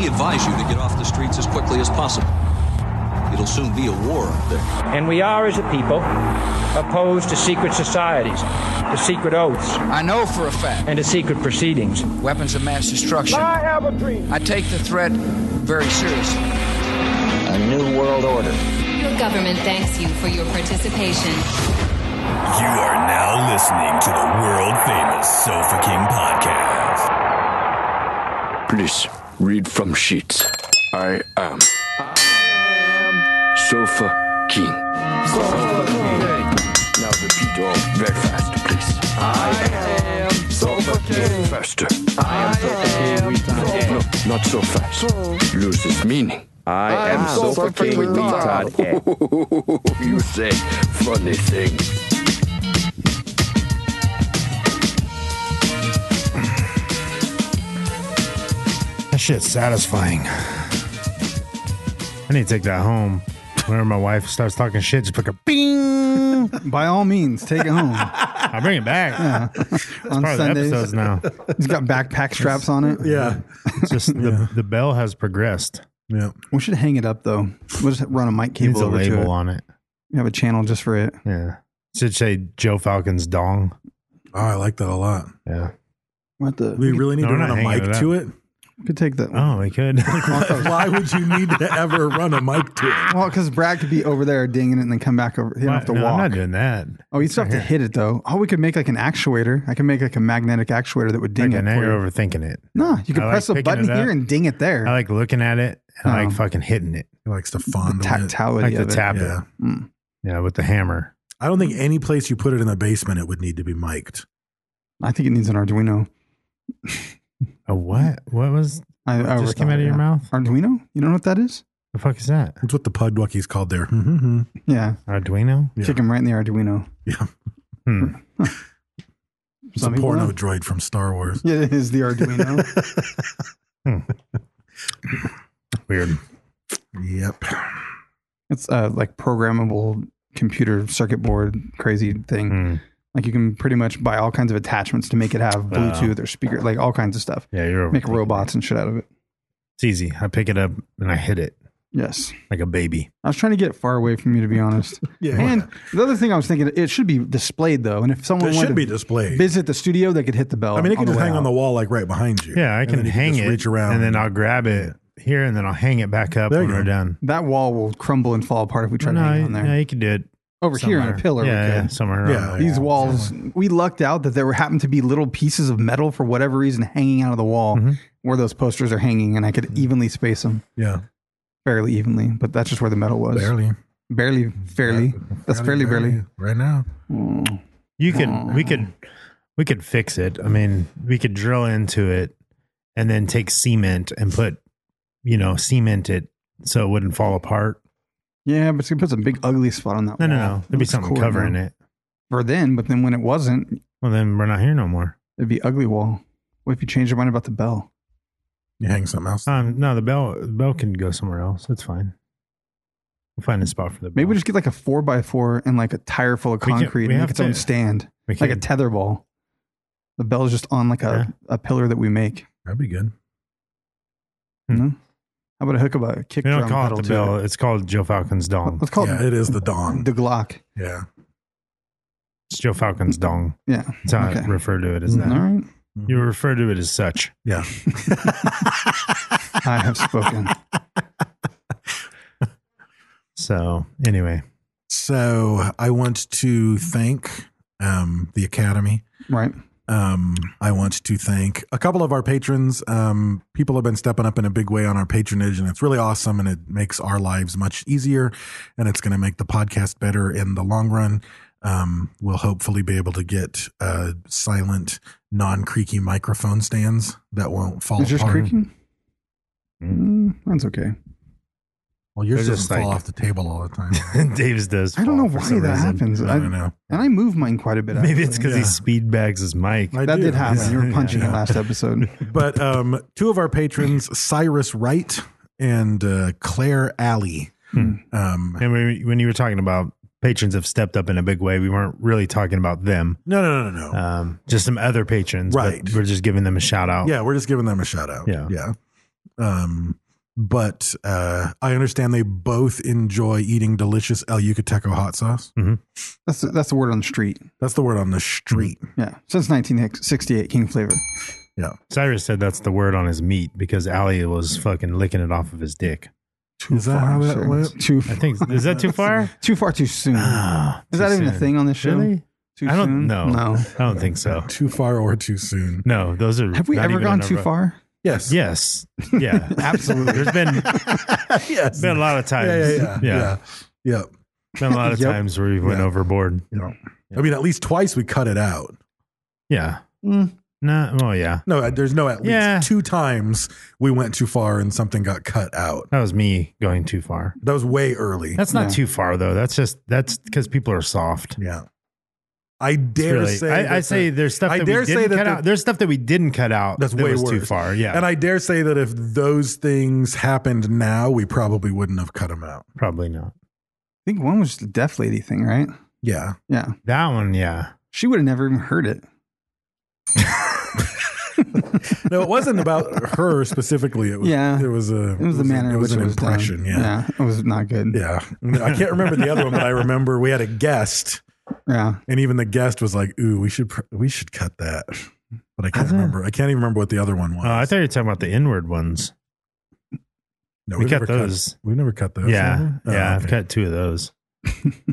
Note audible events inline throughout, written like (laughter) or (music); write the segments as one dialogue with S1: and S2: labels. S1: advise you to get off the streets as quickly as possible. It'll soon be a war up there.
S2: And we are, as a people, opposed to secret societies, to secret oaths,
S3: I know for a fact
S2: and to secret proceedings.
S3: weapons of mass destruction.
S4: I have a dream.
S3: I take the threat very seriously.
S5: A new world order.
S6: Your government thanks you for your participation.
S7: You are now listening to the world famous Sofa King podcast.
S8: Please read from sheets. I am Sofa King. Now repeat all very fast, please. I am Sofa King. Faster. I am Sofa King. Hmm. No, not so fast. Loses meaning. Ah.
S9: I, am so fucking with retard.
S8: (laughs) you say funny thing.
S10: That shit's satisfying. I need to take that home. Whenever my wife starts talking shit, just pick a (laughs) bing.
S11: By all means, take it
S10: (laughs)
S11: home
S10: I bring it
S11: (laughs)
S10: back.
S11: on
S10: Part of the
S11: Sundays.
S10: episodes now.
S11: It's got
S10: (laughs)
S11: backpack straps on it.
S9: Yeah.
S10: It's just the, the bell has progressed.
S9: Yeah.
S11: We should hang it up though. We'll just run a
S10: It
S11: mic
S10: needs
S11: cable
S10: a
S11: over to it.
S10: label on it.
S11: Have a channel just for it.
S10: Yeah. Should say Joe Falcon's dong.
S9: Oh, I like that a lot.
S10: Yeah.
S11: What the?
S9: We really need
S10: No,
S9: to
S10: we're
S9: run
S10: not
S9: a
S10: hanging
S9: mic
S10: it up.
S9: to it.
S11: could take that. one.
S10: Oh, we
S11: (laughs)
S10: could.
S9: Why would you need to ever run a mic to it?
S11: Well, because Brad could be over there dinging it and then come back over. He don't have to
S10: No, I'm
S11: walk.
S10: not doing that.
S11: oh, you still have to hit it though. Oh, we could make like an actuator. I can make like a magnetic actuator that would ding
S10: Okay,
S11: it.
S10: now
S11: for
S10: you're
S11: you.
S10: overthinking it.
S11: No, you could
S10: I like
S11: press a
S10: picking
S11: button
S10: it up.
S11: here and ding it there.
S10: I like looking at it. and I
S11: Oh.
S10: like fucking hitting it.
S9: He likes to fondle
S11: tactility
S10: I like to
S11: of it.
S10: tap
S9: Yeah.
S10: it.
S11: Mm.
S10: Yeah, with the hammer.
S9: it. I don't think any place you put it in the basement, it would need to be mic'd.
S11: I think it needs an Arduino.
S10: A what? What was
S11: I, I
S10: just came
S11: overthought
S10: out of
S11: it,
S10: your
S11: yeah.
S10: mouth?
S11: Arduino? You don't know what that is?
S10: the fuck is that?
S9: That's what the Pudwuckies called their. Mm-hmm.
S11: Yeah.
S10: Arduino?
S9: Yeah.
S11: Kick him right in the Arduino.
S9: Yeah.
S10: Hmm.
S9: It's a
S11: Some people
S9: porno
S11: know.
S9: droid from Star Wars.
S11: Yeah, it is the Arduino.
S9: (laughs)
S10: Weird.
S9: Yep.
S11: it's uh, like programmable computer circuit board crazy thing.
S10: Hmm.
S11: Like you can pretty much buy all kinds of attachments to make it have Bluetooth or speaker, like all kinds of stuff.
S10: Yeah, you're over.
S11: Make robots and shit out of it.
S10: It's easy. I pick it up and I hit it
S11: Yes.
S10: like a baby.
S11: I was trying to get it far away from you, to be honest.
S9: (laughs) Yeah.
S11: And the other thing I was thinking, it should be displayed though. And if someone
S9: It
S11: wanted
S9: should be
S11: to
S9: displayed.
S11: visit the studio, they could hit the bell.
S9: I mean, it can
S11: the
S9: just
S11: way
S9: hang on
S11: out.
S9: the wall like right behind you.
S10: Yeah, I
S9: And
S10: can
S9: then you
S10: hang
S9: just
S10: it,
S9: reach around,
S10: and then I'll grab it here, and then I'll hang it back up
S9: There
S10: when
S9: you
S10: we're
S9: go.
S10: done.
S11: That wall will crumble and fall apart if we try to hang it on there.
S10: no, you can do it
S11: Over here on a
S10: somewhere.
S11: pillar, we
S10: Yeah, yeah,
S11: could.
S10: somewhere.
S9: Yeah.
S10: around there.
S11: These walls, we lucked out that there were, happened to be little pieces of metal for whatever reason hanging out of the wall
S10: Mm-hmm.
S11: where those posters are hanging, and I could evenly space them
S9: yeah,
S11: fairly evenly. But that's just where the metal was.
S9: barely.
S11: barely, fairly. that's fairly, barely.
S9: Right now,
S10: You could,
S11: Oh.
S10: we could, we could fix it. I mean, we could drill into it, and then take cement and put, you know, cement it so it wouldn't fall apart.
S11: Yeah, but it's gonna put some big ugly spot on that.
S10: No, no,
S11: wall.
S10: no.
S11: It
S10: There'd be
S11: looks
S10: something
S11: cool
S10: covering
S11: now.
S10: it.
S11: for then. But then when it wasn't,
S10: Well, then we're not here no more.
S11: it'd be ugly wall. What if you change your mind about the bell?
S9: you hang something else.
S10: Um, no, the bell, the bell can go somewhere else. It's fine. We'll find a spot for the bell.
S11: Maybe we just get like a four by four and like a tire full of
S10: We can't-
S11: concrete
S10: we
S11: and
S10: have
S11: make its own
S10: to-
S11: stand,
S10: we
S11: like a
S10: can't-
S11: tether ball. The bell is just on like a, a pillar that we make.
S9: That'd be good.
S11: How about a hook about a kick
S10: We
S11: drum
S10: don't Hmm. call
S11: pedal
S10: it the
S11: to
S10: bell.
S11: it?
S10: It's called Joe Falcon's dong.
S11: (laughs) Let's call
S9: yeah,
S11: it
S9: it is the dawn.
S11: the Glock.
S9: yeah,
S10: It's Joe Falcon's dong.
S11: Yeah.
S10: That's how I
S11: Okay.
S10: refer to it as that.
S11: All right.
S10: You refer to it as such.
S9: yeah.
S11: I
S9: (laughs)
S11: have spoken.
S10: So anyway, (laughs)
S9: So I want to thank um, the Academy.
S11: Right.
S9: Um, I want to thank a couple of our patrons. Um, people have been stepping up in a big way on our patronage, and it's really awesome. And it makes our lives much easier, and it's going to make the podcast better in the long run. Um, we'll hopefully be able to get uh, silent, non creaky microphone stands that won't fall
S11: Is yours
S9: apart.
S11: creaking?
S9: Hmm.
S11: Mm, that's okay.
S9: Well, yours
S10: They're
S9: doesn't
S10: just
S9: fall
S10: like-
S9: off the table all the time. (laughs)
S10: Davis does.
S11: I don't
S10: fall
S11: know
S10: for
S11: why
S10: some
S11: that
S10: reason.
S11: happens.
S9: I don't
S11: (laughs)
S9: know.
S11: And I move mine quite a bit.
S10: Maybe it's
S11: actually.
S10: because he speed bags his mic.
S9: I
S11: that
S9: do.
S11: did happen. You were
S10: (laughs) Yeah.
S11: punching
S9: Yeah.
S11: it last episode.
S9: (laughs) but um, two of our patrons, Cyrus Wright and uh, Claire Alley.
S11: Hmm.
S9: Um,
S10: And we, when you were talking about patrons have stepped up in a big way, we weren't really talking about them.
S9: no, no, no, no,
S11: Uh,
S9: no.
S10: Um, just some other patrons, but
S9: Right.
S11: oh.
S10: we're just giving them a shout out.
S9: yeah, we're just giving them a shout out.
S10: Yeah.
S9: yeah. Um, but uh, I understand they both enjoy eating delicious El Yucateco hot sauce.
S11: That's the, that's the word on the street.
S9: That's the word on the street.
S11: Yeah, since 1968, King Flavor.
S9: Yeah.
S10: Cyrus said that's the word on his meat because Ali was fucking licking it off of his dick.
S11: Too
S9: Is that how that
S11: sir.
S9: went? Ah,
S11: Too
S10: I think is
S11: (laughs)
S10: that too far? Ah,
S11: too far too soon. Is that
S10: Too
S11: even a
S10: soon.
S11: thing on this show?
S10: Really?
S11: Too
S10: I don't
S11: soon?
S10: know.
S11: No.
S10: I don't think
S11: Oh.
S10: so.
S9: Too far or too soon.
S10: No, those are.
S11: Have we
S10: not
S11: ever
S10: even a
S11: gone too
S10: number.
S11: far?
S9: Yes.
S10: Yes. Yeah. Absolutely. There's been
S9: (laughs) yes.
S10: been a lot of times.
S9: Yeah, yeah, yeah.
S10: Yeah.
S9: Yeah. Yeah.
S10: Been a lot of
S11: Yep.
S10: times where we went
S9: Yeah.
S10: overboard.
S9: I mean, at least twice we cut it out.
S10: Yeah.
S9: Mm.
S10: No. Well, yeah.
S9: No, uh, there's no at least
S10: Yeah.
S9: two times we went too far and something got cut out.
S10: That was me going too far.
S9: That was way early.
S10: That's not too far though. That's just that's because people are soft.
S9: yeah. I dare
S10: Really.
S9: say.
S10: I,
S9: that
S10: I
S9: the-
S10: say there's stuff
S9: I
S10: that
S9: dare
S10: we
S9: say
S10: didn't
S9: that
S10: cut
S9: the-
S10: out. There's stuff that we didn't cut out.
S9: That's
S10: that
S9: way
S10: was
S9: worse.
S10: too far. Yeah.
S9: And I dare say that if those things happened now, we probably wouldn't have cut them out.
S10: probably not.
S11: I think one was the deaf lady thing, right?
S9: Yeah.
S11: Yeah.
S10: That one, yeah.
S11: She would have never even heard it.
S9: No, it wasn't about her specifically. It was.
S11: Yeah.
S9: It was a.
S11: It was the manner
S9: It
S11: in
S9: was
S11: which
S9: an
S11: it was done.
S9: impression. Yeah.
S11: Yeah. It was not good.
S9: Yeah. I can't remember the other one, but I remember we had a guest,
S11: Yeah.
S9: and even the guest was like, "Ooh, we should pr- we should cut that." But I can't remember. I can't even remember what the other one was.
S10: Oh, I thought you were talking about the inward ones.
S9: no,
S10: we
S9: we've
S10: cut
S9: never
S10: those.
S9: We've never cut those.
S10: yeah.
S9: have we? Oh,
S10: yeah. I've
S9: okay.
S10: cut two of those.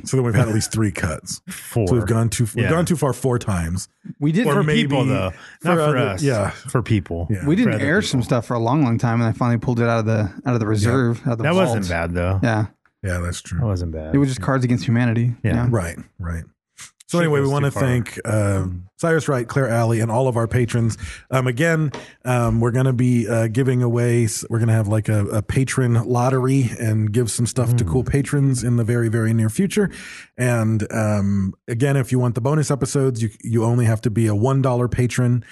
S9: So then we've
S10: (laughs)
S9: had at least three cuts.
S10: Four.
S9: So we've gone too we've
S10: Yeah.
S9: gone too far four times.
S11: We didn't
S10: for
S9: Or maybe
S10: people though, not
S9: for
S10: for,
S9: other-
S10: us.
S9: yeah.
S10: for people.
S9: Yeah.
S11: we didn't
S10: for other
S11: air
S10: people.
S11: some stuff for a long, long time and I finally pulled it out of the out of the reserve. Out of the
S10: That
S11: vault.
S10: wasn't bad though.
S11: Yeah.
S9: Yeah, that's
S10: That
S9: true.
S10: wasn't bad.
S11: It was just cards against humanity.
S10: Yeah.
S9: Right, right. So
S10: Shit
S9: anyway, we
S10: goes
S9: want to
S10: too far.
S9: thank uh, Cyrus Wright, Claire Alley, and all of our patrons. Um, again, um, we're going to be uh, giving away. We're going to have like a, a patron lottery and give some stuff
S10: Hmm.
S9: to cool patrons in the very, very near future. And um, again, if you want the bonus episodes, you you only have to be a one dollar patron.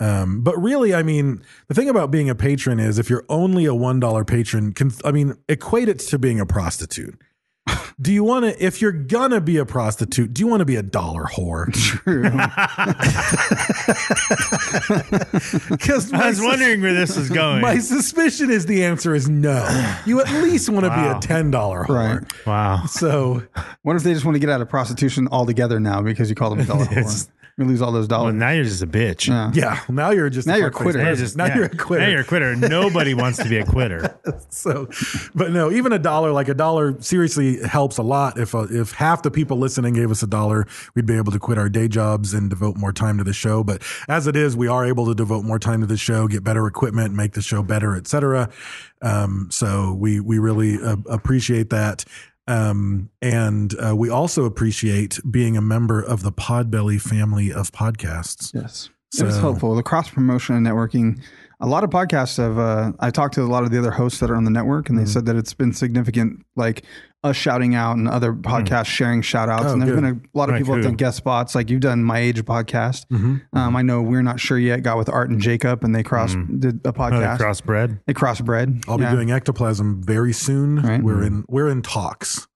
S9: Um, but really, I mean, the thing about being a patron is if you're only a one dollar patron, can I mean, equate it to being a prostitute. Do you want to, if you're gonna be a prostitute, do you want to be a dollar
S10: (laughs)
S9: whore? (laughs)
S11: True.
S9: Because (laughs)
S10: I was wondering where this was going.
S9: My suspicion is the answer is no. You at least want to be
S10: Wow.
S9: a ten dollar whore.
S11: Right.
S10: wow.
S9: So
S11: what if they just want to get out of prostitution altogether now because you call them a dollar
S10: It's-
S11: whore? We lose all
S9: (laughs)
S11: those
S10: Well,
S11: dollars.
S10: now you're just a bitch.
S11: yeah.
S9: yeah, now you're just
S11: Now you're a
S9: fuckface
S11: quitter.
S10: Now you're
S9: person.
S10: just
S9: now
S10: yeah.
S9: you're a quitter.
S10: Now you're a quitter. Nobody wants to
S9: (laughs)
S10: be a quitter.
S9: so, but no, even a dollar, like a dollar, seriously helps a lot. If uh, if half the people listening gave us a dollar, we'd be able to quit our day jobs and devote more time to the show. But as it is, we are able to devote more time to the show, get better equipment, make the show better, etc. Um, so we we really uh, appreciate that. Um, and uh, we also appreciate being a member of the Podbelly family of podcasts.
S11: Yes. it was
S9: So-
S11: helpful. The cross promotion and networking. A lot of podcasts have. Uh, I talked to a lot of the other hosts that are on the network,
S9: Mm-hmm.
S11: and they said that it's been significant, like us shouting out and other podcasts sharing shout outs.
S9: Mm. Oh,
S11: and there's
S9: good. Mm-hmm.
S11: been a lot of
S10: Like
S11: people that
S10: who?
S11: done guest spots. Like you've done my age podcast. Um, I know we're not sure yet. Got with Art and Jacob, and they cross
S9: Mm.
S11: did a
S10: Oh, they
S11: podcast.
S10: crossbred.
S11: they crossbred.
S9: I'll be
S11: Yeah.
S9: doing ectoplasm very soon.
S11: Right. Mm-hmm.
S9: We're in we're in talks.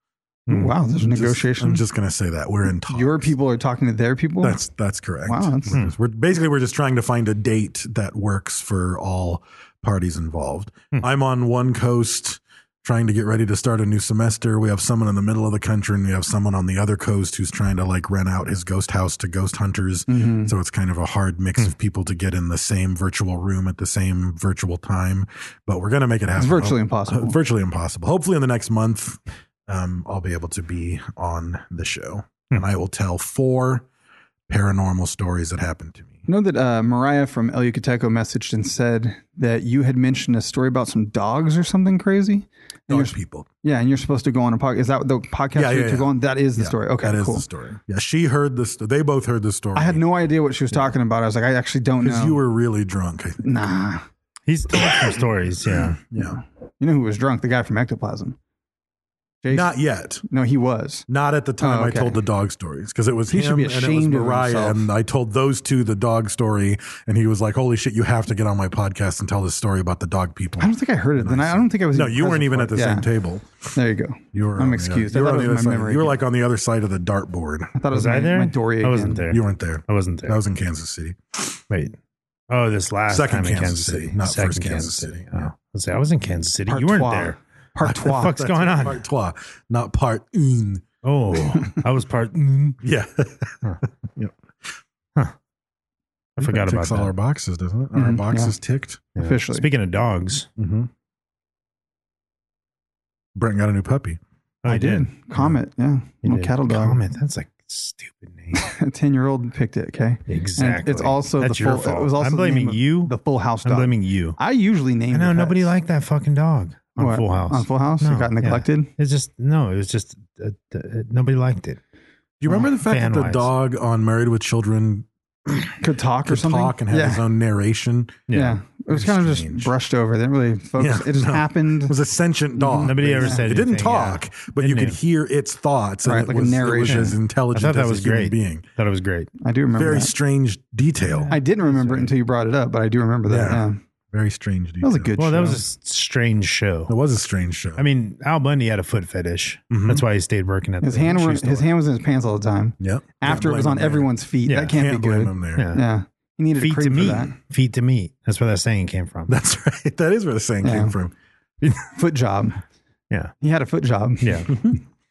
S11: Wow, there's
S9: I'm just- I'm
S11: negotiations.
S9: just gonna say that we're in talks.
S11: Your people are talking to their people.
S9: That's that's correct.
S11: Wow, that's- Hmm.
S9: We're just- we're basically we're just trying to find a date that works for all parties involved. I'm on one coast trying to get ready to start a new semester. We have someone in the middle of the country and we have someone on the other coast who's trying to like rent out his ghost house to ghost hunters.
S11: Mm-hmm.
S9: So it's kind of a hard mix of people to get in the same virtual room at the same virtual time. But we're gonna make it happen.
S11: virtually
S9: Ho-
S11: impossible.
S9: ho- (laughs) Virtually impossible. Hopefully in the next month um, I'll be able to be on the show.
S11: Hmm.
S9: And I will tell four paranormal stories that happened to me.
S11: I know that uh, Mariah from El Yucateco messaged and said that you had mentioned a story about some dogs or something crazy. And
S9: Dog
S11: you're-
S9: people.
S11: Yeah, and you're supposed to go on a podcast. Is that the podcast
S9: Yeah,
S11: you're
S9: yeah,
S11: to go
S9: yeah.
S11: on? That is the
S9: Yeah,
S11: story. Okay,
S9: that is
S11: cool.
S9: the story. Yeah, she heard this. They both heard the story.
S11: I had no idea what she was talking about. I was like, I actually don't
S9: because
S11: know.
S9: you were really drunk. I think.
S11: nah.
S10: He's told some stories. Yeah.
S9: Yeah,
S11: You know who was drunk? The guy from Ectoplasm. Jason.
S9: not yet.
S11: no, he was.
S9: Not at the time
S11: Oh, okay.
S9: I told the dog stories because it was
S11: He should
S9: him
S11: be
S9: and it was
S11: ashamed of
S9: Mariah,
S11: himself.
S9: and I told those two the dog story, and he was like, "Holy shit, you have to get on my podcast and tell this story about the dog people."
S11: I don't think I heard it. Then I, I don't think I was.
S9: No, you weren't
S11: present
S9: even
S11: for
S9: at the
S11: it. Yeah.
S9: same table.
S11: There you go.
S9: You were.
S11: I'm
S9: on the-
S11: excused. I
S9: You were,
S11: thought
S9: on
S11: it
S9: the
S11: was
S9: other
S11: my
S9: side.
S11: memory
S9: you were
S11: again.
S9: like on the other side of the dartboard.
S10: (laughs)
S11: I thought it was,
S10: Was I
S11: my,
S10: there?
S11: my Dory
S10: I
S11: again.
S10: wasn't there.
S9: You weren't there.
S10: I wasn't there.
S9: That was in Kansas City.
S10: Wait. Oh, this last
S9: Second
S10: time in
S9: Kansas
S10: Kansas
S9: City,
S10: City,
S9: not first Kansas City.
S10: Oh,
S9: Yeah.
S10: I was, like, I was in Kansas City.
S11: Part
S10: you weren't
S11: trois.
S10: there.
S11: Part
S10: the
S11: trois.
S10: fuck's going on?
S9: Part trois, not part un.
S10: Oh, I
S9: (laughs)
S10: was part. mm.
S9: Yeah.
S10: I forgot about
S9: ticks all our (laughs)
S10: that. Mm-hmm.
S9: boxes, doesn't it? Are Our
S11: Mhm,
S9: boxes ticked.
S10: Yeah.
S11: Officially.
S10: Speaking of dogs,
S9: Mm-hmm. Brent got a new puppy.
S10: I, did.
S11: Comet, yeah.
S10: You
S11: Little
S10: did.
S11: cattle dog.
S10: Comment. That's like stupid (laughs) name.
S11: A 10 year old picked it, okay?
S10: exactly.
S11: it's also the
S10: That's your
S11: full- it
S10: fault.
S11: was also
S10: I'm
S11: the
S10: blaming
S11: name of
S10: you.
S11: the Full House
S10: I'm
S11: dog.
S10: blaming you.
S11: I usually
S10: I
S11: name
S10: know
S11: the
S10: nobody
S11: pets.
S10: liked that fucking dog on
S11: What?
S10: Full House.
S11: On Full House? It got
S10: yeah.
S11: neglected?
S10: It's just no. It was just uh, uh, nobody liked it.
S9: Do you remember the fact that the
S10: fan-wise.
S9: dog on Married with Children
S11: Could talk or
S9: could
S11: something?
S9: talk and had
S11: yeah.
S9: his own narration?
S11: Yeah. It was kind of
S9: Strange.
S11: just brushed over. They didn't really focus.
S9: Yeah,
S11: it just
S9: no.
S11: happened.
S9: It was a sentient dog.
S10: Mm-hmm. Nobody ever said
S9: it didn't
S10: anything, yeah.
S9: talk, but
S10: It
S9: you could
S10: knew.
S9: hear its thoughts. and
S11: Right,
S9: it
S11: like a
S9: was, It
S11: narration.
S9: was as intelligent
S10: I thought that
S9: as
S10: was
S9: a human
S10: great.
S9: being.
S10: Thought it was great.
S11: I do remember
S9: Very
S11: that.
S9: strange detail.
S11: I didn't remember it until you brought it up, but I do remember that.
S9: Yeah.
S11: Yeah.
S9: Very strange detail.
S11: That was a good
S10: Well,
S11: show.
S10: that was a s- strange show.
S9: It was a strange show.
S10: I mean, Al Bundy had a foot fetish. That's why he stayed working at
S11: Mm-hmm. his
S10: the
S11: hand
S10: shoe
S11: were,
S10: store.
S11: his hand was in his pants all the time.
S9: yep.
S11: After
S9: Can't
S11: it was
S9: blame
S11: on
S9: him there.
S11: everyone's feet.
S10: Yeah.
S11: That can't,
S9: Can't
S11: be good.
S9: blame him there.
S10: Yeah.
S11: Yeah. He needed
S10: feet
S11: cream
S10: to
S11: for
S10: meat.
S11: that.
S10: Feet to meat. That's where that saying came
S11: (laughs)
S10: from.
S9: (laughs) That's right. That is where the saying
S11: Yeah.
S9: came from.
S11: Foot job.
S10: Yeah.
S11: He had a foot job.
S10: Yeah.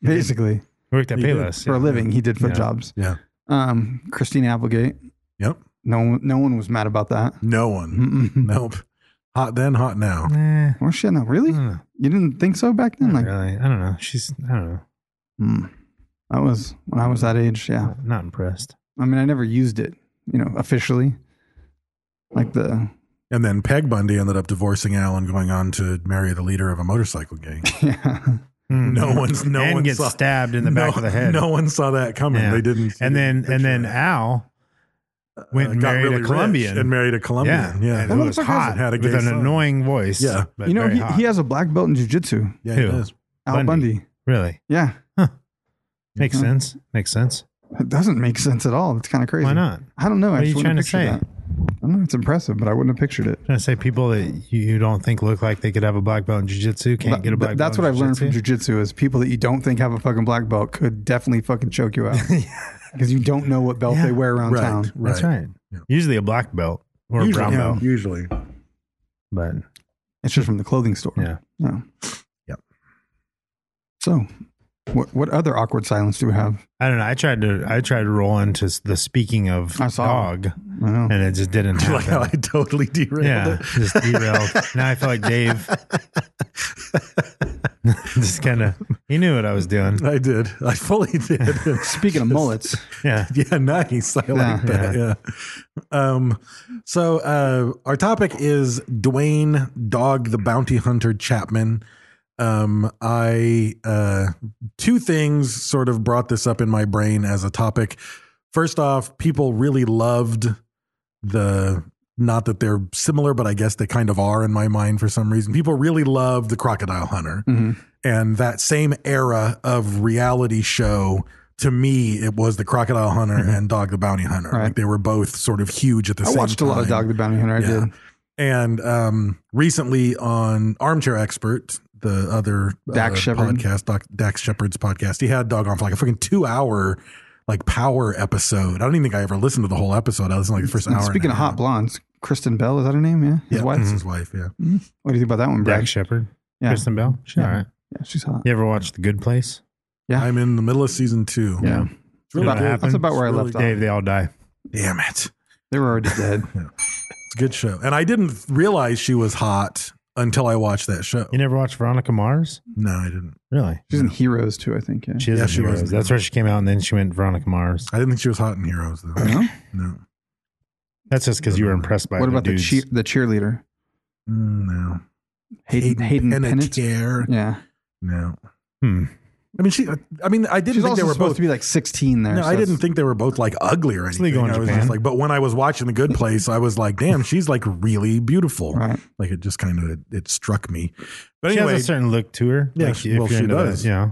S11: Basically.
S10: Worked at
S9: He did.
S10: Payless.
S11: For a
S10: yeah.
S11: living, he did foot
S10: Yeah.
S11: jobs.
S9: Yeah.
S11: Um, Christine Applegate.
S9: Yep.
S11: No one, no one was mad about that.
S9: No
S11: Mm.
S9: one. nope. Hot then, hot now.
S10: Nah,
S11: Or shit, no,
S10: I
S11: really?
S10: don't know.
S11: You didn't think so back then?
S10: Not
S11: Like
S10: really. I don't know. She's, I don't know.
S11: hmm. I was when I was that age. Yeah.
S10: Not impressed.
S11: I mean, I never used it, you know, officially. Like the
S9: And then Peg Bundy ended up divorcing Al and going on to marry the leader of a motorcycle gang.
S11: yeah.
S9: No
S10: (laughs)
S9: one's no
S10: Hmm. and
S9: one
S10: gets
S9: saw,
S10: stabbed (laughs) in
S9: (laughs)
S10: the
S9: no,
S10: back of the head.
S9: No one saw that coming.
S10: Yeah.
S9: They didn't.
S10: And then, and then
S9: picture
S10: Al went
S9: Uh,
S10: and
S9: got
S10: married
S9: really
S10: a
S9: rich
S10: Colombian.
S9: and married a Colombian. Yeah,
S10: And who was
S9: motherfucker
S10: hot.
S9: hasn't had a
S10: with
S9: gay
S10: an
S9: son.
S10: annoying voice.
S9: Yeah.
S10: But
S11: you know,
S10: very
S11: he,
S10: hot.
S11: he has a black belt in jujitsu.
S9: Yeah, he
S10: Who?
S9: does.
S11: Al
S10: Bundy.
S11: Bundy.
S10: Really?
S11: Yeah.
S10: Makes
S11: Yeah.
S10: sense. Makes sense.
S11: It doesn't make sense at all. It's kind of crazy.
S10: Why not?
S11: I don't know.
S10: What
S11: I
S10: are you
S11: just wouldn't have
S10: trying to
S11: pictured that. I don't know. It's impressive, but I wouldn't have pictured it.
S10: Can I say people that you, you don't think look like they could have a black belt in jujitsu can't
S11: That-
S10: get a black
S11: that's
S10: belt?
S11: what I've
S10: in
S11: learned from
S10: jujitsu?
S11: jujitsu is people that you don't think have a fucking black belt could definitely fucking choke
S10: (laughs)
S11: you out because you don't know what belt
S10: Yeah.
S11: they wear around
S9: Right.
S11: town.
S9: Right.
S10: That's right. Usually a black belt or a
S9: Usually,
S10: brown
S9: yeah,
S10: belt,
S9: usually. (laughs)
S10: but
S11: It's just from the clothing store.
S10: yeah.
S11: No.
S9: Yep.
S11: So, what what other awkward silence do we have?
S10: I don't know. I tried to I tried to roll into s- the speaking of
S11: I saw.
S10: dog,
S11: I don't know.
S10: and it just didn't
S9: (laughs) Like how I
S10: happen.
S9: totally derailed
S10: yeah,
S9: it.
S10: just derailed. now I feel
S9: (laughs)
S10: like Dave. just kind of he knew what I was
S9: (laughs)
S10: doing.
S9: I did. I fully (laughs) did. (laughs)
S11: Speaking of mullets,
S10: Yeah.
S9: yeah, nice. I like
S11: Yeah.
S9: that. Yeah. Um, so uh, our topic is Dwayne Dog the Bounty Hunter Chapman. Um, I uh, two things sort of brought this up in my brain as a topic. First off, people really loved the not that they're similar, but I guess they kind of are in my mind for some reason. People really love the Crocodile Hunter
S11: Mm-hmm.
S9: and that same era of reality show. To me, it was the Crocodile Hunter and Dog the Bounty Hunter.
S11: Mm-hmm. Right.
S9: Like they were both sort of huge at the
S11: I
S9: same time.
S11: watched a lot of Dog the Bounty Hunter. I
S9: Yeah.
S11: did.
S9: And um, recently on Armchair Expert, the other uh,
S11: Dax Shepard.
S9: podcast, Doc, Dax Shepard's podcast, he had Dog on for like a freaking two hour like power episode. I don't even think I ever listened to the whole episode. I listened to like the first hour.
S11: And
S9: and
S11: speaking
S9: a
S11: of hot
S9: half.
S11: blondes, Kristen Bell is that her name? Yeah,
S9: yeah,
S11: his
S9: Mm-hmm.
S11: wife.
S9: that's his wife. Yeah.
S11: What do you think about that one, Brad?
S10: Dak Shepard,
S11: Yeah.
S10: Kristen Bell. She's
S11: Yeah.
S10: all right.
S11: Yeah, she's hot.
S10: You ever watch The Good Place?
S11: Yeah.
S9: I'm in the middle of season two.
S11: Yeah.
S9: It's really
S10: About
S9: good.
S10: half-
S11: That's about where I
S9: Really
S11: left off.
S10: Dave, they all die.
S9: Damn it.
S11: They were already
S9: (laughs)
S11: dead.
S9: It's a good show. And I didn't realize she was hot until I watched that show.
S10: You never watched Veronica Mars?
S9: No, I didn't.
S10: Really?
S11: She's in Heroes too, I think. Yeah.
S10: She is
S9: Yeah,
S10: in
S9: she was
S10: Heroes.
S9: in
S10: That's where she came out, and then she went Veronica Mars.
S9: I didn't think she was hot in Heroes though.
S11: No?
S9: No.
S10: That's just because you were impressed by
S11: What
S10: the
S11: about the
S10: dudes.
S11: cheer, the cheerleader?
S9: Mm, No.
S11: Hayden, Hayden, Pennant.
S9: Panettiere?
S11: Yeah,
S9: No.
S10: Hmm.
S9: I mean, she. I mean, I didn't
S11: she's
S9: think
S11: also
S9: they were
S11: supposed
S9: both.
S11: to be like 16 there.
S9: no,
S11: so
S9: I didn't
S11: it's-
S9: think they were both like ugly or anything.
S10: legal in
S9: I was just
S10: Japan.
S9: like, but when I was watching The Good Place, I was like, damn, she's like really beautiful.
S11: Right.
S9: Like it just kind of it, it struck me. But
S10: she
S9: anyway,
S10: has a certain look to her.
S9: Yeah,
S10: Like,
S9: she-
S10: if
S9: well,
S10: you're
S9: she
S10: into
S9: does.
S10: That, yeah.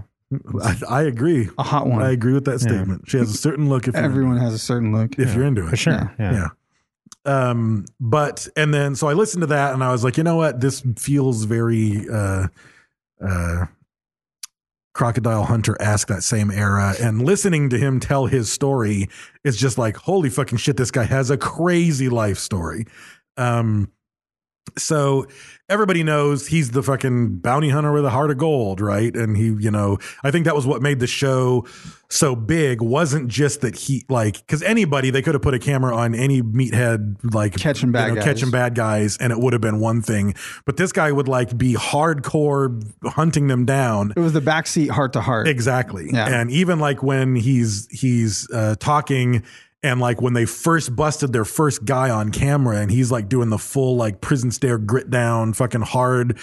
S9: I, I agree.
S11: a hot one.
S9: I agree with that statement. She has a certain look. If you're-
S11: Everyone has a certain look.
S9: if you're into it,
S10: For sure.
S11: Yeah.
S10: Yeah.
S9: yeah. Um, but and then so I listened to that and I was like, you know what, this feels very uh, uh, crocodile hunter esque that same era. And listening to him tell his story is just like, holy fucking shit, this guy has a crazy life story. Um, so everybody knows he's the fucking bounty hunter with a heart of gold, right? And he, you know, I think that was what made the show so big wasn't just that he like because anybody they could have put a camera on any meathead like
S11: Catching bad guys.
S9: catching bad guys and it would have been one thing, but this guy would like be hardcore hunting them down
S11: It was the backseat heart to heart.
S9: Exactly.
S11: Yeah.
S9: And even like when he's he's uh, talking and like when they first busted their first guy on camera and he's like doing the full like prison stare grit down fucking hard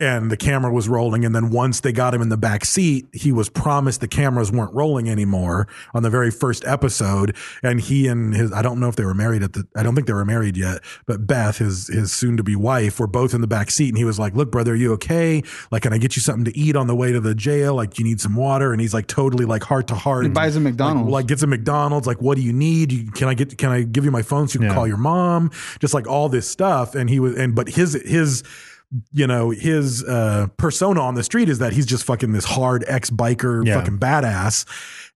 S9: and the camera was rolling and then once they got him in the back seat he was promised the cameras weren't rolling anymore on the very first episode and he and his I don't know if they were married at the I don't think they were married yet but Beth his his soon to be wife were both in the back seat and he was like look brother are you okay like can I get you something to eat on the way to the jail like "Do you need some water and he's like totally like heart to heart
S11: He buys a McDonald's.
S9: like, like gets a McDonald's. Like, what do you need? You, can I get? Can I give you my phone so you can
S10: Yeah.
S9: call your mom? Just like all this stuff. And he was, and but his his, you know, his uh, persona on the street is that he's just fucking this hard ex biker,
S10: Yeah.
S9: fucking badass.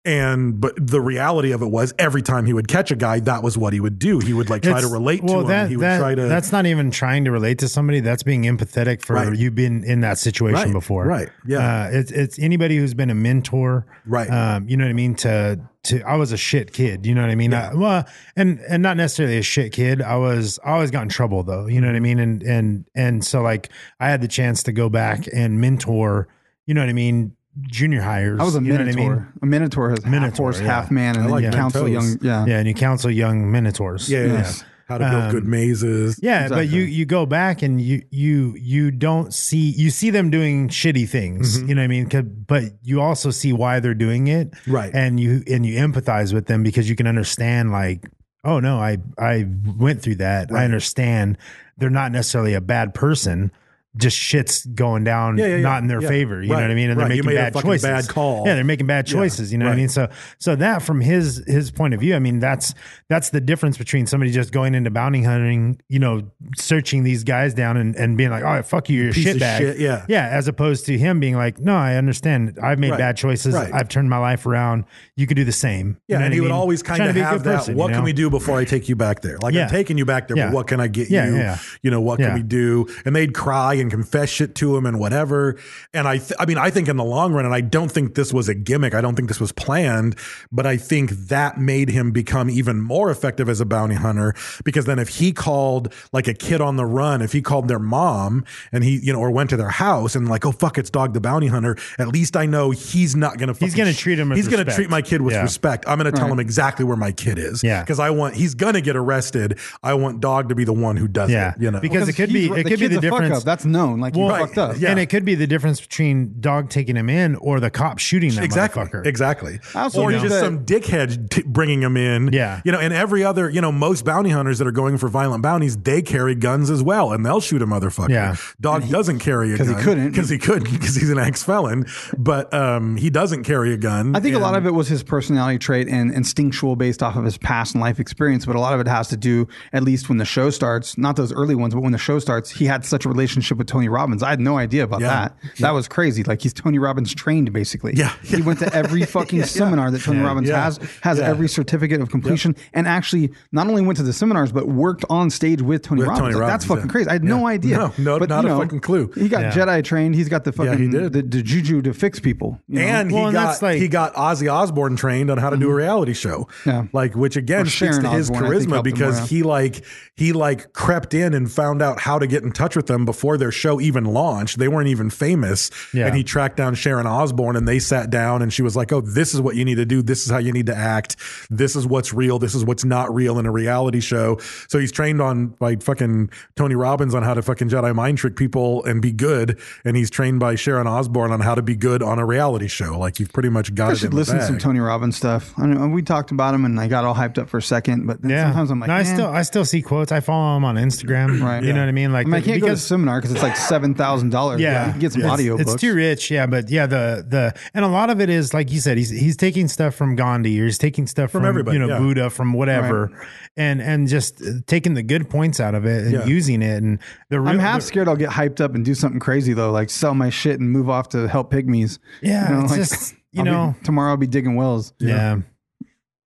S9: And but the reality of it was every time he would catch a guy, that was what he would do. He would like try to
S10: It's-
S9: relate to him.
S10: that-
S9: he would
S10: that-
S9: try to.
S10: That's not even trying to relate to somebody. That's being empathetic for
S9: Right.
S10: you've been in that situation
S9: Right,
S10: before.
S9: right, yeah.
S10: Uh, it's it's anybody who's been a mentor.
S9: Right.
S10: Um, you know what I mean? To to I was a shit kid. You know what I mean? I- well, and and not necessarily a shit kid. I was I always got in trouble though. You know what I mean? And and and so like I had the chance to go back and mentor. You know what I mean? Junior hires.
S11: I was a
S10: you know what
S11: minotaur. A minotaur is half
S10: Minotaur,
S11: horse,
S10: yeah.
S11: half man, and
S9: I
S11: then
S9: like
S11: you counsel
S9: Mentos.
S11: young. Yeah.
S10: I mean? Yeah, and you counsel young minotaurs.
S9: yeah, yeah.
S11: Yes.
S9: How to build
S10: Um,
S9: good mazes.
S10: Yeah, but
S11: Exactly.
S10: you you go back and you you you don't see you see them doing shitty things.
S9: Mm-hmm.
S10: You know what I mean? 'Cause- But you also see why they're doing it,
S9: Right.
S10: And you and you empathize with them because you can understand like, oh no, I I went through that. I understand. They're not necessarily a bad person. Just shit's going down,
S9: Yeah, yeah, yeah.
S10: not in their
S9: Yeah.
S10: favor. You know
S9: Right.
S10: what I mean? And
S9: Right.
S10: they're
S9: You
S10: making
S9: made a
S10: bad
S9: fucking
S10: choices.
S9: bad call.
S10: Yeah, they're making bad
S9: Yeah.
S10: choices. You know what I
S9: Right.
S10: mean? So so that from his his point of view, I mean that's that's the difference between somebody just going into bounty hunting, you know, searching these guys down and, and being like, oh fuck you, you're a
S9: Piece of
S10: shitbag.
S9: shit, yeah.
S10: Yeah. As opposed to him being like, no, I understand. I've made
S9: Right.
S10: bad choices.
S9: Right.
S10: I've turned my life around. You could do the same.
S9: Yeah,
S10: You
S9: and
S10: know what
S9: he
S10: I
S9: would
S10: mean?
S9: always kind
S10: Trying to
S9: of
S10: be a
S9: have
S10: good
S9: that.
S10: person,
S9: what
S10: you
S9: can
S10: know?
S9: we do before I take you back there? Like
S10: Yeah.
S9: I'm taking you back there,
S10: Yeah.
S9: but what can I get
S10: Yeah,
S9: you?
S10: yeah.
S9: You know, what
S10: Yeah.
S9: can we do? And they'd cry and confess shit to him and whatever. And I, th- I mean, I think in the long run, and I don't think this was a gimmick. I don't think this was planned, but I think that made him become even more effective as a bounty hunter because then if he called like a kid on the run, if he called their mom and he, you know, or went to their house and like, oh fuck, it's Dog the Bounty Hunter. At least I know he's not gonna.
S10: He's
S9: fucking
S10: gonna
S9: sh-
S10: treat him with
S9: He's gonna
S10: respect.
S9: treat my kid with
S10: Yeah.
S9: respect respect. I'm going to tell
S11: Right.
S9: him exactly where my kid is.
S10: Yeah.
S9: Because I want, he's going to get arrested. I want dog to be the one who does
S10: Yeah.
S9: it. You know,
S10: Because- it could
S11: he's-
S10: be- it could be
S11: kid's
S10: the
S11: a fuck
S10: difference-
S11: up. That's known. Like you
S10: Well,
S11: fucked up.
S9: yeah.
S10: And it could be the difference between dog taking him in or the cop shooting that
S9: exactly.
S10: motherfucker.
S9: Exactly.
S11: I also
S9: Or
S11: know
S9: just
S11: that-
S9: some dickhead t- bringing him in.
S10: Yeah.
S9: You know, and every other, you know, most bounty hunters that are going for violent bounties, they carry guns as well and they'll shoot a motherfucker.
S10: Yeah.
S9: Dog doesn't carry a
S11: 'cause
S9: gun.
S11: he couldn't.
S9: Because he couldn't, because he's an ex felon. But um, he doesn't carry a gun.
S11: I think a lot
S9: And-
S11: of it was his personality trait and instinctual based off of his past and life experience, but a lot of it has to do, at least when the show starts, not those early ones, but when the show starts, he had such a relationship with Tony Robbins. I had no idea about
S9: Yeah.
S11: that. That was crazy. Like he's Tony Robbins trained basically.
S9: (laughs) Yeah.
S11: He went to every fucking seminar that Tony Robbins
S9: Yeah.
S11: has, has
S9: Yeah.
S11: every certificate of completion, and actually not only went to the seminars, but worked on stage with Tony
S9: With Tony
S11: Robbins. Like, that's
S9: Robbins,
S11: fucking
S9: yeah.
S11: crazy. I had
S9: Yeah.
S11: no idea.
S9: No, no, not
S11: you
S9: a fucking clue.
S11: He got
S10: Yeah.
S11: Jedi trained. He's got the
S9: Yeah,
S11: fucking
S9: he did.
S11: The, the juju to fix people. you know?
S9: And
S10: Well,
S9: he
S10: and
S9: got
S10: that's like-
S9: he got Ozzy Osbourne trained on how to do a reality show.
S11: Mm-hmm. Yeah.
S9: Like which again
S11: Or
S9: speaks to
S11: Sharon
S9: his
S11: Osbourne, I think,
S9: charisma
S11: helped him
S9: because
S11: out.
S9: he like he like crept in and found out how to get in touch with them before their show even launched. They weren't even famous.
S10: Yeah.
S9: And he tracked down Sharon Osbourne and they sat down and she was like, "Oh, this is what you need to do. This is how you need to act. This is what's real. This is what's not real in a reality show." So he's trained on by fucking Tony Robbins on how to fucking Jedi mind trick people and be good, and he's trained by Sharon Osbourne on how to be good on a reality show. Like you've pretty much got
S11: I
S9: it in
S11: should
S9: the
S11: listen to some
S9: bag.
S11: Tony Robbins stuff. I know we talked about him, and I got all hyped up for a second, but then
S10: Yeah.
S11: sometimes I'm like,
S10: no, I
S11: "Man."
S10: still I still see quotes. I follow him on Instagram.
S11: Right.
S10: You know what I mean? Like
S11: I, mean, I can't go to the
S10: because
S11: seminar because it's like seven thousand dollars.
S10: Yeah,
S11: you can get some
S10: It's-
S11: audio.
S10: It's too rich, yeah. But yeah, the the and a lot of it is like you said, he's he's taking stuff from Gandhi or he's taking stuff from,
S9: everybody,
S10: you know,
S9: yeah.
S10: Buddha, from whatever, and and just uh, taking the good points out of it and
S9: Yeah.
S10: using it. And the real,
S11: I'm half
S10: the-
S11: scared I'll get hyped up and do something crazy though, like sell my shit and move off to help pygmies.
S10: Yeah, it's just, you
S11: I'll be-
S10: know.
S11: tomorrow I'll be digging wells.
S10: Yeah,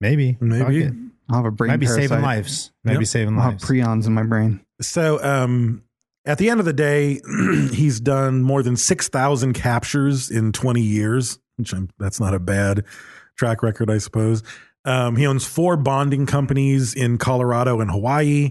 S10: maybe
S9: Maybe.
S10: Fuck it.
S11: I'll have a brain.
S10: Might be saving
S11: parasite.
S10: lives. Might be
S9: Yep.
S10: saving
S11: I'll have
S10: lives.
S11: prions in my brain.
S9: So, um, at the end of the day, (clears throat) he's done more than 6,000 captures in 20 years, which I'm, that's not a bad track record, I suppose. Um, he owns four bonding companies in Colorado and Hawaii,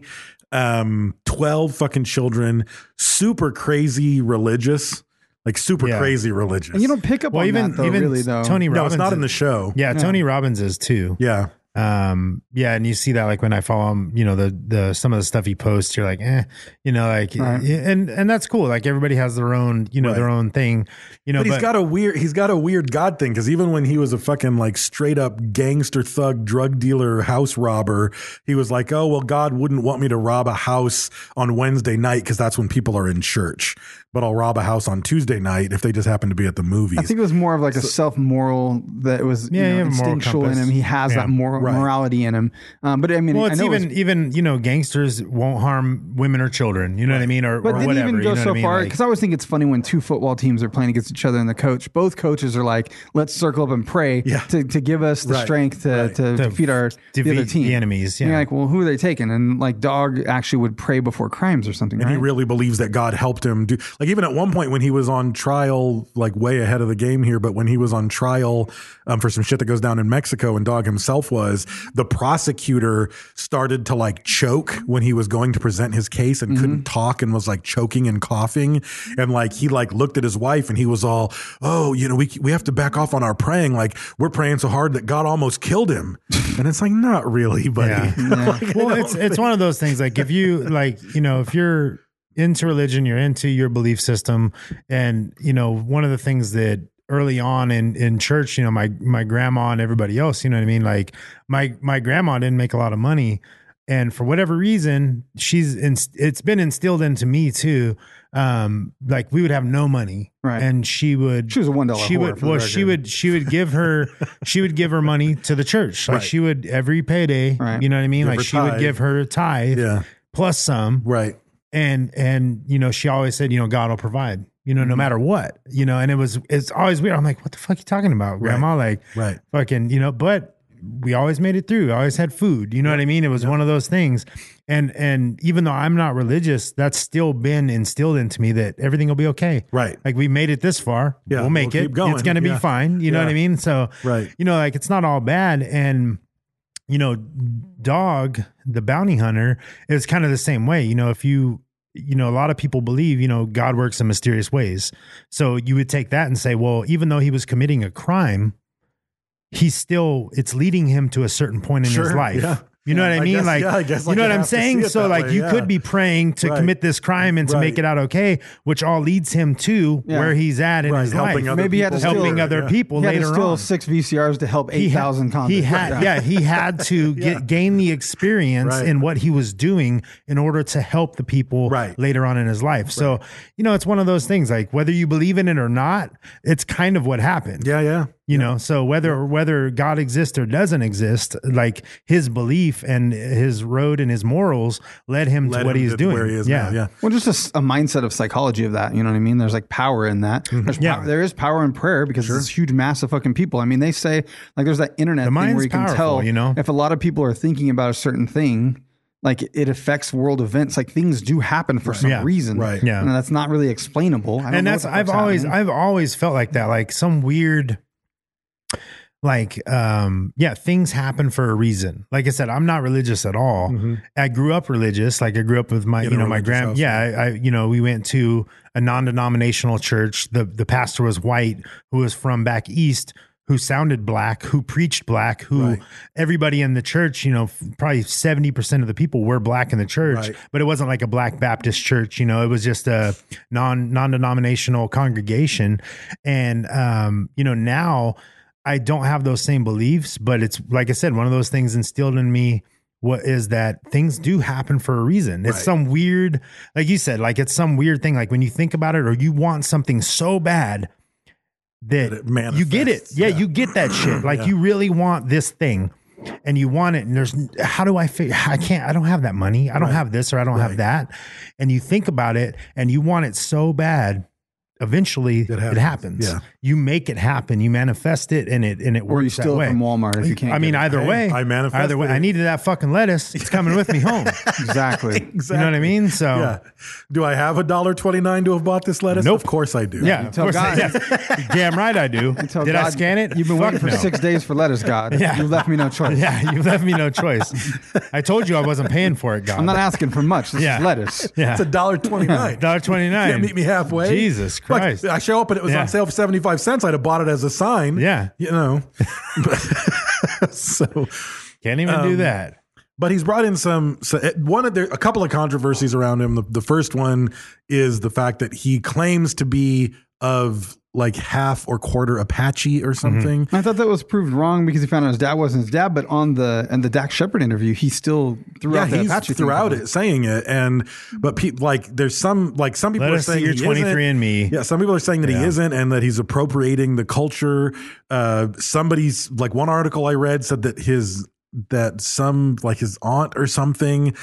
S9: um, 12 fucking children, super crazy religious, like super
S10: Yeah.
S9: crazy religious.
S11: And you don't pick up
S10: well,
S11: on
S10: even
S11: that though,
S10: even
S11: really though.
S10: Tony Robbins.
S9: no, it's not in the
S10: is-
S9: show.
S10: Yeah, Tony Robbins is too.
S9: Yeah.
S10: Um, yeah, and you see that like when I follow him, you know, the the some of the stuff he posts, you're like, eh, you know, like
S11: Right.
S10: and and that's cool. Like everybody has their own, you know,
S9: Right.
S10: their own thing. You know,
S9: but he's
S10: but-
S9: got a weird he's got a weird god thing because even when he was a fucking like straight up gangster thug drug dealer house robber he was like oh well god wouldn't want me to rob a house on wednesday night because that's when people are in church but i'll rob a house on tuesday night if they just happen to be at the movies
S11: I think it was more of like a self moral that was
S10: Yeah,
S11: you
S10: you
S11: know,
S10: have a moral
S11: instinctual in
S10: compass.
S11: him. He has
S10: Yeah.
S11: that moral
S9: Right.
S11: morality in him. Um, but I mean,
S10: well,
S11: I
S10: it's
S11: know it was-
S10: even even you know gangsters won't harm women or children. You know what I mean, or,
S11: But
S10: or
S11: didn't
S10: whatever.
S11: even
S10: you
S11: go
S10: know
S11: so
S10: what I mean?
S11: far
S10: Like-
S11: because I always think it's funny when two football teams are playing against each other and the coach, both coaches are like, "Let's circle up and pray
S9: Yeah.
S11: to, to give us the
S9: Right.
S11: strength to,
S9: Right.
S11: to,
S10: To
S11: defeat our
S10: defeat
S11: the other team,
S10: the enemies,
S11: And
S10: yeah.
S11: you're like, well, who are they taking? And like, dog actually would pray before crimes or something.
S9: and
S11: right?
S9: he really believes that God helped him do like even at one point when he was on trial like way ahead of the game here but when he was on trial um, for some shit that goes down in Mexico and dog himself was the prosecutor started to like choke when he was going to present his case and couldn't talk and was like choking and coughing and like he like looked at his wife and he was all oh you know we we have to back off on our praying like we're praying so hard that God almost killed him and it's like not really buddy
S10: Yeah.
S9: (laughs)
S10: well, it's it's one of those things. Like if you like, you know, if you're into religion, you're into your belief system, and you know, one of the things that early on in in church, you know, my my grandma and everybody else, you know what I mean. Like my my grandma didn't make a lot of money, and for whatever reason, she's in, it's been instilled into me too. Um, like we would have no money,
S11: Right.
S10: And she would
S11: She was a $1
S10: She
S11: whore,
S10: would
S11: for the
S10: well, she
S11: record.
S10: would she would give her she would give her money to the church. Like
S9: Right.
S10: she would every payday,
S11: Right.
S10: you know what I mean?
S9: Give
S10: like
S9: her
S10: she would
S9: tithe.
S10: give her a tithe
S9: Yeah.
S10: plus some
S9: right
S10: and and you know she always said you know god will provide you know
S9: Mm-hmm.
S10: no matter what you know and it was it's always weird i'm like what the fuck you talking about grandma like
S9: Right.
S10: fucking you know but we always made it through i always had food you know what i mean it was one of those things and and even though i'm not religious that's still been instilled into me that everything will be okay
S9: Right.
S10: like we made it this far
S9: Yeah,
S10: we'll make
S9: we'll
S10: it
S9: keep going.
S10: it's gonna
S9: Yeah.
S10: be fine you know
S9: Yeah.
S10: what i mean so
S9: Right.
S10: you know like it's not all bad and you know, dog, the bounty hunter, is kind of the same way. You know, if you, you know, a lot of people believe, you know, God works in mysterious ways. So you would take that and say, well, even though he was committing a crime, he's still, it's leading him to a certain point in his
S9: Sure,
S10: life.
S9: yeah.
S10: You know
S9: I
S10: what I mean?
S9: guess-
S10: like,
S9: yeah, I guess,
S10: you
S9: like,
S10: know
S9: you
S10: what I'm
S9: have to see
S10: saying?
S9: it
S10: So,
S9: that
S10: like,
S9: way,
S10: you
S9: yeah.
S10: could be praying to
S9: Right.
S10: commit this crime and to make
S9: Right.
S10: it out okay, which all leads him to
S11: Yeah.
S10: where he's at in
S9: Right,
S10: his
S9: helping
S10: life.
S9: other
S11: Maybe he had
S9: people
S11: to steal-
S10: helping other
S9: Yeah.
S10: people
S11: he had
S10: later
S11: to steal
S10: on
S11: six VCRs to help eight
S10: ha-
S11: thousand convicts.
S10: He had, yeah, he had
S9: (laughs)
S10: to get, gain the experience
S9: Right.
S10: in what he was doing in order to help the people
S9: Right.
S10: later on in his life. So, you know, it's one of those things like whether you believe in it or not, it's kind of what happened.
S9: yeah yeah
S10: You know, so whether whether God exists or doesn't exist, like his belief and his road and his morals led him
S9: Led
S10: to what
S9: him
S10: he's
S9: to
S10: doing.
S9: where he is
S10: yeah,
S9: now, yeah
S11: Well, just a s- a, mindset of psychology of that. You know what I mean? There's like power in that. There's
S10: Mm-hmm. Yeah.
S11: power, there is power in prayer because it's this huge mass of fucking people. I mean, they say like there's that internet
S10: The
S11: thing where
S10: mind's
S11: you can
S10: powerful,
S11: tell
S10: you know?
S11: if a lot of people are thinking about a certain thing. Like it affects world events. Like things do happen for some
S10: Yeah.
S11: reason.
S9: Right.
S10: Yeah.
S11: And that's not really explainable. I don't
S10: and
S11: know
S10: that's
S11: what the
S10: I've
S11: fuck's
S10: always
S11: happening.
S10: I've always felt like that, like some weird, like um yeah, things happen for a reason. Like I said, I'm not religious at all. I grew up religious, like I grew up with my
S9: In
S10: you
S9: a
S10: know my
S9: religious
S10: grand
S9: house,
S10: yeah I, I you know we went to a non-denominational church. The the pastor was white, who was from back east. Who sounded black? Who preached black? Who
S9: Right.
S10: everybody in the church? You know, f- probably seventy percent of the people were black in the church,
S9: Right.
S10: but it wasn't like a black Baptist church. You know, it was just a non non denominational congregation, and um, you know now I don't have those same beliefs, but it's like I said, one of those things instilled in me. What is that things do happen for a reason? It's
S9: Right.
S10: some weird, like you said, like it's some weird thing. Like when you think about it, or you want something so bad that,
S9: That it
S10: you get it.
S9: manifests.
S10: Yeah,
S9: Yeah.
S10: you get
S11: (clears throat)
S10: that shit. Like
S9: Yeah.
S10: you really want this thing and you want it and there's how do I figure I can't I don't have that money. I don't have this or I don't have
S9: Right.
S10: that. And you think about it and you want it so bad eventually it
S9: happens.
S10: happens.
S9: Yeah.
S10: You make it happen. You manifest it and it and it
S11: Or
S10: works
S11: you
S10: that
S11: steal it
S10: way.
S11: from Walmart if you can't
S10: I mean
S11: get it.
S10: either way.
S9: I manifested
S10: either way.
S9: it.
S10: I needed that fucking lettuce. It's coming with me
S11: (laughs)
S10: home.
S11: Exactly.
S10: You know what I mean? So
S9: Yeah. Do I have a dollar twenty nine to have bought this lettuce?
S10: Nope.
S9: Of course I do.
S10: Yeah, of
S11: tell
S10: course I-
S11: God.
S10: (laughs) yes. You're damn right I do. Did
S11: Tell
S10: I
S11: God,
S10: scan it?
S11: You've been
S10: Fuck
S11: waiting for
S10: no.
S11: six days for lettuce, God.
S10: (laughs) Yeah.
S11: You left me no choice.
S10: Yeah, you left me no choice. I told you I wasn't paying for it, God.
S11: I'm not asking for much. This
S10: Yeah.
S11: is lettuce.
S10: (laughs) Yeah,
S9: It's a dollar twenty nine.
S10: dollar twenty nine.
S9: Can't meet me halfway. (laughs)
S10: Jesus
S9: Like,
S10: Christ!
S9: I show up and it was
S10: Yeah.
S9: on sale for seventy five cents. I'd have bought it as a sign.
S10: Yeah.
S9: You know. so
S10: Can't even do that.
S9: But he's brought in some so uh, one of the a couple of controversies around him. The, the first one is the fact that he claims to be of like half or quarter Apache
S10: Mm-hmm.
S9: or something.
S11: I thought that was proved wrong because he found out his dad wasn't his dad, but on the and the Dak Shepard interview, he still threw out
S9: Yeah,
S11: the
S9: he's
S11: Apache thing.
S9: throughout it saying it, and but pe- like there's some like some people
S10: Let
S9: are
S10: us see
S9: saying
S10: your
S9: he
S10: 23andMe.
S9: isn't. Yeah, some people are saying that he
S10: Yeah.
S9: isn't, and that he's appropriating the culture. Uh, somebody's like one article I read said that his that some like his aunt or something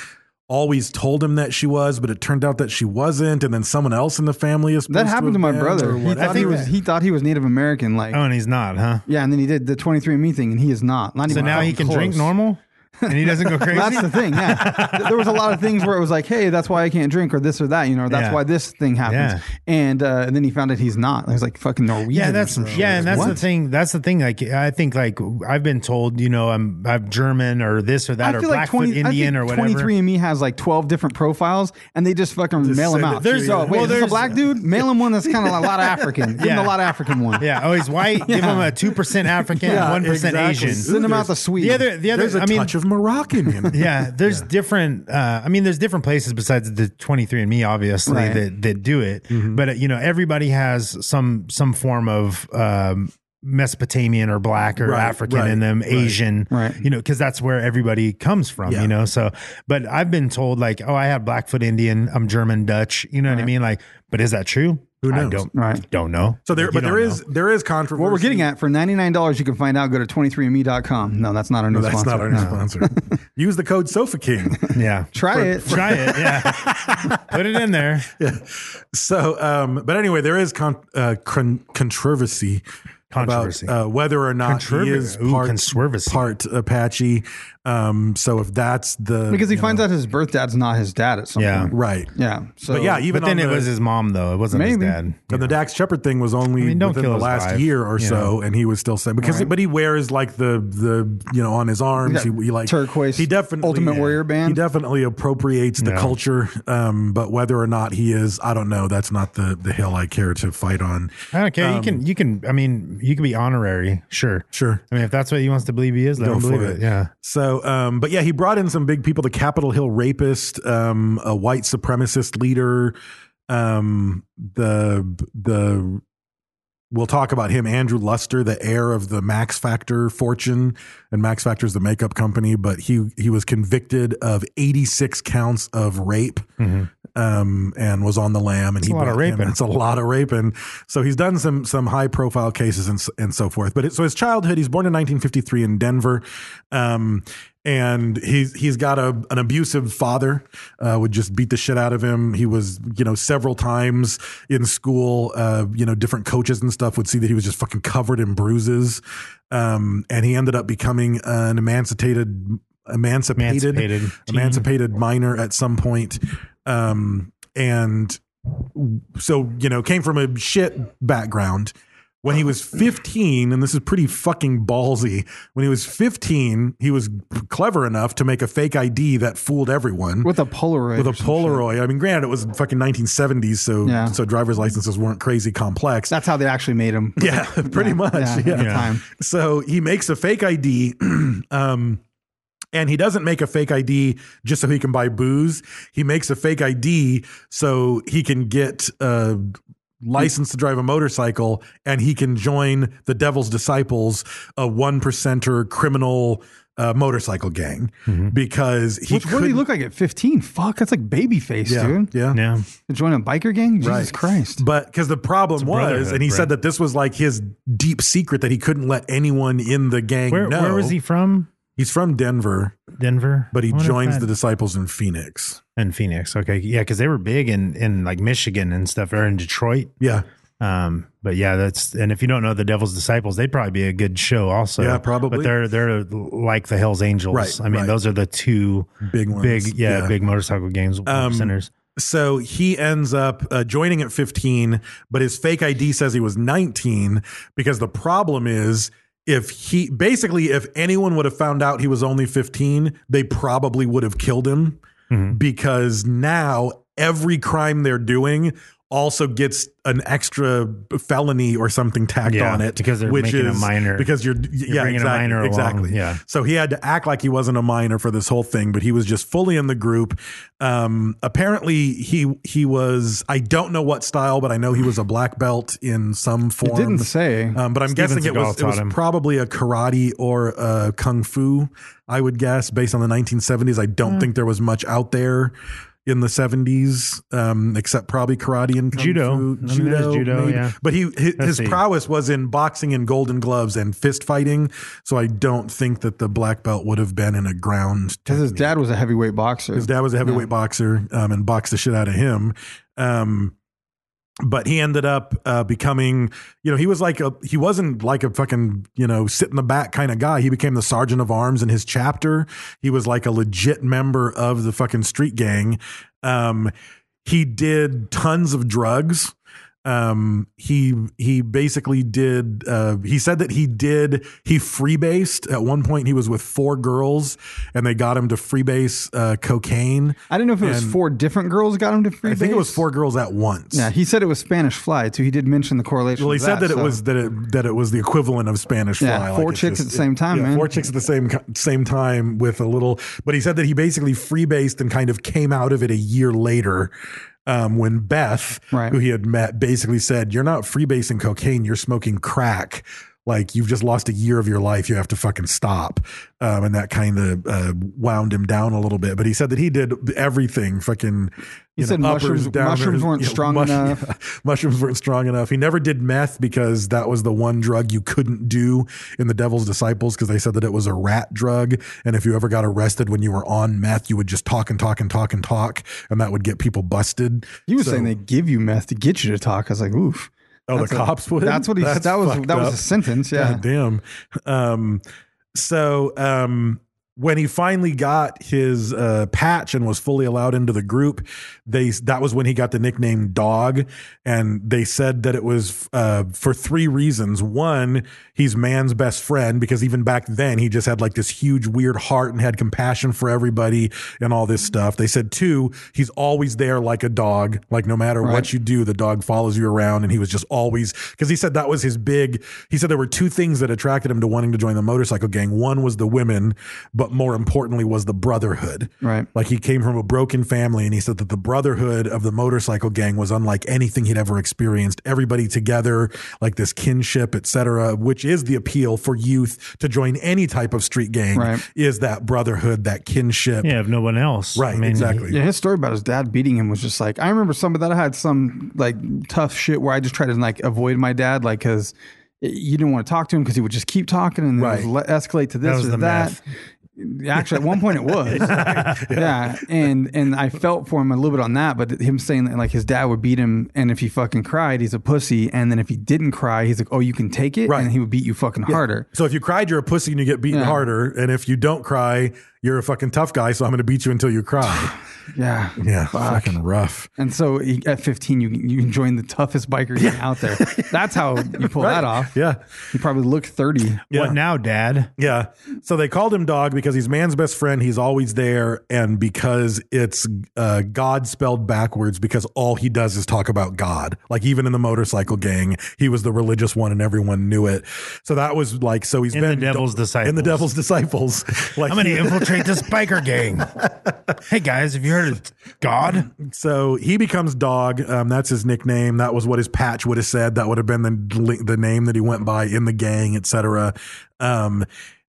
S9: always told him that she was, but it turned out that she wasn't, and then someone else in the family is
S11: That happened to my brother. He
S10: I
S11: thought he
S10: think
S11: was
S10: that-
S11: he thought he was Native American, like
S10: Oh, and he's not, huh?
S11: yeah, and then he did the 23andMe thing, and he is not. Not
S10: So
S11: even
S10: now he can
S11: fucking
S10: drink
S11: close. (laughs)
S10: normal, and he doesn't go crazy.
S11: That's the thing. Yeah, Th- there was a lot of things where it was like, hey, that's why I can't drink, or this or that, you know, or that's
S10: Yeah.
S11: why this thing happens.
S10: Yeah.
S11: And uh, and then he found out he's not. He was like fucking Norwegian.
S10: yeah,
S11: or
S10: that's
S11: some shit.
S10: yeah, and that's the
S11: What?
S10: thing. That's the thing. Like I think, like I've been told, you know, I'm I'm German or this or that or Blackfoot Indian or whatever.
S11: 23andMe has like 12 different profiles and they just fucking mail them
S9: send it
S11: out.
S9: to There's-
S11: There's,
S9: you.
S11: oh, wait,
S9: well,
S11: is this
S9: there's-
S11: a black dude? Mail him one that's kind of a
S9: (laughs)
S11: lot of African. Give
S10: Yeah.
S11: him a lot of African one.
S10: Yeah. Oh, he's white. Give him a two percent African,
S9: Yeah,
S10: one
S9: exactly.
S10: Asian.
S11: Send him
S9: There's-
S11: out the sweet.
S10: The other, the other.
S9: There's a
S10: I mean,
S9: touch of Moroccan in it. (laughs)
S10: (laughs) yeah there's different uh, i mean there's different places besides the 23andme obviously
S11: Right.
S10: that that do it
S9: Mm-hmm.
S10: but uh, you know everybody has some some form of um mesopotamian or black or
S9: Right,
S10: african
S9: right,
S10: in them
S9: right.
S10: asian
S11: Right.
S10: you know because that's where everybody comes from
S9: Yeah.
S10: you know so but i've been told like oh i have blackfoot indian i'm german dutch you know what i mean like but is that true
S9: Who
S10: i
S9: knows?
S10: don't
S11: Right.
S10: don't know
S9: So there,
S10: You
S9: but
S10: don't
S9: there is
S10: know.
S9: there is controversy.
S11: what we're getting at for $99, you can find out. Go to 23andme.com. No, that's not our new
S9: No, that's
S11: sponsor.
S9: not our new
S10: (laughs)
S9: sponsor. Use the code Sofa King. (laughs)
S10: yeah
S11: Try it.
S10: try it yeah put it in there
S9: So, um, but anyway, there is con- uh, con- controversy.
S10: Controversy.
S9: About, uh, whether or not
S10: Controver-
S9: he is
S10: Ooh,
S9: part,
S10: controversy.
S9: part Apache. Um, so if that's the
S11: Because he
S9: you
S11: finds
S9: know,
S11: out his birth dad's not his dad at some
S10: Yeah.
S11: point.
S9: right,
S11: Yeah. So,
S9: but yeah, even
S10: but then
S9: on
S10: it
S9: the,
S10: was his mom though it wasn't his
S11: Maybe.
S10: dad
S9: and the Dax Shepard thing was only
S10: I mean, don't
S9: within
S10: kill
S9: the
S10: his
S9: last
S10: vibe,
S9: year or
S10: you
S9: so,
S10: know.
S9: and he was still saying because but he wears like the the you know on his arms
S11: He's
S9: he,
S11: got
S9: he like
S11: turquoise
S9: he definitely
S11: Ultimate Warrior band.
S9: he definitely appropriates the
S10: Yeah.
S9: culture, um, but whether or not he is, I don't know. That's not the the hill I care to fight on.
S10: I don't care. you
S9: Um,
S10: can, you can. I mean, you can be honorary. Sure,
S9: Sure.
S10: I mean, if that's what he wants to believe he is, let
S9: Go
S10: him
S9: for
S10: believe
S9: it.
S10: it. Yeah.
S9: So, um, but yeah, he brought in some big people: the Capitol Hill rapist, um, a white supremacist leader, um, the the. We'll talk about him, Andrew Luster, the heir of the Max Factor fortune, and Max Factor is the makeup company. But he he was convicted of eighty six counts of rape, um, and was on the lam. And
S10: Mm-hmm. That's
S9: he
S10: a lot of
S9: brought him-
S10: raping.
S9: That's a lot of raping. So he's done some some high profile cases and s- and so forth. But it, so his childhood, he's born in 1953 in Denver, um, and he's he's got a an abusive father uh, would just beat the shit out of him. He was you know several times in school, uh, you know different coaches and stuff would see that he was just fucking covered in bruises, um, and he ended up becoming an emancipated. Emancipated,
S10: Emancipated
S9: emancipated,
S10: teen.
S9: minor at some point, um, and so you know came from a shit background when he was 15 and this is pretty fucking ballsy when he was 15 he was clever enough to make a fake id that fooled everyone
S11: with a Polaroid.
S9: with a
S11: or some shit.
S9: polaroid i mean granted it was fucking 1970s so
S11: Yeah.
S9: so driver's licenses weren't crazy complex
S11: That's how they actually made him.
S9: yeah pretty much
S11: (laughs) Yeah, at the
S9: yeah.
S11: time.
S9: So he makes a fake ID. (clears throat) um, and he doesn't make a fake ID just so he can buy booze. He makes a fake ID so he can get a license to drive a motorcycle and he can join the Devil's Disciples, a one percenter criminal uh, motorcycle gang. Because he
S11: Which, Mm-hmm. what did he
S9: couldn't-
S11: look like at 15? Fuck, that's like baby face,
S9: yeah,
S11: dude.
S9: Yeah.
S10: Yeah.
S11: To join a biker gang? Jesus
S9: Right.
S11: Christ.
S9: But because the problem was,
S10: brotherhood,
S9: and he
S10: Brent.
S9: said that this was like his deep secret that he couldn't let anyone in the gang
S10: Where
S9: know.
S10: Where was he from?
S9: He's from Denver.
S10: Denver.
S9: but he
S10: I wonder if
S9: joins
S10: that-
S9: the disciples in Phoenix.
S10: in Phoenix. Okay. Yeah, because they were big in in like Michigan and stuff, or in Detroit.
S9: Yeah.
S10: Um, but yeah, that's and if you don't know the Devil's Disciples, they'd probably be a good show also.
S9: Yeah, probably.
S10: But they're they're like the Hell's Angels.
S9: Right,
S10: I mean,
S9: right.
S10: those are the two
S9: Big ones,
S10: Big yeah,
S9: yeah. Um,
S10: big motorcycle games centers.
S9: So he ends up uh, joining at 15, but his fake ID says he was 19 because the problem is if he basically if anyone would have found out he was only 15, they probably would have killed him
S10: Mm-hmm.
S9: because now every crime they're doing also gets an extra felony or something tacked
S10: Yeah,
S9: on it
S10: because they're
S9: which
S10: making a
S9: is
S10: minor-
S9: because you're,
S10: you're
S9: yeah
S10: bringing a
S9: exactly,
S10: minor along,
S9: exactly
S10: yeah.
S9: so he had to act like he wasn't a minor for this whole thing, but he was just fully in the group. Um, apparently, he he was I don't know what style, but I know he was a black belt in some form.
S11: didn't say.
S9: um, but I'm
S10: Steven
S9: guessing it was
S10: Seagal
S9: it was
S10: taught him.
S9: probably a karate or a kung fu. I would guess based on the 1970s. I don't think there was much out there. In the seventies, um, except probably karate and kung
S10: Judo.
S9: fu,
S10: I mean, there's judo, yeah.
S9: But he his,
S10: Let's
S9: his
S10: see.
S9: prowess was in boxing and golden gloves and fist fighting. So I don't think that the black belt would have been in a ground.
S11: Because his dad was a heavyweight boxer.
S9: His dad was a heavyweight boxer um, and boxed the shit out of him. Um, but he ended up uh, becoming, you know, he was like a, he wasn't like a fucking, you know, sit in the back kind of guy. He became the sergeant of arms in his chapter. He was like a legit member of the fucking street gang. Um, he did tons of drugs. Um, he he basically did. Uh, he said that he did. He freebased at one point. He was with four girls, and they got him to freebase uh, cocaine.
S11: I didn't know if it was
S9: And
S11: four different girls got him to free.
S9: I think it was four girls at once.
S11: Yeah, he said it was Spanish Fly too. He did mention the correlation.
S9: Well, he
S11: of
S9: said that it
S11: so-
S9: was that it that it was the equivalent of Spanish
S11: Yeah,
S9: Fly.
S11: four
S9: it's
S11: chicks at the same time, man.
S9: Four chicks at the same co- same time with a little. But he said that he basically freebased and kind of came out of it a year later. Um, when Beth,
S11: Right.
S9: who he had met, basically said, "You're not freebasing cocaine. You're smoking crack. Like you've just lost a year of your life. You have to fucking stop." Um, and that kind of uh, wound him down a little bit. But he said that he did everything. Fucking.
S11: He said mushrooms- mushrooms weren't strong enough.
S9: (laughs) mushrooms weren't strong enough. He never did meth because that was the one drug you couldn't do in the Devil's Disciples because they said that it was a rat drug. And if you ever got arrested when you were on meth, you would just talk and talk and talk and talk, and that would get people busted.
S11: He was
S9: So-
S11: saying they give you meth to get you to talk. I was like, oof.
S9: Oh, the
S11: That's a-
S9: cops would.
S11: That's what he. that was.
S9: fucked
S11: That was
S9: up.
S11: a sentence. Yeah.
S9: God damn. Um, so um, when he finally got his uh, patch and was fully allowed into the group, they that was when he got the nickname Dog, and they said that it was uh, for three reasons. One, he's man's best friend because even back then he just had like this huge weird heart and had compassion for everybody and all this stuff. They said two, he's always there like a dog, like no matter what
S11: Right.
S9: you do, the dog follows you around, and he was just always because he said that was his big. He said there were two things that attracted him to wanting to join the motorcycle gang. One was the women, but more importantly was the brotherhood.
S11: Right.
S9: Like he came from a broken family, and he said that the brotherhood of the motorcycle gang was unlike anything he'd ever experienced. Everybody together, like this kinship, etc., which is the appeal for youth to join any type of street gang.
S11: Right.
S9: Is that brotherhood, that kinship?
S10: Yeah, if no one else.
S9: Right.
S10: I mean,
S9: exactly.
S11: Yeah, his story about his dad beating him was just like I remember some of that. I had some like tough shit where I just tried to like avoid my dad, like because you didn't want to talk to him because he would just keep talking and then it would
S9: Right.
S11: le- escalate to this
S10: was
S11: or
S10: the
S11: that. Actually, at one point it was, yeah. and and I felt for him a little bit on that, but him saying that like his dad would beat him, and if he fucking cried, he's a pussy, and then if he didn't cry, he's like, oh, you can take it,
S9: Right.
S11: and he would beat you fucking harder.
S9: So if you cried, you're a pussy and you get beaten
S11: Yeah.
S9: harder. And if you don't cry, you're a fucking tough guy. So I'm going to beat you until you
S11: (sighs)
S9: cry.
S11: Yeah,
S9: Yeah,
S11: Fuck.
S9: fucking rough.
S11: And so he- at 15, you you can join the toughest biker gang out there. That's how
S9: (laughs)
S11: you pull that off.
S9: Yeah,
S11: You probably look 30.
S9: Yeah.
S10: What now, Dad?
S9: yeah. So they called him Dog because he's man's best friend. He's always there, and because it's uh, God spelled backwards. Because all he does is talk about God. Like even in the motorcycle gang, he was the religious one, and everyone knew it. So that was like so he's
S10: In
S9: been
S10: the devil's
S9: in the
S10: disciples.
S9: devil's disciples.
S10: (laughs)
S9: Like
S10: I'm going
S9: he-
S10: to infiltrate this biker gang.
S9: (laughs)
S10: hey, guys, have you heard of God?
S9: So he becomes Dog. Um, that's his nickname. That was what his patch would have said. That would have been the the name that he went by in the gang, etc. Um,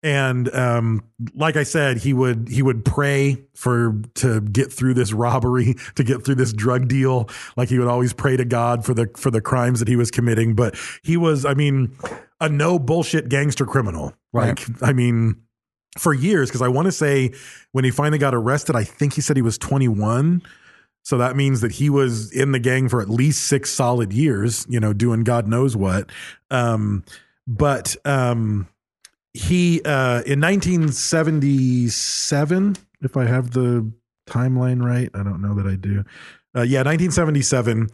S9: and um, like I said, he would he would pray for to get through this robbery, (laughs) to get through this drug deal. Like he would always pray to God for the for the crimes that he was committing. But he was, I mean, a no bullshit gangster criminal. Like I mean, for years because I want to say when he finally got arrested, I think he said he was 21. So that means that he was in the gang for at least six solid years, you know, doing God knows what. Um, but um, he, uh, in 1977, if I have the timeline right, I don't know that I do. Uh, yeah, 1977.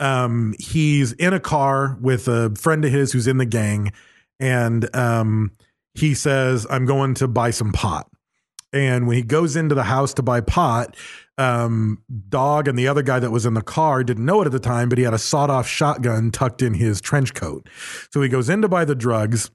S9: Um, he's in a car with a friend of his who's in the gang, and um, he says, I'm going to buy some pot. And when he goes into the house to buy pot, um, Dog and the other guy that was in the car didn't know it at the time, but he had a sawed off shotgun tucked in his trench coat. So he goes in to buy the drugs.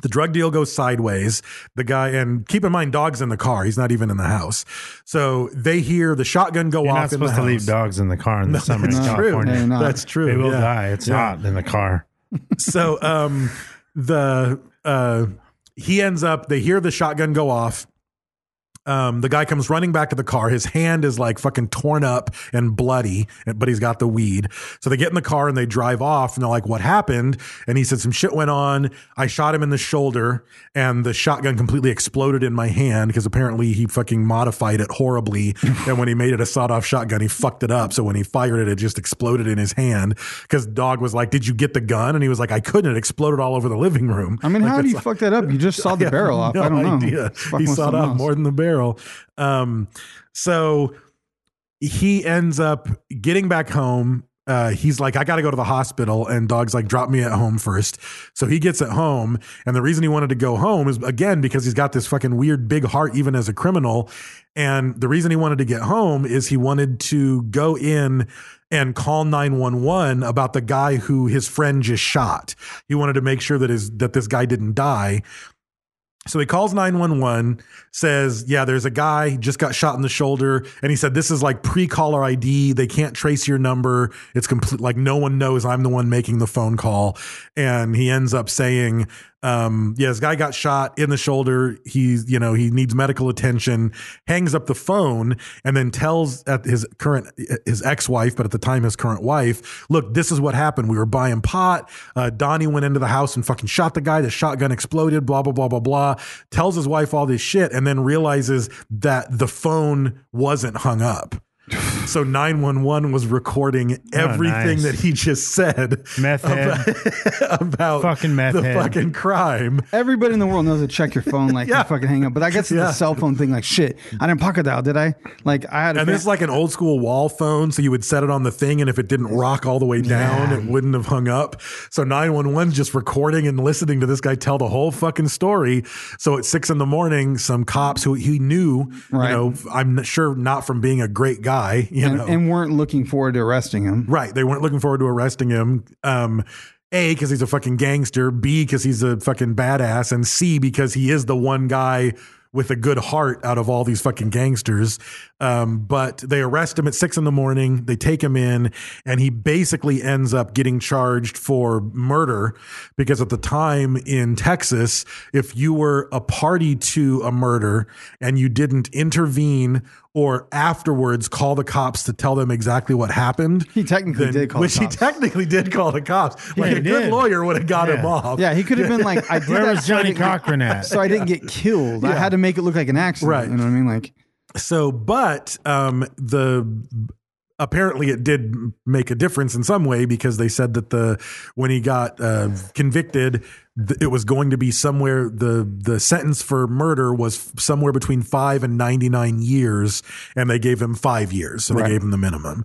S9: The drug deal goes sideways. The guy, and keep in mind, dog's in the car. He's not even in the house. So they hear the shotgun go
S10: You're
S9: off.
S10: not
S9: in the
S10: supposed to leave
S9: house.
S10: dogs in the car in the summer in
S9: That's true.
S10: California.
S11: They're not.
S9: That's true.
S10: They will
S9: yeah.
S10: die. It's hot in the car.
S9: So um, the uh, he ends up. They hear the shotgun go off. Um, the guy comes running back to the car. His hand is like fucking torn up and bloody, but he's got the weed. So they get in the car and they drive off and they're like, what happened? And he said, some shit went on. I shot him in the shoulder and the shotgun completely exploded in my hand because apparently he fucking modified it horribly. and when he made it a sawed off shotgun, he fucked it up. So when he fired it, it just exploded in his hand because dog was like, did you get the gun? And he was like, I couldn't. It exploded all over the living room.
S11: I mean,
S9: Like,
S11: how do
S9: it's
S11: you
S9: like-
S11: fuck that up? You
S9: (laughs)
S11: just saw the
S9: have
S11: barrel off.
S9: no
S11: I don't know.
S9: idea.
S11: It's fucking
S9: He
S11: with
S9: sawed
S11: something
S9: off
S11: else.
S9: more than the barrel. Um, so he ends up getting back home. Uh, he's like, I got to go to the hospital. And dog's like, drop me at home first. So he gets at home. And the reason he wanted to go home is again, because he's got this fucking weird big heart, even as a criminal. And the reason he wanted to get home is he wanted to go in and call 911 about the guy who his friend just shot. He wanted to make sure that his, that this guy didn't die. So he calls 911, says, Yeah, there's a guy just got shot in the shoulder. And he said, This is like pre caller ID. They can't trace your number. It's complete, like no one knows I'm the one making the phone call. And he ends up saying, um, Yeah, this guy got shot in the shoulder. He's, you know, he needs medical attention, hangs up the phone, and then tells at his current, his ex wife, but at the time his current wife, Look, this is what happened. We were buying pot. Uh, Donnie went into the house and fucking shot the guy. The shotgun exploded, blah, blah, blah, blah, blah. Tells his wife all this shit and then realizes that the phone wasn't hung
S10: (sighs)
S9: up. So 911 was recording everything
S10: Oh, nice.
S9: that he just said (laughs)
S10: Meth head.
S9: about, about
S10: Fucking meth
S9: the
S10: head.
S9: fucking crime.
S11: Everybody in the world knows to check your phone, like
S9: Yeah.
S11: you fucking hang up. But I guess it's
S9: Yeah.
S11: the cell phone thing, like shit. I didn't pocket dial, did I? Like I had. A
S9: And
S11: fa-
S9: this is like an old school wall phone, so you would set it on the thing, and if it didn't rock all the way down, it wouldn't have hung up. So 911's just recording and listening to this guy tell the whole fucking story. So at six in the morning, some cops who he knew,
S11: Right.
S9: you know, I'm sure not from being a great guy, you
S11: and,
S9: know,
S11: and weren't looking forward to arresting him.
S9: Right. They weren't looking forward to arresting him. Um, a because he's a fucking gangster. B because he's a fucking badass. And C because he is the one guy with a good heart out of all these fucking gangsters. Um, but they arrest him at six in the morning. They take him in, and he basically ends up getting charged for murder because at the time in Texas, if you were a party to a murder and you didn't intervene or afterwards call the cops to tell them exactly what happened,
S11: He technically
S9: (laughs)
S11: did call the
S9: which
S11: cops.
S9: he technically did call the cops. Like
S10: he
S9: a good
S10: did.
S9: lawyer would have got him
S10: Yeah.
S9: off.
S11: Yeah, he could have been
S9: (laughs)
S11: like, I did
S10: Where
S11: that
S10: was
S11: so I
S10: Johnny
S11: didn't get-
S10: Cochran at?
S11: So I didn't get killed. I
S9: Yeah.
S11: had to make it look like an accident.
S9: Right.
S11: You know what I mean? Like
S9: So, but um, the apparently it did make a difference in some way because they said that the when he got uh, convicted, th- it was going to be somewhere the the sentence for murder was f- somewhere between five and ninety nine years, and they gave him five years, so they gave him the minimum.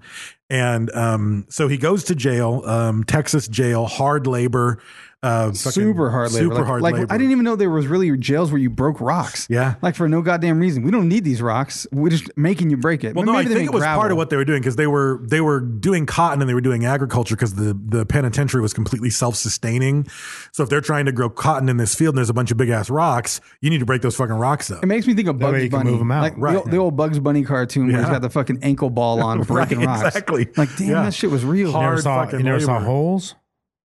S9: And um, so he goes to jail, um, Texas jail, hard labor, uh, fucking
S11: super hard labor.
S9: super
S11: like,
S9: hard
S11: like,
S9: labor.
S11: I didn't even know there was really jails where you broke rocks.
S9: Yeah.
S11: Like for no goddamn reason. We don't need these rocks. We're just making you break it.
S9: Well, no, I
S11: Maybe they
S9: think it
S11: make
S9: was part
S11: gravel.
S9: of what they were doing because they were they were doing cotton and they were doing agriculture because the the penitentiary was completely self sustaining. So if they're trying to grow cotton in this field and there's a bunch of big ass rocks, you need to break those fucking rocks up.
S11: It makes me think of
S10: That way
S11: Bugs
S10: you can
S11: Bunny.
S10: move 'em out.
S11: Like the
S9: Right.
S11: ol- the, old Bugs Bunny cartoon where he's
S9: Yeah.
S11: got the fucking ankle
S9: (laughs)
S11: ball on breaking
S9: Right,
S11: rocks.
S9: exactly.
S11: Like, damn,
S9: Yeah.
S11: that shit was real.
S9: Hard
S10: Never saw,
S9: fucking
S10: you never saw
S9: labor.
S10: holes.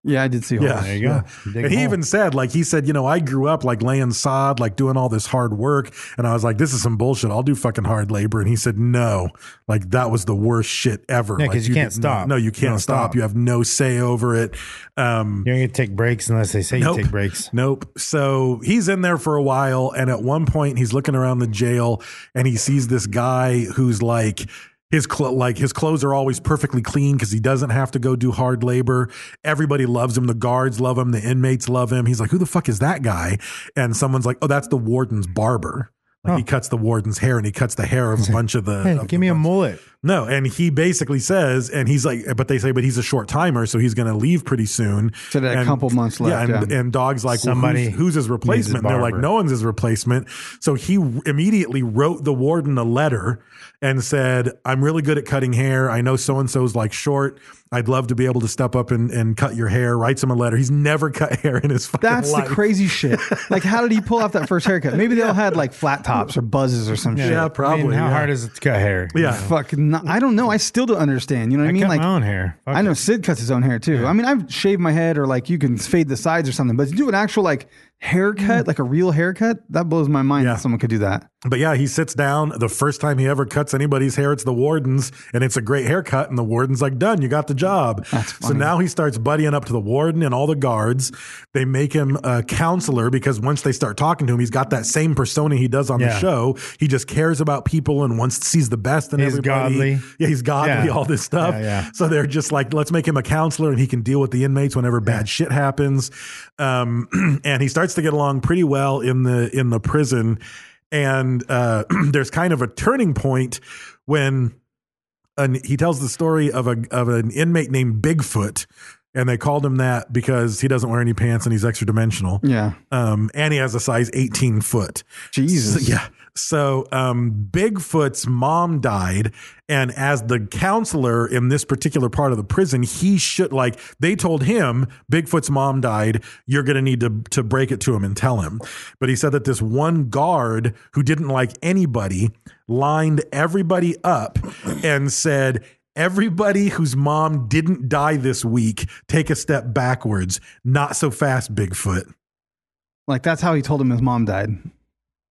S11: Yeah, I did see.
S9: yeah,
S11: Yeah.
S10: There you go.
S9: yeah.
S10: You dig
S9: And
S10: a
S9: he
S10: hole.
S9: even said, like, he said, you know, I grew up like laying sod, like doing all this hard work, and I was like, this is some bullshit. I'll do fucking hard labor. And he said, no, like that was the worst shit ever.
S10: Yeah,
S9: Like,
S10: 'cause you can't
S9: didn't-
S10: stop.
S9: No, you
S10: You
S9: can't
S10: don't
S9: stop.
S10: stop.
S9: You have no say over it. Um,
S10: You don't get to take breaks unless they say
S9: Nope.
S10: you
S9: (laughs)
S10: take breaks.
S9: Nope. So he's in there for a while, and at one point he's looking around the jail and he sees this guy who's like His cl- like his clothes are always perfectly clean because he doesn't have to go do hard labor. Everybody loves him. The guards love him. The inmates love him. He's like, who the fuck is that guy? And someone's like, oh, that's the warden's barber. Like he cuts the warden's hair and he cuts the hair
S10: (laughs)
S9: of a bunch of the.
S10: Hey,
S9: of the
S10: give me a
S9: bunch-
S10: mullet.
S9: no, and he basically says, and he's like, but they say, but he's a short timer, so he's going to leave pretty soon.
S11: So that a
S9: And-
S11: couple months left,
S9: Yeah, and,
S11: yeah.
S9: and dog's like, somebody
S10: Somebody
S9: well, who's, who's his
S10: needs a
S9: replacement? And they're like,
S10: barber.
S9: no one's his replacement. So he immediately wrote the warden a letter and said, I'm really good at cutting hair. I know so and so's like short. I'd love to be able to step up and, and cut your hair. Writes him a letter. He's never cut hair in his fucking
S11: That's
S9: life.
S11: the crazy
S9: (laughs)
S11: shit. Like, how did he pull off that first haircut? Maybe they all had like flat tops or buzzes or some shit.
S9: Yeah, probably.
S10: I mean, how
S9: yeah.
S10: hard is it to cut hair?
S9: Yeah.
S11: Fuck, no, I don't know. I still don't understand. You know what I,
S10: I,
S11: mean?
S10: cut
S11: Like
S10: my own hair. Fuck
S11: I know
S10: it.
S11: Sid cuts his own hair too. I mean, I've shaved my head or like you can fade the sides or something, but to do an actual like haircut, like a real haircut, that blows my mind
S9: Mm. Yeah.
S11: that someone could do that.
S9: But yeah, he sits down. The first time he ever cuts anybody's hair, it's the warden's, and it's a great haircut. And the warden's like, "Done, you got the job." so now he starts buddying up to the warden and all the guards. They make him a counselor because once they start talking to him, he's got that same persona he does on the
S10: Yeah.
S9: show. He just cares about people and wants sees the best in
S10: He's
S9: everybody.
S10: godly.
S9: Yeah, he's godly.
S10: Yeah.
S9: All this stuff.
S10: Yeah, yeah.
S9: So they're just like, let's make him a counselor and he can deal with the inmates whenever bad shit happens. Um, (clears throat) and he starts to get along pretty well in the in the prison. And uh, (clears throat) there's kind of a turning point when an, he tells the story of a of an inmate named Bigfoot. And they called him that because he doesn't wear any pants and he's extra dimensional.
S11: Yeah.
S9: Um, and he has a size 18 foot.
S11: Jesus.
S9: So- yeah. So um, Bigfoot's mom died, and as the counselor in this particular part of the prison, he should like they told him Bigfoot's mom died. You're gonna need to to break it to him and tell him. But he said that this one guard who didn't like anybody lined everybody up and said. Everybody whose mom didn't die this week, take a step backwards. Not so fast, Bigfoot.
S11: Like that's how he told him his mom died.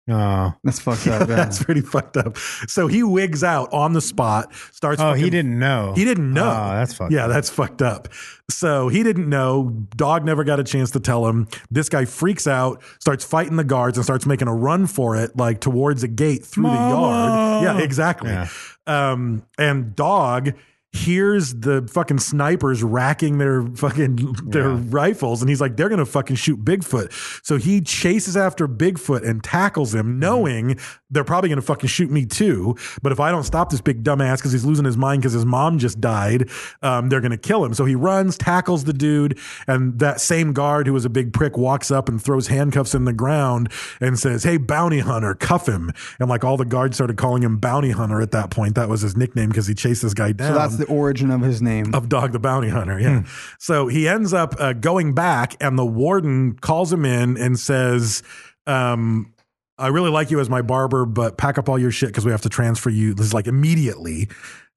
S10: Oh,
S11: That's fucked up.
S9: (laughs)
S11: yeah.
S9: That's pretty fucked up. So he wigs out on the spot, starts.
S10: Oh, he
S9: fucking-
S10: didn't know.
S9: He didn't know.
S10: Oh, that's fucked
S9: Yeah,
S10: up.
S9: that's fucked up. So he didn't know. Dog never got a chance to tell him. This guy freaks out, starts fighting the guards, and starts making a run for it, like towards a gate through the yard.
S10: Mama!
S9: Yeah, exactly.
S10: Yeah.
S9: Um, and dog hears the fucking snipers racking their fucking their rifles and he's like they're gonna fucking shoot bigfoot so he chases after bigfoot and tackles
S10: Mm-hmm.
S9: him knowing they're probably gonna fucking shoot me too but if i don't stop this big dumbass because he's losing his mind because his mom just died um, they're gonna kill him so he runs tackles the dude and that same guard who was a big prick walks up and throws handcuffs in the ground and says hey bounty hunter cuff him and like all the guards started calling him bounty hunter at that point that was his nickname because he chased this guy down
S11: So that's the origin of his
S9: (laughs)
S11: name.
S9: of Dog the Bounty Hunter. Yeah. So he ends up uh, going back, and the warden calls him in and says, um, I really like you as my barber, but pack up all your shit because we have to transfer you. This is like immediately.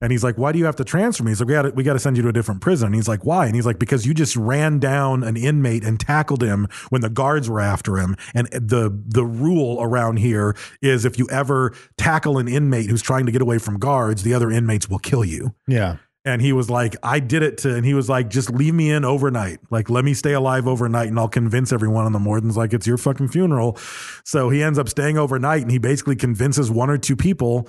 S9: And he's like, Why do you have to transfer me? He's like, We got to we got to send you to a different prison. And he's like, Why? And he's like, Because you just ran down an inmate and tackled him when the guards were after him. And the the rule around here is if you ever tackle an inmate who's trying to get away from guards, the other inmates will kill you (laughs)
S10: Yeah.
S9: and he was like i did it to and he was like just leave me in overnight like let me stay alive overnight and i'll convince everyone on the morden's like it's your fucking funeral so he ends up staying overnight and he basically convinces one or two people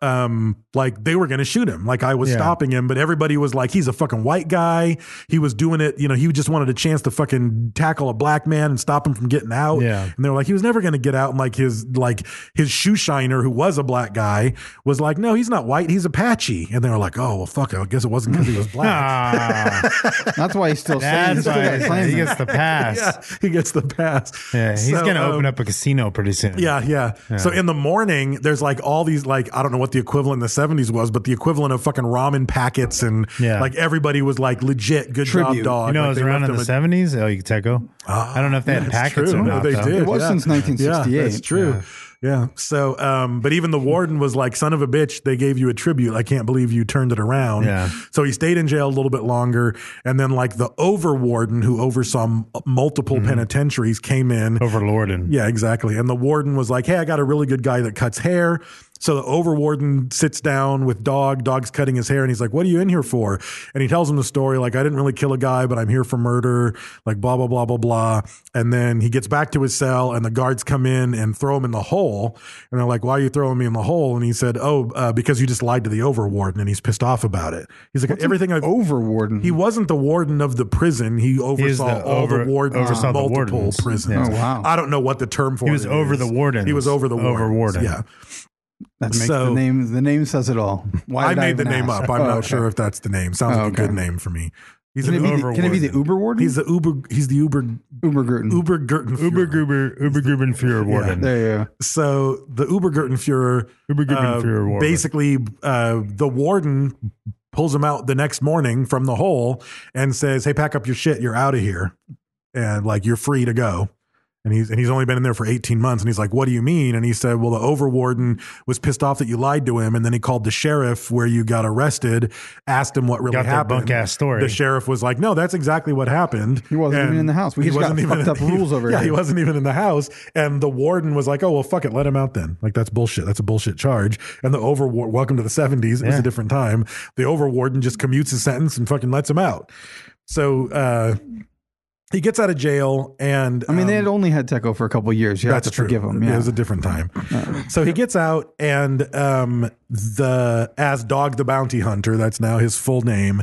S9: um like they were going to shoot him like i was
S10: Yeah.
S9: stopping him but everybody was like he's a fucking white guy he was doing it you know he just wanted a chance to fucking tackle a black man and stop him from getting out
S10: Yeah.
S9: and they were like he was never going to get out and like his like his shoe shiner who was a black guy was like no he's not white he's apache and they were like oh well fuck i guess it wasn't because he
S10: (laughs)
S9: was black
S10: Ah,
S11: That's why he's still
S10: that's
S11: saying he's still
S10: why
S11: got
S10: it's-
S11: claims
S10: he
S11: in.
S10: gets the pass.
S9: (laughs) (laughs) yeah he gets the pass
S10: Yeah, he's
S9: So,
S10: gonna
S9: um,
S10: open up a casino pretty soon.
S9: Yeah, yeah, So in the morning, there's like all these like I don't know what the equivalent in the '70s was, but the equivalent of fucking ramen packets and
S10: Yeah.
S9: like everybody was like legit good job
S11: Tribute.
S9: dog.
S10: you know,
S9: Like,
S10: it was
S9: they
S10: around
S9: left
S10: in the
S9: them a-
S10: seventies. El Yucateco. I don't know if they had
S9: That's
S10: packets
S9: true.
S10: or
S9: No,
S10: not.
S9: they
S10: though.
S9: did.
S11: It was
S9: yeah.
S11: since
S9: Yeah,
S11: 1968.
S9: that's true. Yeah. So, um, but even the warden was like, "Son of a bitch, they gave you a tribute. I can't believe you turned it around."
S10: Yeah.
S9: So he stayed in jail a little bit longer, and then like the over warden who oversaw m- multiple
S10: Mm-hmm.
S9: penitentiaries came in.
S10: Overlord and
S9: Yeah, exactly. And the warden was like, "Hey, I got a really good guy that cuts hair." So the overwarden sits down with Dog. Dog's cutting his hair, and he's like, "What are you in here for?" And he tells him the story, like, "I didn't really kill a guy, but I'm here for murder." Like, blah blah blah blah blah. And then he gets back to his cell, and the guards come in and throw him in the hole. And they're like, "Why are you throwing me in the hole?" And he said, "Oh, uh, because you just lied to the overwarden," and he's pissed off about it. He's like, "Everything I've
S11: Overwarden.
S9: He wasn't the warden of the prison. He oversaw
S10: the
S9: all the
S10: over-
S9: wardens
S10: oversaw
S9: of
S10: the
S9: multiple
S10: wardens.
S9: prisons.
S11: Yeah. Oh, wow.
S9: I don't know what the term for
S10: He was
S9: it
S10: over
S9: is.
S10: the wardens.
S9: He was over the
S10: Over
S9: wardens.
S10: warden.
S9: Yeah.
S11: That makes
S9: So-
S11: the name. The name says it all. Why
S9: I
S11: did
S9: made the
S11: even
S9: name
S11: ask?
S9: up. I'm
S11: (laughs) Oh,
S9: not
S11: okay.
S9: sure if that's the name. Sounds
S11: Oh,
S9: like a good
S11: okay.
S9: name for me. He's
S11: Can it
S9: an
S11: be the-
S9: over
S11: can it be the Uber warden?
S9: He's the Uber he's the Uber
S11: Uber Gruten.
S9: Uber Gerten
S10: Uber Gruber, Uber Gruben Fuhrer Warden.
S11: There you go.
S9: so the Uber Gertenfuhrer,
S10: Ubergruppenführer warden.
S9: basically uh, the warden pulls him out the next morning from the hole and says, "Hey, pack up your shit. You're out of here, and like you're free to go." And he's and he's only been in there for 18 months. And he's like, "What do you mean?" And he said, "Well, the overwarden was pissed off that you lied to him, and then he called the sheriff where you got arrested, asked him what really
S10: Got their
S9: happened.
S10: bunk-ass story.
S9: The sheriff was like, "No, that's exactly what happened."
S11: He wasn't even in the house. We
S9: he
S11: just got fucked
S9: (laughs)
S11: up rules over
S9: yeah,
S11: here.
S9: he wasn't even in the house. And the warden was like, "Oh well, fuck it, let him out then." Like that's bullshit. That's a bullshit charge. And the overwar welcome to the seventies. It was
S10: Yeah.
S9: a different time. The overwarden just commutes his sentence and fucking lets him out. So uh, he gets out of jail, and
S11: I mean, they
S9: um,
S11: had only had Teco for a couple of years. You have
S9: that's
S11: to
S9: true.
S11: forgive him. Yeah.
S9: It was a different time. So he gets out, and um, the as Dog the Bounty Hunter, that's now his full name,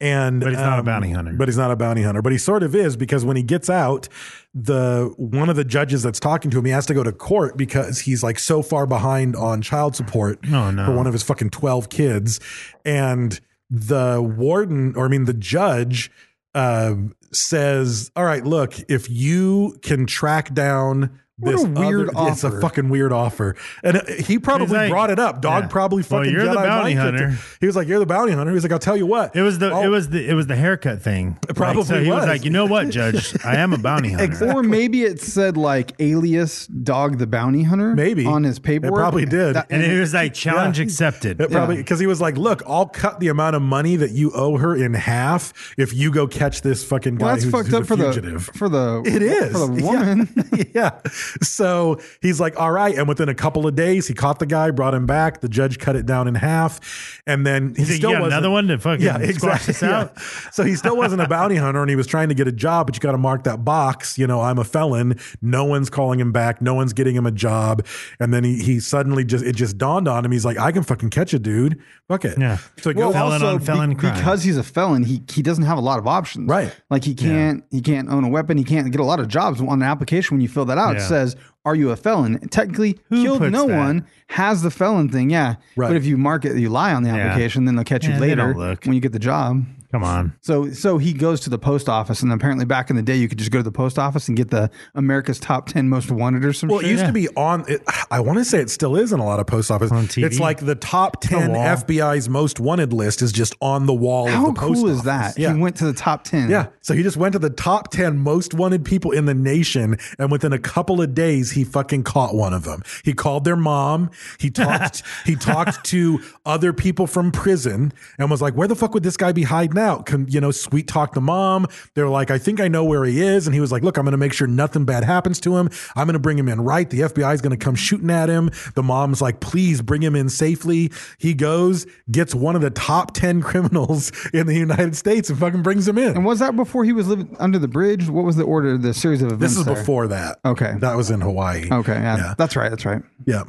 S9: and
S10: But he's not a
S9: um,
S10: bounty hunter.
S9: But he's not a bounty hunter. But he sort of is because when he gets out, the one of the judges that's talking to him, he has to go to court because he's like so far behind on child support
S10: Oh, no.
S9: for one of his fucking twelve kids, and the warden, or I mean the judge. Uh, says, all right, look, if you can track down
S11: What
S9: this
S11: a
S9: (laughs)
S11: weird
S9: other- It's a
S11: offer.
S9: fucking weird offer, and uh, he probably
S10: like,
S9: brought it up. Dog
S10: yeah.
S9: probably
S10: Well,
S9: fucking.
S10: you're the
S9: Jedi
S10: bounty
S9: liked it.
S10: hunter.
S9: He was like, "You're the bounty hunter." He was like, "I'll tell you what." Oh,
S10: It was the
S9: I'll-
S10: it was the it was the haircut thing. Like,
S9: probably
S10: so he was.
S9: was.
S10: like, you know
S9: (laughs)
S10: what, Judge? I am a bounty hunter.
S11: Or maybe it said like alias dog the bounty hunter
S9: Maybe.
S11: on his
S9: It
S11: paperwork.
S9: probably did.
S10: And he was like, challenge
S9: Yeah.
S10: accepted.
S9: It probably because he was like, "Look, I'll cut the amount of money that you owe her in half if you go catch this fucking guy
S11: well, that's
S9: who's,
S11: fucked
S9: who's
S11: up
S9: a
S11: for
S9: fugitive."
S11: the for the
S9: It is
S11: for the woman.
S9: (laughs)
S11: (laughs)
S9: Yeah. yeah. So he's like, all right. And within a couple of days, he caught the guy, brought him back. The judge cut it down in half, and then he
S10: He's like,
S9: still
S10: "You got
S9: wasn't-
S10: another one to fucking squash this
S9: (laughs) yeah.
S10: out?"
S9: So he still wasn't a bounty hunter, and he was trying to get a job. But you got to mark that box. You know, I'm a felon. No one's calling him back. No one's getting him a job. And then he he suddenly just it just dawned on him. He's like, I can fucking catch a dude. Fuck it.
S10: Yeah.
S9: So he
S10: Well,
S9: goes out
S10: Felon on felon crime.
S11: because he's a felon, he he doesn't have a lot of options.
S9: Right.
S11: Like he can't he can't own a weapon. He can't get a lot of jobs on an application. When you fill that out,
S10: Yeah.
S11: it says, "Are you a felon?" Technically,
S10: Who
S11: killed
S10: puts
S11: no
S10: that?
S11: one has the felon thing. Yeah.
S9: Right.
S11: But if you mark it, you lie on the application, then they'll catch you
S10: Yeah, they
S11: later
S10: don't look.
S11: when you get the job.
S10: Come on.
S11: So so he goes to the post office, and apparently back in the day, you could just go to the post office and get the America's Top Ten Most Wanted or some
S9: Well, it
S11: shit.
S9: used to be on. It, I want to say it still is in a lot of post office.
S10: On TV?
S9: It's like the top
S10: the
S9: ten
S10: wall.
S9: FBI's most wanted list is just on the wall.
S11: How
S9: of the post
S11: cool is
S9: office.
S11: that?
S9: Yeah.
S11: He went to the top ten.
S9: yeah, so he just went to the top 10 most wanted people in the nation, and within a couple of days, he fucking caught one of them. He called their mom. He talked. he talked to other people from prison and was like, "Where the fuck would this guy be hiding out?" Can, you know, sweet talk the mom. They're like, "I think I know where he is," and he was like, "Look, I'm going to make sure nothing bad happens to him. I'm going to bring him in right. The FBI is going to come shooting at him. The mom's like, please bring him in safely. He goes, gets one of the top 10 (laughs) criminals in the United States and fucking brings him in.
S11: And was that before he was living under the bridge? What was the order, the series of events?
S9: this is
S11: there?
S9: before that.
S11: Okay.
S9: That was in Hawaii.
S11: Okay, yeah,
S9: Yeah.
S11: that's right, that's right.
S9: Yeah.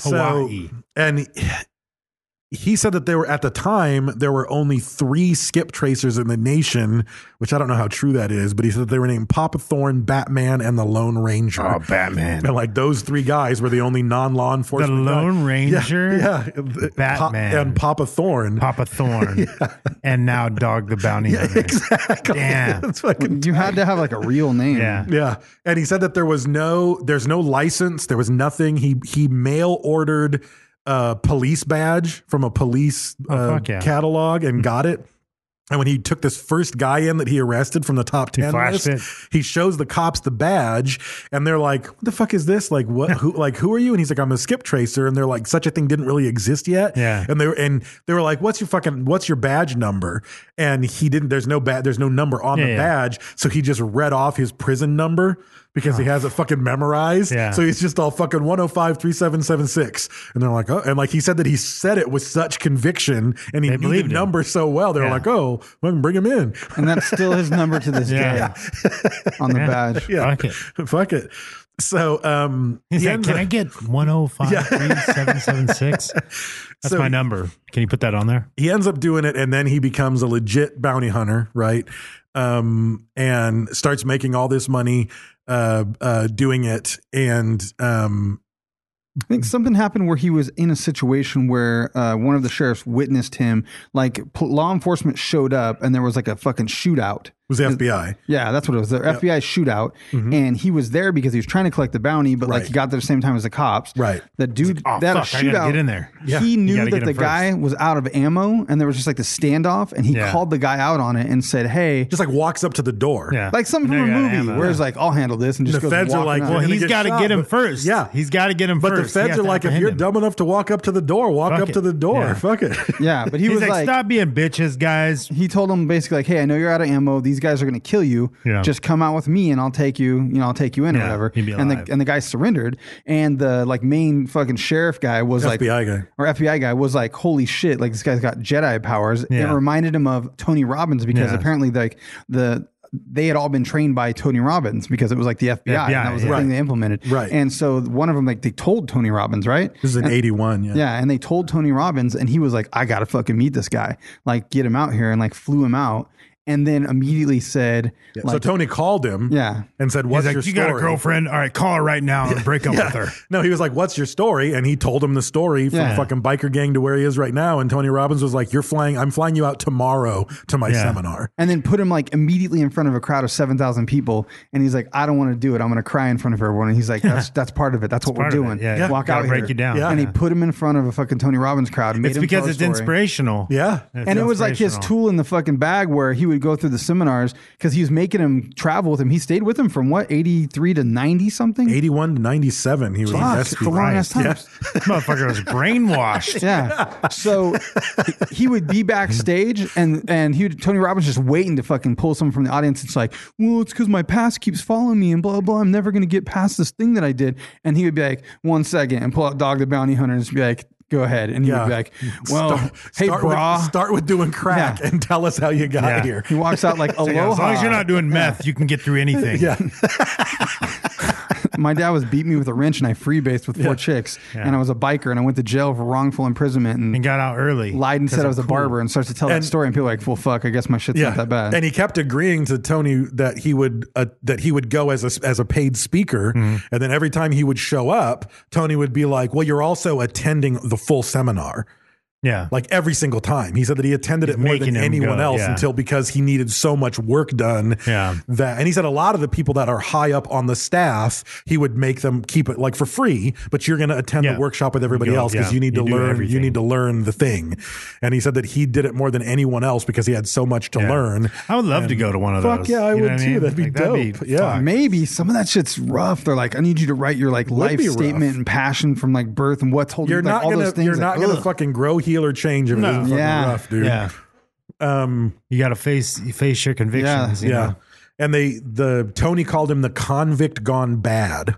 S10: Hawaii.
S9: So, and he said that there were, at the time, there were only three skip tracers in the nation, which I don't know how true that is, but he said that they were named Papa Thorn, Batman, and the Lone Ranger.
S10: Oh, Batman.
S9: And like those three guys were the only non law
S10: The
S9: enforcement. guy.
S10: Lone Ranger.
S9: Yeah, yeah.
S10: Batman.
S9: Pa- and Papa Thorn.
S10: Papa Thorn. And now Dog the Bounty Hunter.
S9: exactly.
S10: Damn.
S9: (laughs) That's fucking.
S11: You had to have like
S9: (laughs)
S11: a real name.
S10: Yeah.
S9: Yeah, and he said that there was no, there's no license, there was nothing. He he mail ordered a police badge from a police uh,
S10: Oh, fuck yeah. Mm-hmm.
S9: catalog and got it. And when he took this first guy in that he arrested from the top ten
S10: flashed
S9: list,
S10: it.
S9: he shows the cops the badge, and they're like, "What the fuck is this? Like, what? Who? Like, who are you?" And he's like, "I'm a skip tracer." And they're like, "Such a thing didn't really exist yet."
S10: Yeah.
S9: And they were and they were like, "What's your fucking? What's your badge number?" And he didn't. There's no bad. There's no number on
S10: Yeah,
S9: the
S10: yeah.
S9: badge, so he just read off his prison number because he has it fucking memorized.
S10: Oh. Yeah.
S9: So he's just all fucking 105 3776. And they're like, oh, and like he said that he said it with such conviction and he
S10: They
S9: knew the
S10: believed him.
S9: number so well. They're
S10: Yeah.
S9: like, oh, we can bring him in.
S11: and that's still his number
S9: (laughs)
S11: to this
S10: Yeah.
S11: day on the badge.
S9: Yeah.
S10: Fuck it.
S9: (laughs) Fuck it. So, um,
S10: He's
S9: he
S10: like,
S9: ends
S10: can
S9: up-
S10: I
S9: (laughs)
S10: get 1053776? That's
S9: So-
S10: my number. Can you put that on there?
S9: he ends up doing it and then he becomes a legit bounty hunter right um and starts making all this money uh uh doing it and um
S11: I think something happened where he was in a situation where uh, one of the sheriffs witnessed him. Like pl- law enforcement showed up, and there was like a fucking shootout.
S9: was the fbi
S11: Yeah, that's what it was. The FBI shootout,
S10: Mm-hmm.
S11: and he was there because he was trying to collect the bounty, but like
S9: Right.
S11: he got there at the same time as the cops.
S9: Right.
S11: The dude
S10: "Oh,
S11: that
S10: fuck, I gotta
S11: shootout
S10: get in there."
S9: Yeah.
S11: He
S9: You
S11: knew
S10: gotta
S11: that
S10: get
S11: the
S10: in
S11: guy was out of ammo, and there was just like the standoff, and he
S10: Yeah.
S11: called the guy out on it and said, "Hey."
S9: just like walks up to the door
S10: Yeah.
S11: like something
S10: Now
S11: from a
S10: you got
S11: movie
S10: ammo.
S11: where it's like, I'll handle this and just
S9: The
S11: goes
S9: feds are
S11: walking
S9: like,
S11: up.
S9: "Well,
S10: Well,
S9: gonna
S10: he's
S9: get
S10: got to
S9: shot,
S10: get him
S9: but-
S10: first.
S9: yeah.
S10: He's got to get him
S9: but
S10: first.
S9: the feds
S10: You
S9: are
S10: have to
S9: like if
S10: apprehend
S9: you're
S10: him.
S9: dumb enough to walk up to the door walk
S10: Fuck
S9: up
S10: it.
S9: to the door
S10: Yeah.
S9: fuck
S10: (laughs)
S9: it
S11: (laughs) Yeah, but he
S10: He's
S11: was
S10: like,
S11: like,
S10: stop being bitches, guys.
S11: he told him basically like, "Hey, I know you're out of ammo. These guys are going to kill you.
S10: Yeah.
S11: Just come out with me, and I'll take you. You know, I'll take you in
S10: Yeah,
S11: or whatever."
S10: he'd be
S11: and
S10: alive.
S11: the and the guy surrendered, and the like main fucking sheriff guy was like
S9: FBI guy.
S11: or FBI guy was like, "Holy shit! Like this guy's got Jedi powers."
S10: Yeah.
S11: It reminded him of Tony Robbins because
S10: Yeah.
S11: apparently like the. They had all been trained by Tony Robbins because it was like the FBI. and
S10: FBI,
S11: that was the
S10: yeah.
S11: thing they implemented.
S9: Right.
S11: And so one of them, like, they told Tony Robbins, right?
S9: this is an 81 yeah,
S11: Yeah, and they told Tony Robbins, and he was like, "I gotta fucking meet this guy, like get him out here," and like flew him out, and then immediately said,
S9: so
S11: like,
S9: tony called him
S11: Yeah.
S9: and said
S10: He's
S9: what's
S10: like,
S9: your
S10: you
S9: story
S10: got a girlfriend? All right, call her right now and break up with her.
S9: (laughs) No, he was like, "What's your story?" And he told him the story from
S11: Yeah.
S9: fucking biker gang to where he is right now. And Tony Robbins was like, "You're flying. I'm flying you out tomorrow to my
S10: Yeah.
S9: seminar."
S11: and then put him like immediately in front of a crowd of seven thousand people, and he's like, "I don't want to do it. I'm gonna cry in front of everyone." And he's like, "That's that's part of it. That's what we're
S10: part of it.
S11: doing.
S10: Yeah, Yeah.
S11: Walk
S10: gotta
S11: out
S10: break
S11: here.
S10: you down.
S9: Yeah.
S11: And he
S10: Yeah.
S11: put him in front of a fucking Tony Robbins crowd. and Made
S10: It's
S11: him
S10: because
S11: tell his
S10: it's
S11: story.
S10: inspirational.
S9: Yeah.
S10: It's
S11: and it was like his
S10: inspirational.
S11: tool in the fucking bag where he would go through the seminars because he was making him travel with him. He stayed with him from what, 83 to 90 something?
S9: 81 to 97, he was
S11: Fuck,
S9: invested.
S11: the long ass time.
S10: Motherfucker was brainwashed.
S11: Yeah. So he would be backstage, and and he would, Tony Robbins just waiting to fucking pull someone from the audience. It's like, well, it's because my past keeps following me, and blah blah. I'm never gonna get past this thing that I did. And he would be like, one second, and pull out Dog the Bounty Hunter, and just be like, go ahead. And he would be like, well, hey,
S9: start
S11: brah.
S9: With, start with doing crack
S11: Yeah.
S9: and tell us how you got
S10: Yeah.
S9: here.
S11: he walks
S10: (laughs)
S11: out like
S10: Yeah,
S11: aloha.
S10: as long as you're not doing meth, you can get through anything.
S9: Yeah.
S11: my dad was beat me with a wrench, and I freebased with four chicks,
S10: Yeah.
S11: and I was a biker, and I went to jail for wrongful imprisonment, and,
S10: And got out early.
S11: lied and
S10: 'Cause
S11: said I
S10: I'm
S11: was a
S10: cool.
S11: barber, and starts to tell
S9: And-
S11: that story, and people are like, well, fuck, I guess my shit's not that bad.
S9: And he kept agreeing to Tony that he would uh, that he would go as a as a paid speaker,
S11: Mm-hmm.
S9: and then every time he would show up, Tony would be like, "Well, you're also attending the full seminar."
S10: Yeah.
S9: like every single time. He said that he attended
S10: He's
S9: it more
S10: making
S9: than
S10: him
S9: anyone
S10: go,
S9: else
S10: yeah.
S9: until because he needed so much work done.
S10: Yeah.
S9: That and he said a lot of the people that are high up on the staff, he would make them keep it like for free, but you're going to attend
S10: Yeah.
S9: the workshop with everybody
S10: You go,
S9: else because
S10: yeah,
S9: you need to
S10: you do
S9: learn. You
S10: everything.
S9: need to learn the thing. And he said that he did it more than anyone else because he had so much to
S10: Yeah.
S9: learn.
S10: I would love to go to one of those.
S9: Fuck yeah, I
S10: You know
S9: would
S10: what
S9: too.
S10: mean?
S9: That'd be
S10: Like,
S9: dope. yeah.
S11: Maybe some of that shit's rough. They're like, I need you to write your like life
S9: be rough.
S11: statement and passion from like birth and what's holding
S9: You're
S11: like,
S9: not
S11: all
S9: gonna
S11: those things.
S9: you're
S11: like,
S9: not gonna
S11: ugh.
S9: fucking grow, heal, or change if it isn't fucking
S11: Yeah.
S9: rough, dude.
S10: Yeah. Um, you got to face you face your convictions. you
S9: Yeah.
S10: know?
S9: And they the Tony called him the convict gone bad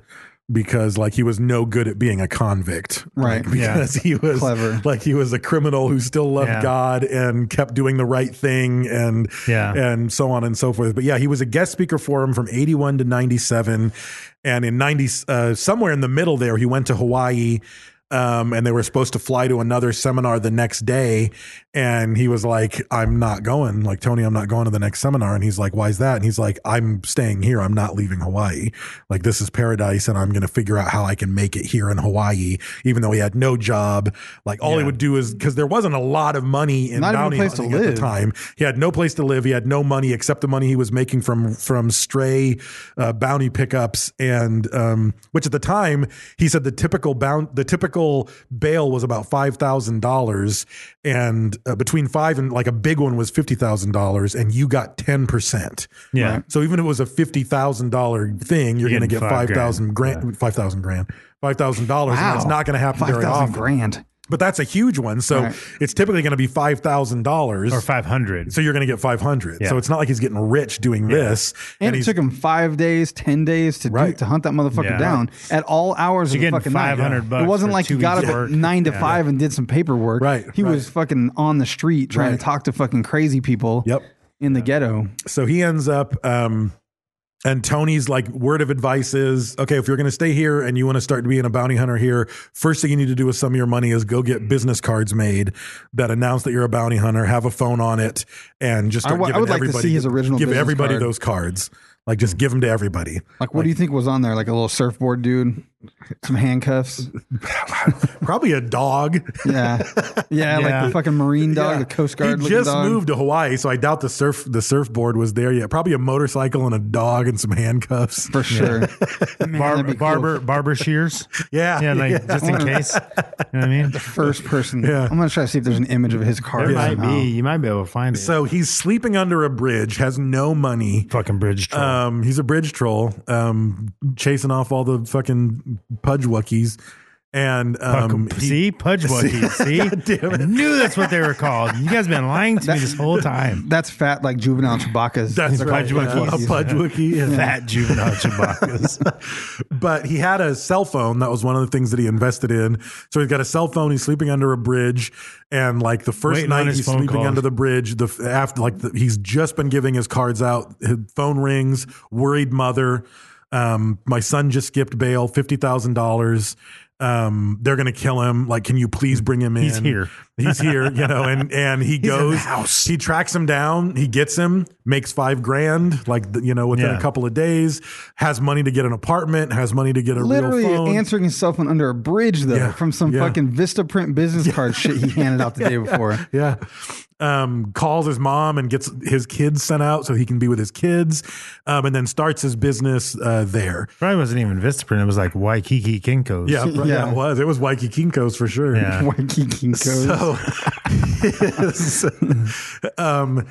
S9: because like he was no good at being a convict.
S11: Right.
S9: Like, because he was
S11: Clever.
S9: like he was a criminal who still loved
S10: Yeah.
S9: God and kept doing the right thing and
S10: Yeah.
S9: and so on and so forth. But yeah, he was a guest speaker for him from 81 to 97 and in 90 uh, somewhere in the middle there he went to Hawaii um, and they were supposed to fly to another seminar the next day. And he was like, I'm not going. Like, Tony, I'm not going to the next seminar. And he's like, Why is that? And he's like, I'm staying here. I'm not leaving Hawaii. Like, this is paradise. And I'm going to figure out how I can make it here in Hawaii, even though he had no job. Like, all he
S10: Yeah.
S9: would do is because there wasn't a lot of money in
S11: Not even a
S9: bounty
S11: place to
S9: hunting at
S11: live.
S9: the time. He had no place to live. He had no money except the money he was making from from stray uh, bounty pickups, and um, which at the time he said the typical bound the typical bail was about five thousand dollars, and uh, between five and like a big one was fifty thousand dollars, and you got ten percent.
S10: Yeah.
S9: So even if it was a fifty thousand dollar thing, you're
S10: You're
S9: going to
S10: getting
S9: get
S10: five
S9: five
S10: grand.
S9: thousand grand, five thousand grand, five thousand dollars, and that's not going to happen
S11: Five
S9: very
S11: thousand
S9: often.
S11: grand.
S9: But that's a huge one. So
S11: Right.
S9: it's typically going to be five thousand dollars
S10: or five hundred.
S9: So you're going to get five hundred.
S10: Yeah.
S9: So it's not like he's getting rich doing this.
S11: And, it
S9: he's-
S11: took him five days, ten days to do,
S9: Right.
S11: to hunt that motherfucker
S10: Yeah.
S11: down at all hours
S10: So
S11: of
S10: you're
S11: the
S10: getting
S11: fucking night.
S10: 500 bucks
S11: It wasn't
S10: for
S11: like he
S10: two
S11: got up
S10: weeks
S11: at
S10: work.
S11: nine to
S10: Yeah.
S11: five and did some paperwork.
S9: Right,
S11: He was
S9: right.
S11: fucking on the street trying
S9: Right.
S11: to talk to fucking crazy people.
S9: Yep.
S11: In the ghetto.
S9: so he ends up um and Tony's like word of advice is okay if you're going to stay here and you want to start being a bounty hunter here first thing you need to do with some of your money is go get business cards made that announce that you're a bounty hunter have a phone on it and just
S11: I
S9: start
S11: wa- I
S9: giving
S11: would like to
S9: everybody
S11: see his original
S9: give
S11: business
S9: everybody
S11: card.
S9: those cards like just give them to everybody
S11: Like, what do you think was on there? Like a little surfboard, dude. Some handcuffs.
S9: probably a dog (laughs)
S11: Yeah. Yeah. Like
S10: Yeah.
S11: the fucking Marine dog, the Coast Guard.
S9: He
S11: looking
S9: just
S11: dog.
S9: moved to Hawaii, so I doubt the surf the surfboard was there yet. Probably a motorcycle and a dog and some handcuffs. (laughs)
S11: for sure. Man,
S10: Bar-
S11: that'd be cool.
S10: barber barber shears.
S9: Yeah,
S10: yeah,
S9: (laughs)
S10: like
S9: yeah.
S10: just in case. You know what I mean?
S11: First person.
S9: Yeah.
S11: I'm gonna try to see if there's an image of his car.
S10: There might
S11: somehow.
S10: be. You might be able to find it.
S9: So he's sleeping under a bridge, has no money.
S10: fucking bridge troll.
S9: Um, he's a bridge troll, um, chasing off all the fucking pudgewuckies. And um,
S10: Fucking-
S9: he-
S10: see, Pudgewucky.
S9: (laughs)
S10: See, I knew that's what they were called. You guys been lying to me this whole time.
S11: That's fat like juvenile Chewbacca's.
S9: that's right, yeah,
S10: Pudgewuckies.
S9: a pudgewuckie. yeah.
S10: Fat juvenile Chewbacca's.
S9: (laughs) But he had a cell phone. That was one of the things that he invested in. So he's got a cell phone. He's sleeping under a bridge, and like the first
S10: Waiting on
S9: night
S10: his
S9: he's
S10: phone
S9: sleeping
S10: calls.
S9: under the bridge. The f- after like the, he's just been giving his cards out. His phone rings. Worried mother. Um, my son just skipped bail. Fifty thousand dollars. Um, they're gonna kill him. Like, can you please bring him in?
S10: He's here.
S9: He's here. You know, and and he goes. He tracks him down. He gets him. Makes five grand. Like you know, within
S10: Yeah.
S9: a couple of days, has money to get an apartment. Has money to get a
S11: Literally
S9: real phone.
S11: answering his cell phone under a bridge though
S9: Yeah.
S11: from some
S9: Yeah.
S11: fucking Vista print business
S9: (laughs)
S11: card shit he handed out the day before.
S9: Yeah. Um, calls his mom and gets his kids sent out so he can be with his kids, um, and then starts his business uh, there.
S10: Probably wasn't even Vistaprint. It was like Waikiki Kinko's. (laughs)
S9: Yeah, yeah,
S11: Yeah.
S9: it was. It was Waikiki Kinko's for sure.
S10: Yeah.
S11: Waikiki Kinko's.
S9: So, (laughs) um,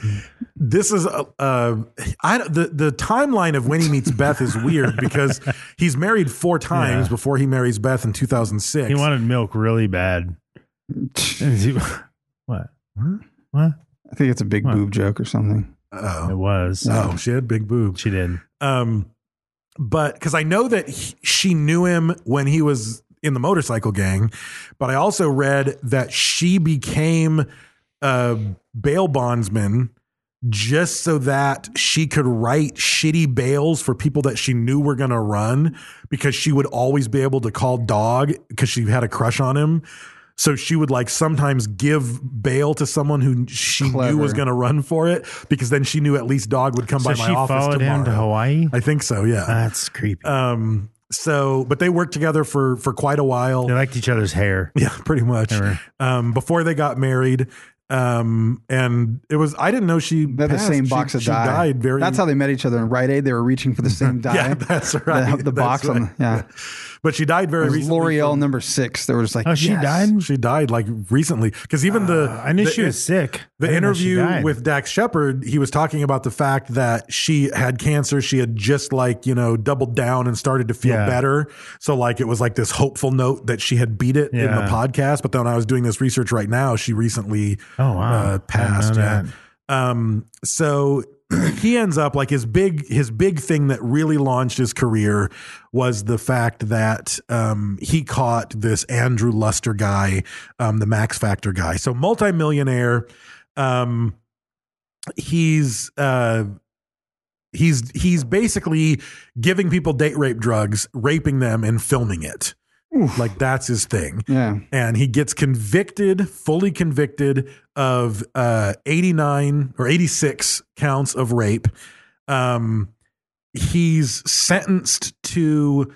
S9: this is uh, uh, I don't- the the timeline of when he meets Beth is weird because he's married four times
S10: (laughs) Yeah.
S9: before he marries Beth in 2006.
S10: He wanted milk really bad. And he- what? What?
S11: I think it's a big boob joke or something.
S10: It was.
S9: oh, she had big boobs.
S10: She did.
S9: Um, but because I know that he, she knew him when he was in the motorcycle gang, but I also read that she became a bail bondsman just so that she could write shitty bails for people that she knew were going to run because she would always be able to call dog because she had a crush on him. So she would like sometimes give bail to someone who she
S11: Clever.
S9: knew was going to run for it because then she knew at least dog would come
S10: So
S9: by my
S10: she
S9: office
S10: followed
S9: tomorrow.
S10: him to Hawaii.
S9: I think so. Yeah.
S10: That's creepy.
S9: um. So, but they worked together for for quite a while.
S10: they liked each other's hair.
S9: Yeah, (laughs) pretty much.
S10: Never.
S9: Um, before they got married. Um, and it was I didn't know she
S11: They're the
S9: passed.
S11: same
S9: She-
S11: box of
S9: she
S11: dye.
S9: died very.
S11: That's how they met each other in Rite Aid. They were reaching for the same dye.
S9: (laughs) Yeah, that's right.
S11: The, the
S9: That's
S11: box on the,
S9: right.
S11: yeah.
S9: But she died
S11: It
S9: very
S11: was
S9: recently.
S11: L'Oreal number six. They were just like,
S10: Oh, she
S11: yes.
S10: died. Uh,
S9: She died like recently because even the
S10: I knew
S9: Uh, the-
S10: she was sick. I
S9: The
S10: didn't know she
S9: interview
S10: died.
S9: with Dax Shepard, he was talking about the fact that she had cancer. She had just like, you know, doubled down and started to feel
S10: Yeah.
S9: better. So, like, it was like this hopeful note that she had beat it in
S10: Yeah.
S9: the podcast. But then when I was doing this research right now, she recently
S10: Oh, wow. I
S9: uh,
S10: didn't
S9: passed.
S10: know
S9: Yeah.
S10: that.
S9: Um, so (clears throat) he ends up like his big his big thing that really launched his career was the fact that um, he caught this Andrew Luster guy, um, the Max Factor guy. So multimillionaire. Um, he's uh, he's he's basically giving people date rape drugs, raping them, and filming it. Like that's his thing
S11: Yeah.
S9: and he gets convicted, fully convicted of uh, 89 or 86 counts of rape. Um, he's sentenced to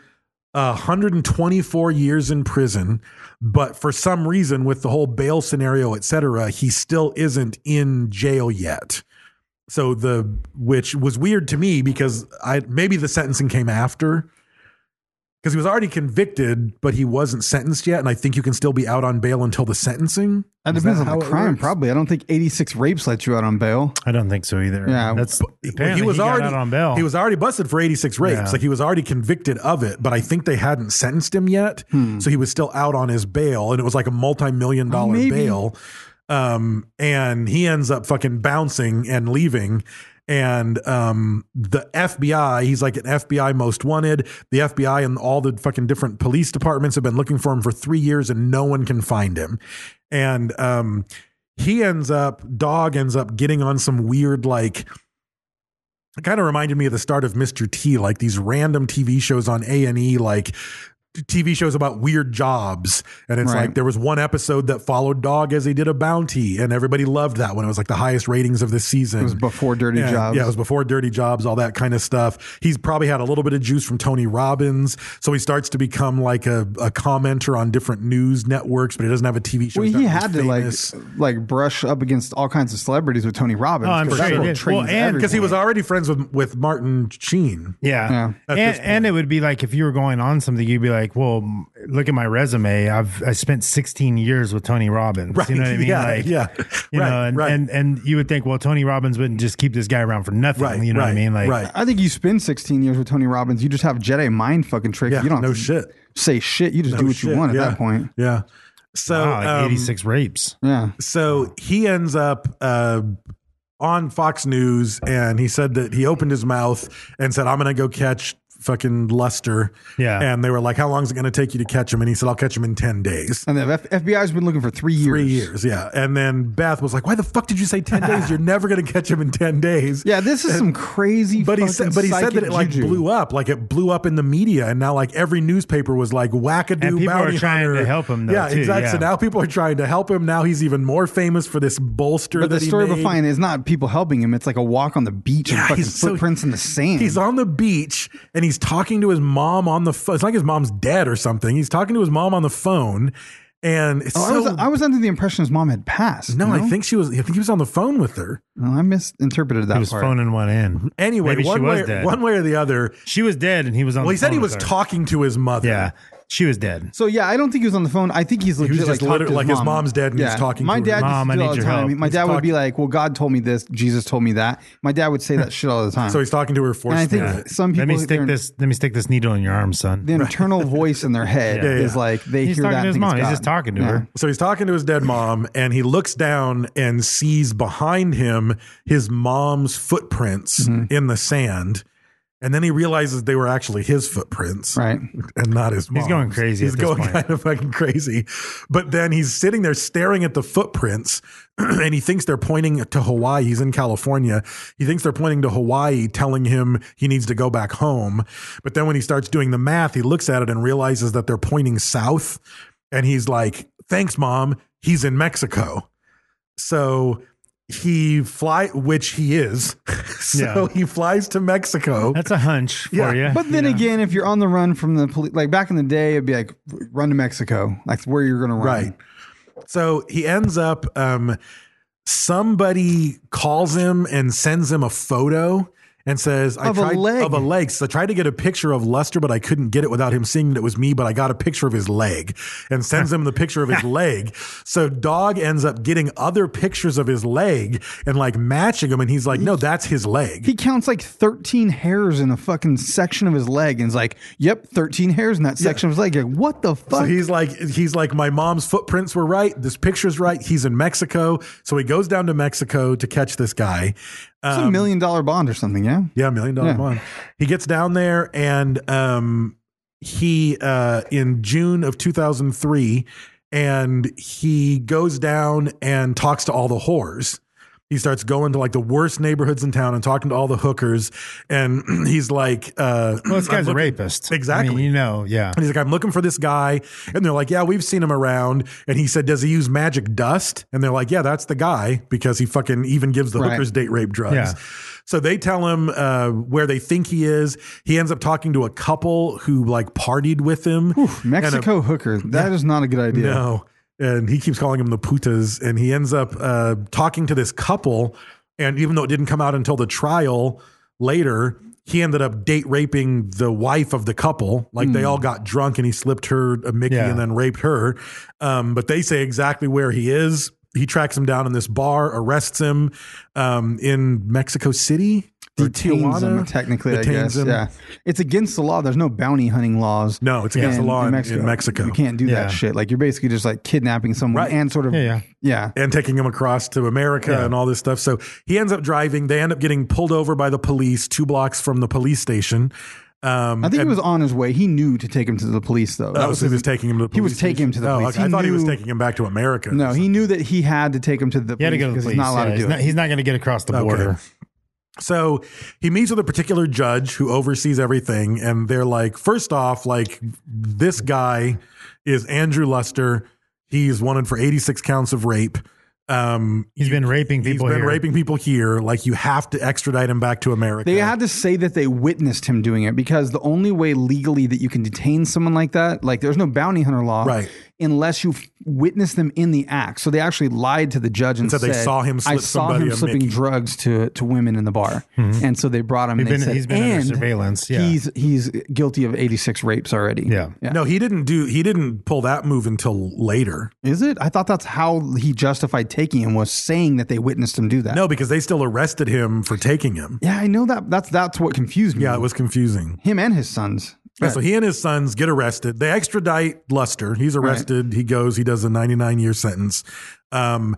S9: 124 years in prison, but for some reason, with the whole bail scenario, et cetera, he still isn't in jail yet. So the which was weird to me because I maybe the sentencing came after because he was already convicted, but he wasn't sentenced yet. And I think you can still be out on bail until the sentencing.
S11: That
S9: Is
S11: depends
S9: how
S11: on the
S9: it
S11: crime,
S9: works?
S11: probably. I don't think 86 rapes let you out on bail.
S10: I don't think so either.
S11: Yeah.
S10: that's
S9: Well,
S10: apparently he was already out on bail.
S9: He was already busted for 86 rapes.
S10: Yeah.
S9: Like he was already convicted of it, but I think they hadn't sentenced him yet. So he was still out on his bail and it was like a multi-million dollar
S11: maybe.
S9: bail. Um and he ends up fucking bouncing and leaving and um the FBI he's like an FBI most wanted the FBI and all the fucking different police departments have been looking for him for 3 years and no one can find him and um he ends up dog ends up getting on some weird like it kind of reminded me of the start of Mr. T, like these random TV shows on A and E, like TV shows about weird jobs. And it's
S11: Right.
S9: like there was one episode that followed Dog as he did a bounty, and everybody loved that one. It was like the highest ratings of this season. It
S11: was before Dirty Jobs.
S9: Yeah, it was before Dirty Jobs, all that kind of stuff. He's probably had a little bit of juice from Tony Robbins, so he starts to become like a, a commenter on different news networks, but he doesn't have a TV show.
S11: Well,
S9: He's
S11: he
S9: not
S11: had to
S9: really
S11: like
S9: famous.
S11: like brush up against all kinds of celebrities with Tony Robbins.
S10: Oh, I'm sure
S11: 'cause that's
S10: he
S11: what
S10: did.
S11: trains
S10: Well, and-
S9: because he was
S11: everyone.
S9: already friends with with Martin Sheen.
S10: Yeah.
S9: At this
S10: And,
S9: point.
S10: and it would be like if you were going on something, you'd be like, well, m- look at my resume. I've I spent 16 years with Tony Robbins. You know what I mean?
S9: Yeah.
S10: like,
S9: yeah.
S10: You
S9: right.
S10: know, and,
S9: right.
S10: and and you would think, well, Tony Robbins wouldn't just keep this guy around for nothing.
S9: right.
S10: you know
S9: right,
S10: what I mean? Like,
S9: right.
S11: I think you spend 16 years with Tony Robbins. You just have Jedi mind fucking tricks.
S9: Yeah,
S11: you don't
S9: no
S11: have to
S9: shit.
S11: say shit. You just
S9: No
S11: do what you
S9: shit,
S11: want at
S9: yeah,
S11: that point.
S9: Yeah. So
S10: wow, like
S9: um,
S10: 86 rapes.
S11: Yeah.
S9: So he ends up uh, on Fox News, and he said that he opened his mouth and said, "I'm going to go catch." Fucking Luster,
S10: Yeah.
S9: And they were like, "How long is it going to take you to catch him?" And he said, "I'll catch him in ten days."
S11: And the F- FBI's been looking for three years.
S9: Three years, yeah. And then Beth was like, "Why the fuck did you say ten days? You're (laughs) never going to catch him in ten days."
S11: Yeah, this is some crazy.
S9: But he
S11: fucking
S9: said, but he said that
S11: psychic
S9: it like
S11: juju.
S9: blew up, like it blew up in the media, and now like every newspaper was like wackadoo.
S10: And people are
S9: bounty
S10: trying to
S9: hunter.
S10: help him, though,
S9: yeah,
S10: too,
S9: exactly. So
S10: yeah.
S9: now people are trying to help him. Now he's even more famous for this bolster.
S11: But
S9: that
S11: the story
S9: he made.
S11: behind it is not people helping him. It's like a walk on the beach and
S9: Yeah,
S11: fucking
S9: he's so-
S11: footprints in the sand. Oh,
S9: He's on the beach and he's talking to his mom on the phone. It's like his mom's dead or something. He's talking to his mom on the phone, and it's
S11: Oh, I,
S9: so.
S11: was, I was under the impression his mom had passed.
S9: no, I think she was. I think he was on the phone with her.
S11: No, I misinterpreted that
S10: He was
S11: part.
S10: phoning one in.
S9: Anyway,
S10: Maybe
S9: one
S10: she was
S9: way,
S10: dead.
S9: one way or the other.
S10: she was dead, and he was on.
S9: Well,
S10: the
S9: he said
S10: phone
S9: he
S10: with
S9: was
S10: her.
S9: talking to his mother.
S10: Yeah, she was dead.
S11: So yeah, I don't think he was on the phone. I think he's legit.
S9: was just
S11: like, talked to
S9: literally- like, his
S11: mom.
S9: mom's dead and he's talking to
S11: My
S9: her.
S11: dad used
S10: Mom, I
S11: to do it all
S10: need
S11: the
S10: your
S11: time.
S10: help.
S11: My
S9: He's
S11: dad would be
S9: talking-
S11: like, "Well, God told me this. Jesus told me that." My dad would say that shit all the
S9: (laughs)
S11: time.
S9: So he's talking to her for.
S11: and I think
S9: spirit.
S11: some people
S10: Let me
S11: their-
S10: stick this. Let me stick this needle in your arm, son. (laughs)
S11: The internal voice in their head
S9: Yeah, yeah.
S11: is like they
S10: He's
S11: hear
S10: talking
S11: that.
S10: to his
S11: and think
S10: mom.
S11: it's
S10: He's
S11: God.
S10: just talking to her.
S9: So he's talking to his dead mom, and he looks down and sees behind him his mom's footprints in the sand. And then he realizes they were actually his footprints,
S11: Right.
S9: (laughs) And not his mom's.
S10: going crazy
S9: He's
S10: at this
S9: going
S10: point.
S9: kind of fucking crazy. But then he's sitting there staring at the footprints, (clears throat) and he thinks they're pointing to Hawaii. He's in California. He thinks they're pointing to Hawaii, telling him he needs to go back home. But then when he starts doing the math, he looks at it and realizes that they're pointing south. And he's like, thanks, mom. He's in Mexico. So he fly, which he is. (laughs) so
S10: Yeah.
S9: he flies to Mexico.
S10: That's a hunch for
S9: Yeah,
S10: you.
S11: But then again, if you're on the run from the police, like back in the day, it'd be like run to Mexico, like where you're gonna run.
S9: Right. So he ends up, um, somebody calls him and sends him a photo and says, I
S11: Of a
S9: tried
S11: leg.
S9: of a leg. So I tried to get a picture of Lester, but I couldn't get it without him seeing that it was me, but I got a picture of his leg and sends him the picture
S11: (laughs)
S9: of his leg. So dog ends up getting other pictures of his leg and like matching him. And he's like, no, that's his leg.
S11: He counts like 13 hairs in a fucking section of his leg and is like, yep, 13 hairs in that section of his leg. Like, what the fuck?
S9: So he's like, he's like, my mom's footprints were right. This picture's right. He's in Mexico. So he goes down to Mexico to catch this guy. Um,
S11: it's a million dollar bond or something, yeah?
S9: Yeah, million dollar
S11: Yeah.
S9: bond. He gets down there and um he uh in June of 2003 and he goes down and talks to all the whores. He starts going to like the worst neighborhoods in town and talking to all the hookers and (clears throat) he's like uh
S10: well, this
S9: I'm
S10: guy's a
S9: looking-
S10: rapist. I mean,
S9: Exactly.
S10: you know, yeah.
S9: And he's like, I'm looking for this guy. And they're like, Yeah, we've seen him around. And he said, Does he use magic dust? And they're like, Yeah, that's the guy because he fucking even gives the
S11: Right.
S9: hookers date rape drugs.
S10: Yeah.
S9: So they tell him uh, where they think he is. He ends up talking to a couple who like partied with him. And a-
S11: Mexico hooker. That is not a good idea.
S9: no. And he keeps calling him the putas. And he ends up uh, talking to this couple. And even though it didn't come out until the trial later, he ended up date raping the wife of the couple. Like
S11: Hmm.
S9: they all got drunk and he slipped her a Mickey
S10: Yeah.
S9: and then raped her. Um, but they say exactly where he is. He tracks him down in this bar, arrests him um, in Mexico City. or
S11: Detains them,
S9: Tijuana.
S11: technically, I
S9: Detains
S11: guess. Yeah, it's against the law. There's no bounty hunting laws.
S9: No, it's against the law in- in Mexico.
S11: You can't do
S10: Yeah.
S11: that shit. Like you're basically just like kidnapping someone
S9: Right.
S11: and sort of
S10: Yeah, yeah.
S11: yeah.
S9: and taking him across to America
S10: Yeah.
S9: and all this stuff. So he ends up driving. They end up getting pulled over by the police two blocks from the police station. Um,
S11: I think he
S9: and-
S11: was on his way. He knew to take him to the police though.
S9: Oh, so he was taking him to the
S11: He was
S9: police station.
S11: taking him to the
S9: Oh,
S11: police.
S9: okay. I thought he was
S11: knew-
S9: taking him back to America.
S11: No, he knew that he had to take him to the
S10: You had to
S11: police
S10: go to the
S11: because
S10: police.
S11: he's not allowed
S10: Yeah,
S11: to
S10: he's
S11: do
S10: not-
S11: it.
S10: he's not going to get across the
S9: Okay.
S10: border.
S9: So he meets with a particular judge who oversees everything, and they're like, first off, like this guy is Andrew Luster. He's wanted for 86 counts of rape. Um,
S10: He's been raping
S9: he's
S10: people.
S9: been
S10: here.
S9: raping people here. Like you have to extradite him back to America.
S11: They had to say that they witnessed him doing it because the only way legally that you can detain someone like that, like there's no bounty hunter law,
S9: Right.
S11: Unless you witness them in the act. So they actually lied to the judge and
S9: said they saw him
S11: I
S9: slip
S11: saw
S9: somebody
S11: him
S9: a
S11: slipping
S9: Mickey."
S11: drugs to to women in the bar, and so they brought him.
S10: Mm-hmm. He's
S11: and they
S10: been-
S11: said,
S10: he's been under
S11: "And
S10: surveillance, yeah.
S11: He's he's guilty of 86 rapes already.
S10: Yeah.
S9: No, he didn't do. He didn't pull that move until later.
S11: Is it? I thought that's how he justified taking him was saying that they witnessed him do that.
S9: No, because they still arrested him for taking him.
S11: Yeah, I know that. That's that's what confused me.
S9: Yeah, it was confusing.
S11: him and his sons.
S9: Yeah, so he and his sons get arrested. They extradite Luster. He's arrested. He goes. He does a 99 year sentence. Um,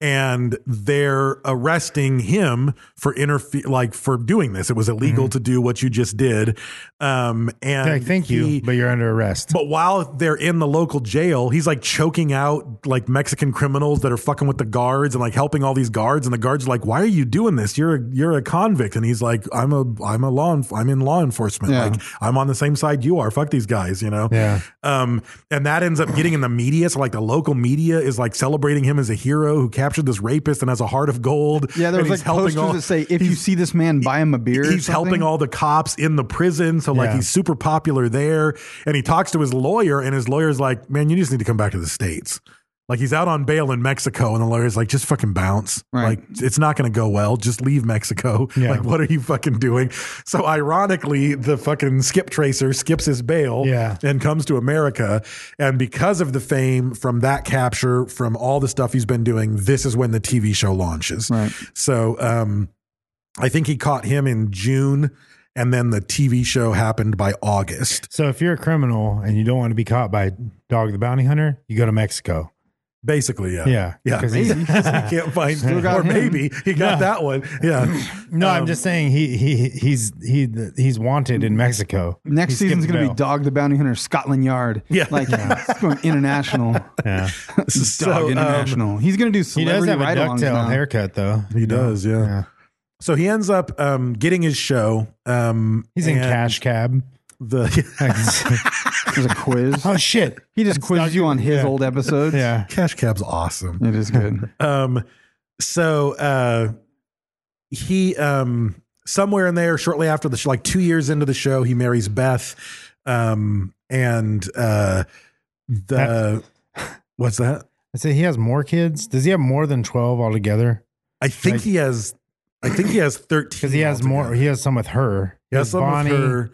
S9: and they're arresting him for interfe- like for doing this. It was illegal to do what you just did. Um, and
S10: Like, Mm-hmm. thank you,
S9: he-
S10: but you're under arrest.
S9: but while they're in the local jail, he's like choking out like Mexican criminals that are fucking with the guards and like helping all these guards. And the guards are like, "Why are you doing this? You're a you're a convict." And he's like, "I'm a I'm a law enf- I'm in law enforcement.
S11: Yeah.
S9: Like I'm on the same side you are. Fuck these guys, you know."
S10: Yeah.
S9: Um. And that ends up getting in the media. So like the local media is like celebrating him as a hero who captured this rapist and has a heart of gold.
S11: Yeah, there
S9: And
S11: was
S9: he's
S11: like
S9: helping
S11: posters
S9: all-
S11: that say, "If you
S9: he's-
S11: see this man, buy him a beer." or
S9: He's helping
S11: something."
S9: all the cops in the prison, so like
S10: Yeah.
S9: he's super popular there. And he talks to his lawyer, and his lawyer's like, "Man, you just need to come back to the states." Like he's out on bail in Mexico, and the lawyer's like, "Just fucking bounce.
S11: Right.
S9: Like it's not going to go well. Just leave Mexico. (laughs)
S10: Yeah.
S9: Like what are you fucking doing?" So ironically, the fucking skip tracer skips his bail,
S10: Yeah.
S9: and comes to America. And because of the fame from that capture, from all the stuff he's been doing, this is when the TV show launches.
S11: Right.
S9: So, um, I think he caught him in June, and then the TV show happened by August.
S10: So if you're a criminal and you don't want to be caught by Dog the Bounty Hunter, you go to Mexico.
S9: Basically, yeah,
S10: Yeah.
S9: yeah. Because
S10: 'Cause
S9: (laughs) he,
S10: he's-
S9: can't find,
S11: Still got
S9: or
S11: him.
S9: maybe he got
S10: Yeah.
S9: that one. Yeah,
S10: (laughs) No,
S9: Um,
S10: I'm just saying he he he's he he's wanted in Mexico.
S11: Next
S10: He skipped
S11: season's going to
S10: bail.
S11: be Dog the Bounty Hunter, Scotland Yard.
S9: (laughs) Yeah.
S11: like it's going international.
S10: Yeah.
S9: (laughs) (laughs) So,
S11: Dog
S9: um,
S11: international. he's going to do
S10: He does
S11: celebrity
S10: have a
S11: ride-alongs
S10: ducktail
S11: now.
S10: haircut though.
S9: he does, yeah.
S10: Yeah.
S9: So he ends up um, getting his show. Um,
S10: He's in
S9: and (laughs)
S10: Cash Cab.
S9: The
S11: There's a
S10: (laughs)
S11: quiz.
S10: oh shit.
S11: He just quizzes you on his
S10: yeah.
S11: old episodes.
S10: Yeah.
S9: Cash Cab's awesome.
S11: it
S9: (laughs)
S11: is good.
S9: Um, so uh, he um, somewhere in there, shortly after the show, like two years into the show, he marries Beth. Um, and uh, the (laughs) what's that?
S10: I say he has more kids. Does he have more than 12 altogether?
S9: I think
S10: Like-
S9: he has. I think he
S10: (clears throat)
S9: has thirteen.
S10: Because he has more.
S9: altogether.
S10: He has some with her.
S9: He has some with
S10: Bonnie
S9: her.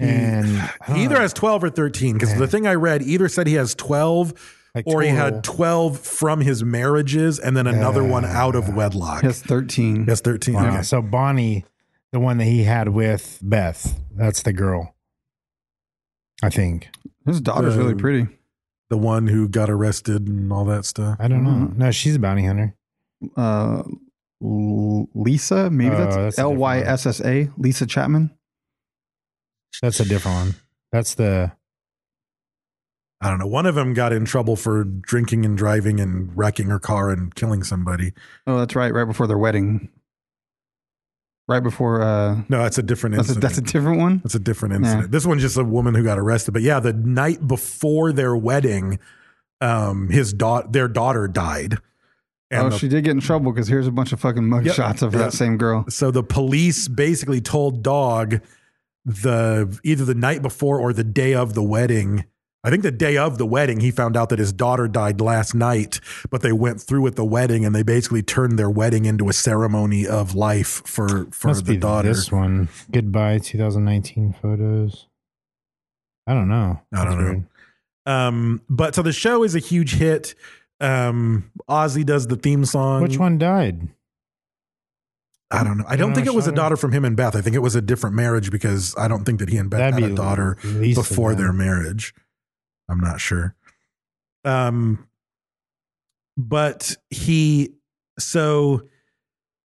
S10: And
S9: (sighs) He either has twelve or thirteen. Because the thing I read either said he has twelve.
S10: Like
S9: or he
S10: total.
S9: had 12 from his marriages and then another one out of wedlock.
S11: He has thirteen.
S9: Yes, 13.
S10: Wow.
S9: Okay.
S10: So Bonnie, the one that he had with Beth, that's the girl. I think.
S11: His daughter's really
S9: Uh,
S11: pretty.
S9: The one who got arrested and all that stuff.
S10: I don't know.
S9: Mm-hmm.
S10: No, she's a bounty hunter.
S11: Uh, L- Lisa, maybe
S10: Oh,
S11: that's
S10: that's a
S11: L
S10: different one.
S11: Y S S A. Lisa Chapman.
S10: That's a different one. That's the
S9: I don't know. One of them got in trouble for drinking and driving and wrecking her car and killing somebody.
S11: Oh, that's right. Right before their wedding. Right before. Uh,
S9: No, that's a different
S11: that's a,
S9: incident.
S11: that's a different one.
S9: That's a different incident. This one's just a woman who got arrested. But yeah, the night before their wedding, um, his daughter, their daughter died.
S11: Oh,
S9: the-
S11: she did get in trouble because here's a bunch of fucking mug
S9: Yep.
S11: shots of
S9: Yep.
S11: that same girl.
S9: so the police basically told dog the either the night before or the day of the wedding I think the day of the wedding, he found out that his daughter died last night, but they went through with the wedding and they basically turned their wedding into a ceremony of life for, for
S10: Must
S9: the
S10: be
S9: daughter.
S10: this one. Goodbye 2019 photos. I don't know.
S9: I don't know. Um, but so the show is a huge hit. Um, Ozzy does the theme song.
S10: Which one died?
S9: I don't know. I don't
S10: No,
S9: think it was a
S10: Shadow.
S9: daughter from him and Beth. I think it was a different marriage because I don't think that he and Beth
S10: That'd
S9: had a
S10: be
S9: daughter
S10: Lisa
S9: before
S10: then.
S9: their marriage. I'm not sure. Um, but he so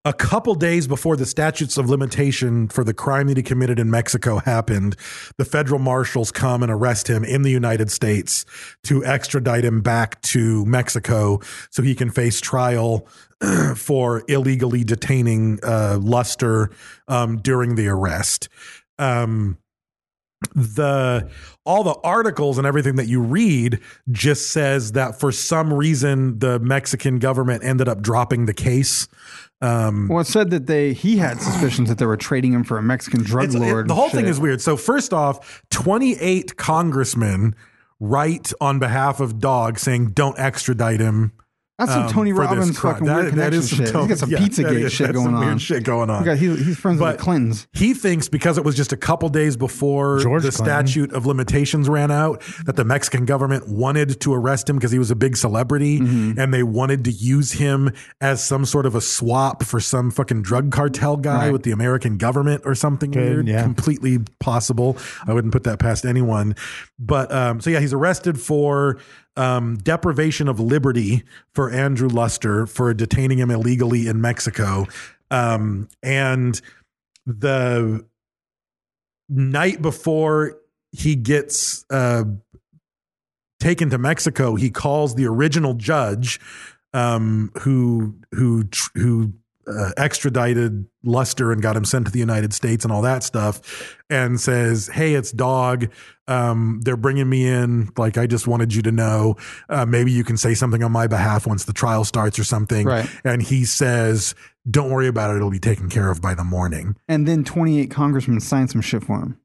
S9: a couple days before the statutes of limitation for the crime that he committed in Mexico happened, the federal marshals come and arrest him in the United States to extradite him back to Mexico so he can face trial (clears throat) for illegally detaining uh, Luster um, during the arrest. Um, the all the articles and everything that you read just says that for some reason the Mexican government ended up dropping the case.
S11: Well, it said that they he had suspicions that they were trading him for a Mexican drug
S9: It's- it-
S11: lord.
S9: the
S11: and
S9: whole thing
S11: shit.
S9: is weird. So first off, 28 congressmen write on behalf of Dog saying don't extradite him.
S11: That's some
S9: um,
S11: Tony
S9: for this
S11: Robbins
S9: crime.
S11: fucking
S9: That-
S11: weird
S9: that
S11: connection
S9: is some
S11: shit.
S9: Tony-
S11: he's got
S9: (laughs)
S11: some
S9: yeah,
S11: pizza
S9: that
S11: Pizzagate
S9: is-
S11: shit
S9: that's
S11: going
S9: some
S11: on.
S9: Weird shit going on.
S11: He got- he's, he's friends with the Clintons.
S9: He thinks because it was just a couple days before
S10: George
S9: the
S10: Clinton.
S9: statute of limitations ran out that the Mexican government wanted to arrest him because he was a big celebrity
S10: Mm-hmm.
S9: and they wanted to use him as some sort of a swap for some fucking drug cartel guy
S11: Right.
S9: with the American government or something
S10: Good,
S9: weird.
S10: yeah.
S9: Completely possible. I wouldn't put that past anyone. But um, so yeah, he's arrested for um, deprivation of liberty for Andrew Luster for detaining him illegally in Mexico. Um, and the night before he gets uh, taken to Mexico, he calls the original judge um, who who tr- who uh, extradited Luster and got him sent to the United States and all that stuff, and says, "Hey, it's Dog. Um, they're bringing me in. Like, I just wanted you to know. Uh, maybe you can say something on my behalf once the trial starts or something."
S11: Right.
S9: And he says, "Don't worry about it. It'll be taken care of by the morning."
S11: and then 28 congressmen signed some shit for him.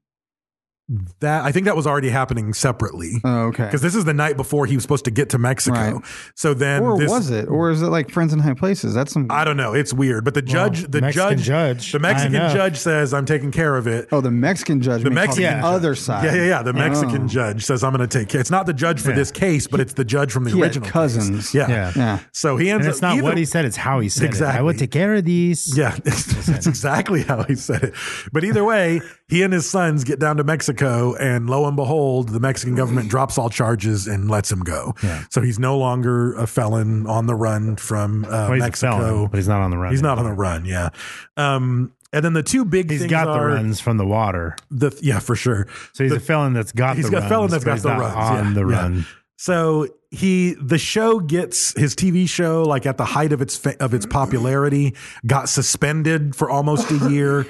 S9: That I think that was already happening separately.
S11: Oh, okay.
S9: because this is the night before he was supposed to get to Mexico.
S11: Right.
S9: So then,
S11: or
S9: this,
S11: was it? Or is it like friends in high places? That's some.
S9: I don't know. It's weird, but the judge, the
S10: Mexican
S9: judge,
S10: judge.
S9: the Mexican
S10: I know.
S9: judge says, "I'm taking care of it."
S11: oh, the Mexican judge.
S9: The
S11: may call
S9: Mexican
S10: judge.
S11: the other side.
S9: Yeah, yeah, yeah. The Mexican
S11: Oh.
S9: judge says, "I'm going to take care." It's not the judge for
S10: Yeah.
S9: this case, but it's the judge from the
S11: He had
S9: original case.
S11: cousins.
S9: Yeah.
S10: Yeah.
S11: Yeah.
S9: So he ends
S10: And
S9: up.
S10: it's not
S9: either-
S10: what he said, it's how he said it. I
S9: Exactly.
S10: would take care of these.
S9: Yeah, (laughs) that's exactly how he said it. But either way, he and his sons get down to Mexico, and lo and behold, the Mexican government drops all charges and lets him go.
S10: Mm. Yeah.
S9: So he's no longer a felon on the run from uh,
S10: Well, he's a
S9: Mexico.
S10: felon, but he's not on the run
S9: He's not on the
S10: anymore.
S9: run. Yeah. Um, and then the two big
S10: He's
S9: things
S10: got the
S9: are
S10: runs from the water.
S9: the yeah for sure.
S10: So he's
S9: The-
S10: a felon that's got
S9: he's
S10: the
S9: got
S10: runs.
S9: felon that's
S10: but
S9: got
S10: he's
S9: the
S10: not
S9: runs
S10: on
S9: yeah,
S10: the
S9: yeah.
S10: run.
S9: So he the show gets his TV show like at the height of its fa- of its popularity got suspended for almost a
S10: (laughs)
S9: year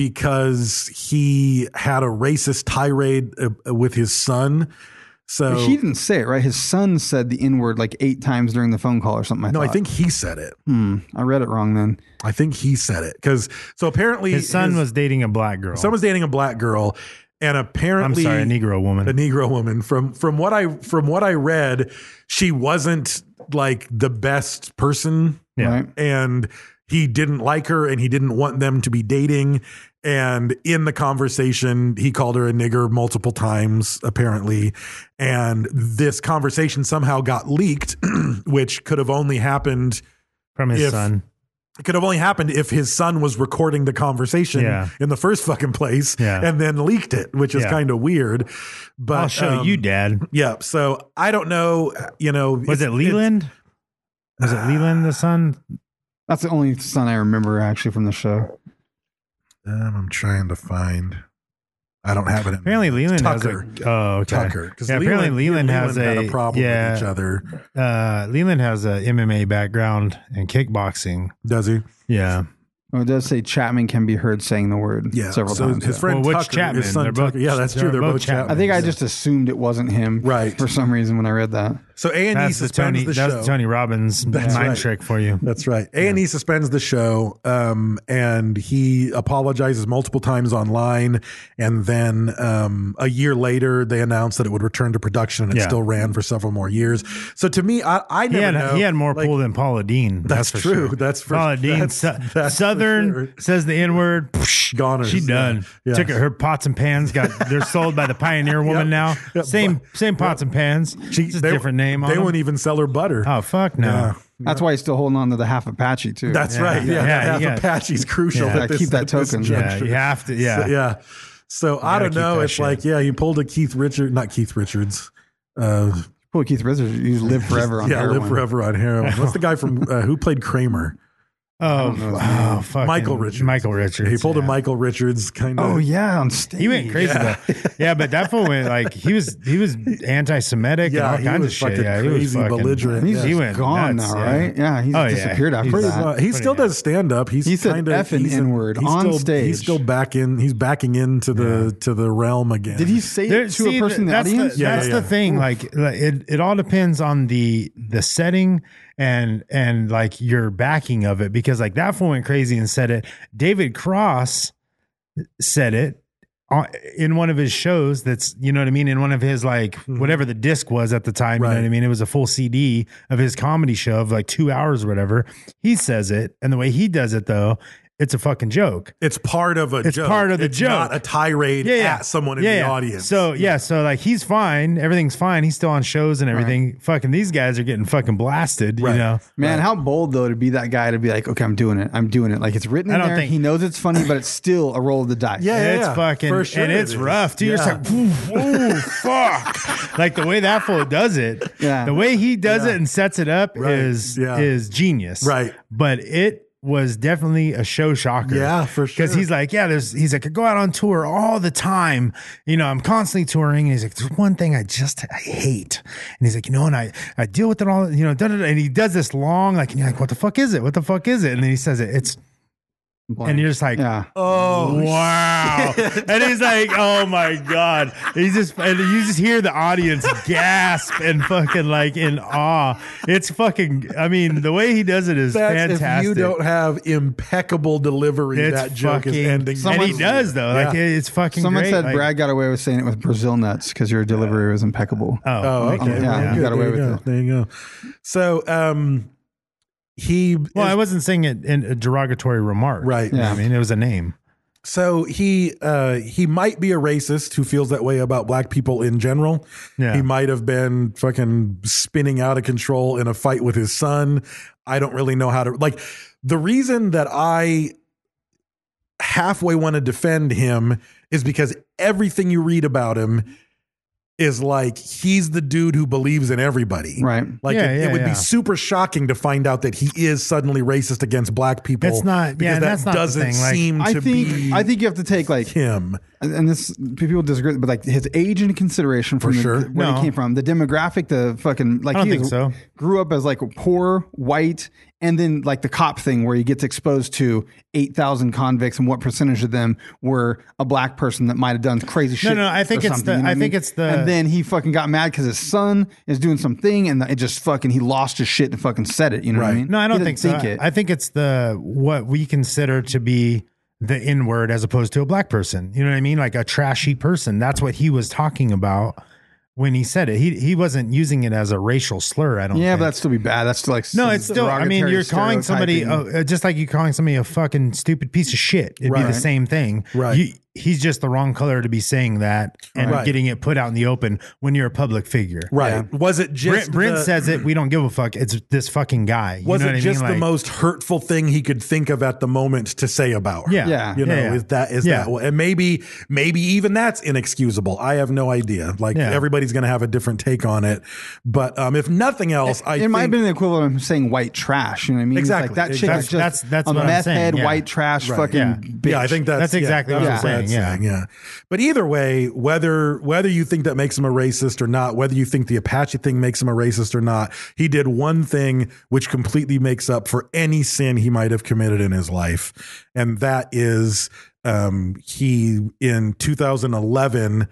S9: because he had a racist tirade uh, uh, with his son. So
S11: But he didn't say it, right? His son said the N word like eight times during the phone call or something. I
S9: no, I
S11: thought.
S9: think he said it.
S11: I read it wrong then.
S9: I think he said it because so apparently
S10: His son was dating a black girl.
S9: someone's dating a black girl, and
S10: I'm
S9: apparently
S10: sorry, a Negro woman.
S9: a Negro woman. From from what I from what I read, she wasn't like the best person,
S10: Yeah.
S11: Right?
S9: and he didn't like her, and he didn't want them to be dating. And in the conversation, he called her a nigger multiple times, apparently. And this conversation somehow got leaked, (clears throat) which could have only happened
S10: from his
S9: if-
S10: son.
S9: it could have only happened if his son was recording the conversation
S10: Yeah.
S9: in the first fucking place
S10: Yeah.
S9: and then leaked it, which is
S10: Yeah.
S9: kind of weird. But
S10: I'll show
S9: um,
S10: you, Dad.
S9: Yeah. So I don't know. You know,
S10: Was
S9: it's-
S10: it Leland? Was it Leland the son?
S11: That's the only son I remember actually from the show.
S9: it's- um, I'm trying to find. I don't have it. In
S10: Apparently Leland has a-
S9: Tucker.
S10: oh, okay.
S9: Tucker. Because
S10: Yeah,
S9: Leland,
S10: apparently Leland has
S9: had
S10: a-
S9: problem
S10: yeah.
S9: with each other.
S10: Uh, Leland has a MMA background and kickboxing.
S9: Does he?
S10: Yeah.
S11: Oh, it does say Chapman can be heard saying the word
S9: Yeah.
S11: several
S9: so
S11: times.
S9: His
S11: yeah.
S9: friend
S10: Well, which
S9: Tucker,
S10: Chapman?
S9: his son
S10: They're both-
S9: Tucker. Yeah, that's true.
S10: they're
S9: They're
S10: both
S9: both
S10: Chapman.
S9: Chapman.
S11: I think I just assumed it wasn't him
S9: Right.
S11: for some reason when I read that.
S9: So A and E
S10: That's the
S9: suspends
S10: Tony.
S9: the
S10: that's
S9: show.
S10: the Tony Robbins
S9: That's
S10: mind
S9: right.
S10: trick for you.
S9: That's right. A and E suspends the show, um, and he apologizes multiple times online, and then um, a year later they announced that it would return to production, and it
S10: Yeah.
S9: still ran for several more years. So to me, I, I
S10: He
S9: never
S10: had,
S9: know.
S10: he had more
S9: like,
S10: pull than Paula Dean.
S9: That's
S10: for
S9: true.
S10: Sure.
S9: That's for- (laughs)
S10: Paula Dean.
S9: that's-
S10: Su-
S9: that's for
S10: Southern
S9: sure.
S10: says the N word.
S9: Goners.
S10: (laughs) She done.
S9: Yeah. Yeah.
S10: Took her pots and pans. Got they're sold by the Pioneer Woman now.
S9: (laughs) Yep.
S10: Same same pots and pans.
S9: She-
S10: It's a
S9: they-
S10: different name.
S9: They
S10: on
S9: won't
S10: them.
S9: even sell her butter.
S10: Oh fuck no.
S9: Yeah.
S11: That's why he's still holding on to the half Apache
S9: (laughs)
S11: too.
S9: That's right. Yeah,
S10: Yeah,
S9: that (laughs) half
S10: you got-
S9: Apache's crucial.
S10: Yeah.
S9: at this-
S11: Keep that
S9: at this
S11: token.
S10: Yeah,
S9: juncture.
S10: you have to. Yeah,
S9: So, yeah. So I
S10: gotta
S9: don't
S10: keep
S9: know.
S10: that
S9: It's
S10: shit.
S9: like, yeah, you pulled a Keith Richard, not Keith Richards. Uh,
S11: Cool. Keith Richards, you live forever
S9: (laughs)
S11: on
S9: yeah,
S11: heroin.
S9: live forever on heroin. What's the guy from uh, who played Kramer?
S10: Oh, oh fuck.
S9: Michael Richards.
S10: Michael Richards.
S9: He pulled
S10: yeah.
S9: a Michael Richards kind of.
S11: Oh yeah, on stage.
S10: He went crazy though. Yeah, but that fool went like he was
S9: (laughs)
S10: he was anti-Semitic
S9: Yeah,
S10: and all
S9: he
S10: kinds
S9: was
S10: of shit.
S9: fucking
S10: yeah, he was
S9: crazy,
S10: fucking-
S9: belligerent,
S11: He's
S9: yeah.
S10: He
S11: just
S10: went
S11: gone
S10: nuts,
S11: now,
S10: yeah.
S11: right? Yeah, he's disappeared after
S9: Pretty
S11: that.
S9: much. He still does stand up. He's
S11: He said
S9: kind of
S11: effing N-word on stage.
S9: He's still back in. He's backing into the to the realm again.
S11: Did he say
S10: There-
S11: it to
S10: see,
S11: a person in the
S10: that's
S11: audience?
S10: The,
S9: Yeah,
S10: that's
S9: yeah,
S10: the
S9: yeah.
S10: thing. Like, like, it, it all depends on the the setting and and like your backing of it because like that fool went crazy and said it. David Cross said it on- in one of his shows. That's you know what I mean. In one of his like whatever the disc was at the
S9: Mm-hmm.
S10: time. You
S9: Right.
S10: know what I mean. It was a full CD of his comedy show of like two hours or whatever. He says it, and the way he does it though, it's a fucking joke.
S9: It's part of a.
S10: It's
S9: joke.
S10: part of the
S9: It's Not
S10: joke.
S9: a tirade
S10: yeah, yeah.
S9: at someone in
S10: Yeah,
S9: the
S10: yeah.
S9: audience.
S10: So yeah, so like he's fine, everything's fine. He's still on shows and everything. Fucking these guys are getting fucking blasted,
S9: Right.
S10: you know.
S11: Man, how bold though to be that guy to be like, okay, I'm doing it. I'm doing it. Like it's written in
S10: I don't
S11: there.
S10: think-
S11: he knows it's funny, but it's still a roll of the dice.
S9: Yeah, yeah,
S10: it's
S9: yeah. For
S10: fucking
S9: sure
S10: and
S9: it
S10: it's
S9: is.
S10: rough, dude.
S9: Yeah.
S10: It's like, ooh, ooh,
S9: (laughs)
S10: fuck. Like the way that fool does it,
S11: Yeah.
S10: the way he does
S9: Yeah.
S10: it and sets it up
S9: Right.
S10: is
S9: Yeah.
S10: is genius,
S9: Right.
S10: But it was definitely a show shocker,
S9: Yeah, for sure.
S10: Because he's like, yeah, there's he's like, I go out on tour all the time, you know, I'm constantly touring, and he's like, there's one thing I just I hate, and he's like, you know, and I I deal with it all, you know, da, da, da, and he does this long, like, and you're like, what the fuck is it? What the fuck is it? And then he says it, it's. And you're just like,
S11: Yeah.
S10: Oh wow! And he's like, "Oh my god!" He's just, and you just hear the audience gasp and fucking like in awe. It's fucking. I mean, the way he does it is
S9: That's if
S10: fantastic.
S9: you don't have impeccable delivery,
S10: it's
S9: that joke
S10: fucking,
S9: is ending.
S10: and he
S11: Someone's-
S10: does though. Like
S9: Yeah.
S10: it's fucking.
S11: Someone
S10: great.
S11: said
S10: like,
S11: Brad got away with saying it with Brazil nuts because your delivery was impeccable.
S10: Oh,
S9: Oh, okay.
S11: Yeah,
S9: Well,
S11: you
S9: good.
S11: got
S9: there
S11: away with
S9: go.
S11: it.
S9: There you go. So um, he
S10: Well, I wasn't saying it in a derogatory remark,
S9: Right.
S10: You know
S11: Yeah.
S10: what I mean, it was a name.
S9: So he uh, he might be a racist who feels that way about black people in general.
S10: Yeah.
S9: He might have been fucking spinning out of control in a fight with his son. I don't really know how to like the reason that I halfway want to defend him is because everything you read about him is like he's the dude who believes in everybody.
S11: Right.
S9: Like
S10: Yeah,
S9: it, it
S10: yeah,
S9: would
S10: yeah.
S9: be super shocking to find out that he is suddenly racist against black people.
S10: That's not- yeah,
S9: because
S10: and
S9: that
S10: that's not the
S9: doesn't
S10: thing, like-
S9: seem
S11: I
S9: to be
S11: think I think you have to take like
S9: him.
S11: and and this people disagree, but like his age into consideration from
S9: For
S11: the-
S9: sure.
S11: where
S10: No.
S11: he came from, the demographic, the fucking like
S10: I don't
S11: he
S10: think
S11: was-
S10: so.
S11: grew up as like poor white, and then like the cop thing where he gets exposed to eight thousand convicts and what percentage of them were a black person that might have done crazy shit.
S10: no, I
S11: or
S10: think it's
S11: something,
S10: the-
S11: you know
S10: I
S11: what
S10: think
S11: mean?
S10: it's the-
S11: and then he fucking got mad because his son is doing something, and it just fucking he lost his shit and fucking said it. You know what I
S9: Right.
S11: mean?
S10: No, I
S11: He
S10: don't
S11: didn't
S10: think so.
S11: Think it.
S10: I think it's the what we consider to be the N word as opposed to a black person. You know what I mean? Like a trashy person. That's what he was talking about when he said it. He he wasn't using it as a racial slur. I don't.
S11: yeah,
S10: think.
S11: but that'd still be bad. That's still like
S10: No, it's still. I mean,
S11: derogatory
S10: you're calling somebody
S11: stereotyping.
S10: uh, just like you're calling somebody a fucking stupid piece of shit. It'd be
S9: Right.
S10: the same thing.
S9: Right.
S10: You, he's just the wrong color to be saying that and
S9: Right.
S10: getting it put out in the open when you're a public figure.
S9: Right. Was it just
S10: Brent, Brent
S9: the,
S10: says it. We don't give a fuck. It's this fucking guy. You
S9: was it
S10: know what I
S9: just
S10: mean?
S9: the
S10: Like-
S9: most hurtful thing he could think of at the moment to say about her?
S10: Yeah.
S11: Yeah.
S9: You know,
S10: Yeah, yeah.
S9: is that is
S10: Yeah.
S9: that well, and maybe maybe even that's inexcusable. I have no idea. Like
S10: Yeah.
S9: everybody's gonna have a different take on it. But um if nothing else, I
S11: it
S9: think
S11: might have been the equivalent of saying white trash. You know what I mean? It's
S9: Exactly.
S11: Like that chick
S9: That's-
S11: is just
S10: that's- that's
S11: a
S10: what I'm
S11: meth head,
S10: saying, yeah.
S11: white trash,
S9: Right.
S11: fucking
S10: Yeah.
S11: bitch.
S9: Yeah, I think that's,
S10: That's exactly
S9: yeah,
S10: what
S9: that's
S10: I'm saying,
S9: that's
S10: yeah.
S9: yeah. But either way, whether whether you think that makes him a racist or not, whether you think the Apache thing makes him a racist or not, he did one thing which completely makes up for any sin he might have committed in his life, and that is um, he in 2011